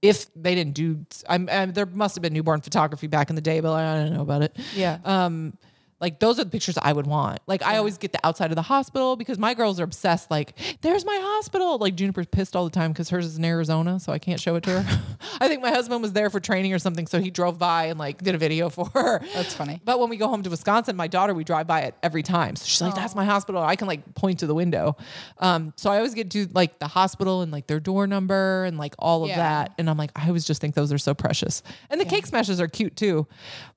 Speaker 1: if they didn't do, I'm, i there must have been newborn photography back in the day, but I don't know about it.
Speaker 2: Yeah.
Speaker 1: Um, like those are the pictures I would want. Like I always get the outside of the hospital because my girls are obsessed. Like there's my hospital. Like Juniper's pissed all the time because hers is in Arizona, so I can't show it to her. I think my husband was there for training or something, so he drove by and like did a video for her.
Speaker 2: That's funny.
Speaker 1: But when we go home to Wisconsin, my daughter, we drive by it every time. So she's like, that's
Speaker 2: Oh.
Speaker 1: my hospital. I can like point to the window. Um, so I always get to like the hospital and like their door number and like all of
Speaker 2: Yeah.
Speaker 1: that. And I'm like, I always just think those are so precious. And the cake smashes are cute too.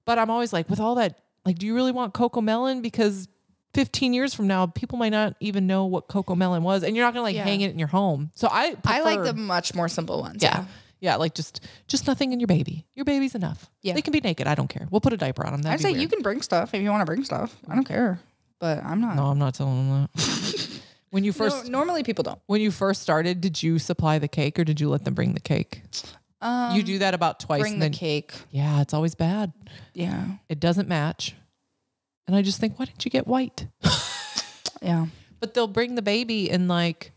Speaker 1: But I'm always like, with all that, like, do you really want Coco Melon? Because 15 years from now, people might not even know what Coco Melon was. And you're not going to like
Speaker 2: Yeah.
Speaker 1: hang it in your home. So I,
Speaker 2: I like
Speaker 1: prefer-
Speaker 2: the much more simple ones.
Speaker 1: yeah. Yeah, like just just nothing in your baby. Your baby's enough.
Speaker 2: Yeah.
Speaker 1: They can be naked. I don't care. We'll put a diaper on them.
Speaker 2: I'd
Speaker 1: That'd
Speaker 2: say
Speaker 1: be weird.
Speaker 2: you can bring stuff if you want to bring stuff. I don't care. But I'm not.
Speaker 1: No, I'm not telling them that. when you first
Speaker 2: No, normally people don't.
Speaker 1: when you first started, did you supply the cake or did you let them bring the cake? you do that about twice.
Speaker 2: Um, Bring
Speaker 1: and
Speaker 2: the
Speaker 1: then,
Speaker 2: cake.
Speaker 1: Yeah, it's always bad.
Speaker 2: Yeah.
Speaker 1: It doesn't match. And I just think, why didn't you get white?
Speaker 2: Yeah.
Speaker 1: But they'll bring the baby in like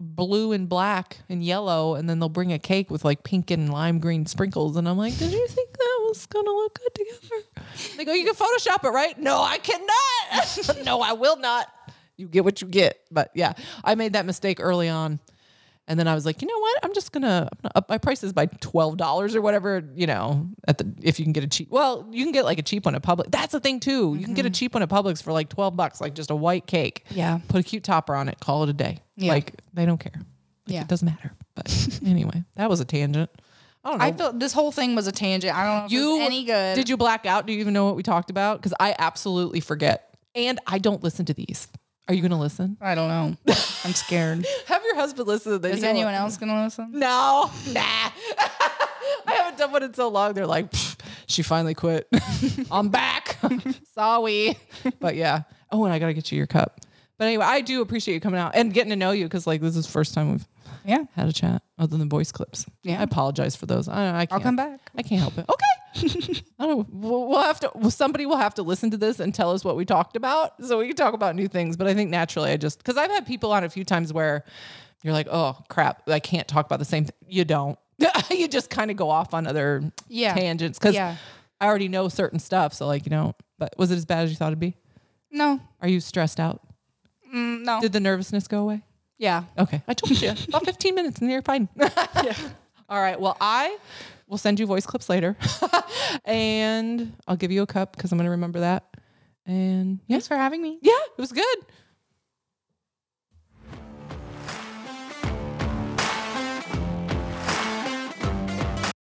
Speaker 1: blue and black and yellow, and then they'll bring a cake with like pink and lime green sprinkles. And I'm like, did you think that was gonna look good together? They go, you can Photoshop it, right? No, I cannot. no, I will not. You get what you get. But yeah, I made that mistake early on. And then I was like, you know what? I'm just gonna, I'm gonna up my prices by twelve dollars or whatever. You know, at the if you can get a cheap, well, you can get like a cheap one at Publix. That's the thing too. You can get a cheap one at Publix for like twelve bucks, like just a white cake.
Speaker 2: Yeah.
Speaker 1: Put a cute topper on it. Call it a day.
Speaker 2: Yeah.
Speaker 1: Like they don't care. Like,
Speaker 2: Yeah.
Speaker 1: It doesn't matter. But anyway, that was a tangent. I don't know.
Speaker 2: I feel this whole thing was a tangent. I don't know if you
Speaker 1: you
Speaker 2: any good.
Speaker 1: Did you black out? Do you even know what we talked about? Because I absolutely forget, and I don't listen to these. Are you gonna listen?
Speaker 2: I don't know. I'm scared.
Speaker 1: Have your husband listen to this.
Speaker 2: Is
Speaker 1: He'll-
Speaker 2: anyone else gonna listen?
Speaker 1: No, nah. I haven't done one in so long. They're like, "Pfft, she finally quit. I'm back. Sorry. But yeah. Oh, and I gotta get you your cup. But anyway, I do appreciate you coming out and getting to know you because like this is the first time we've
Speaker 2: Yeah.
Speaker 1: had a chat other than voice clips.
Speaker 2: Yeah.
Speaker 1: I apologize for those. I, I can't.
Speaker 2: I'll come back.
Speaker 1: I can't help it. Okay. I don't, we'll we'll have to. well, Somebody will have to listen to this and tell us what we talked about, so we can talk about new things. But I think naturally, I just because I've had people on a few times where you're like, "Oh crap, I can't talk about the same." thing. You don't. you just kind of go off on other
Speaker 2: Yeah.
Speaker 1: tangents because
Speaker 2: Yeah.
Speaker 1: I already know certain stuff. So like you know, but was it as bad as you thought it'd be?
Speaker 2: No.
Speaker 1: Are you stressed out?
Speaker 2: Mm, no.
Speaker 1: Did the nervousness go away?
Speaker 2: Yeah.
Speaker 1: Okay. I told you. About 15 minutes and you're fine. All right. Well, I will send you voice clips later. and I'll give you a cup because I'm going to remember that. And yeah.
Speaker 2: Thanks for having me.
Speaker 1: Yeah, it was good.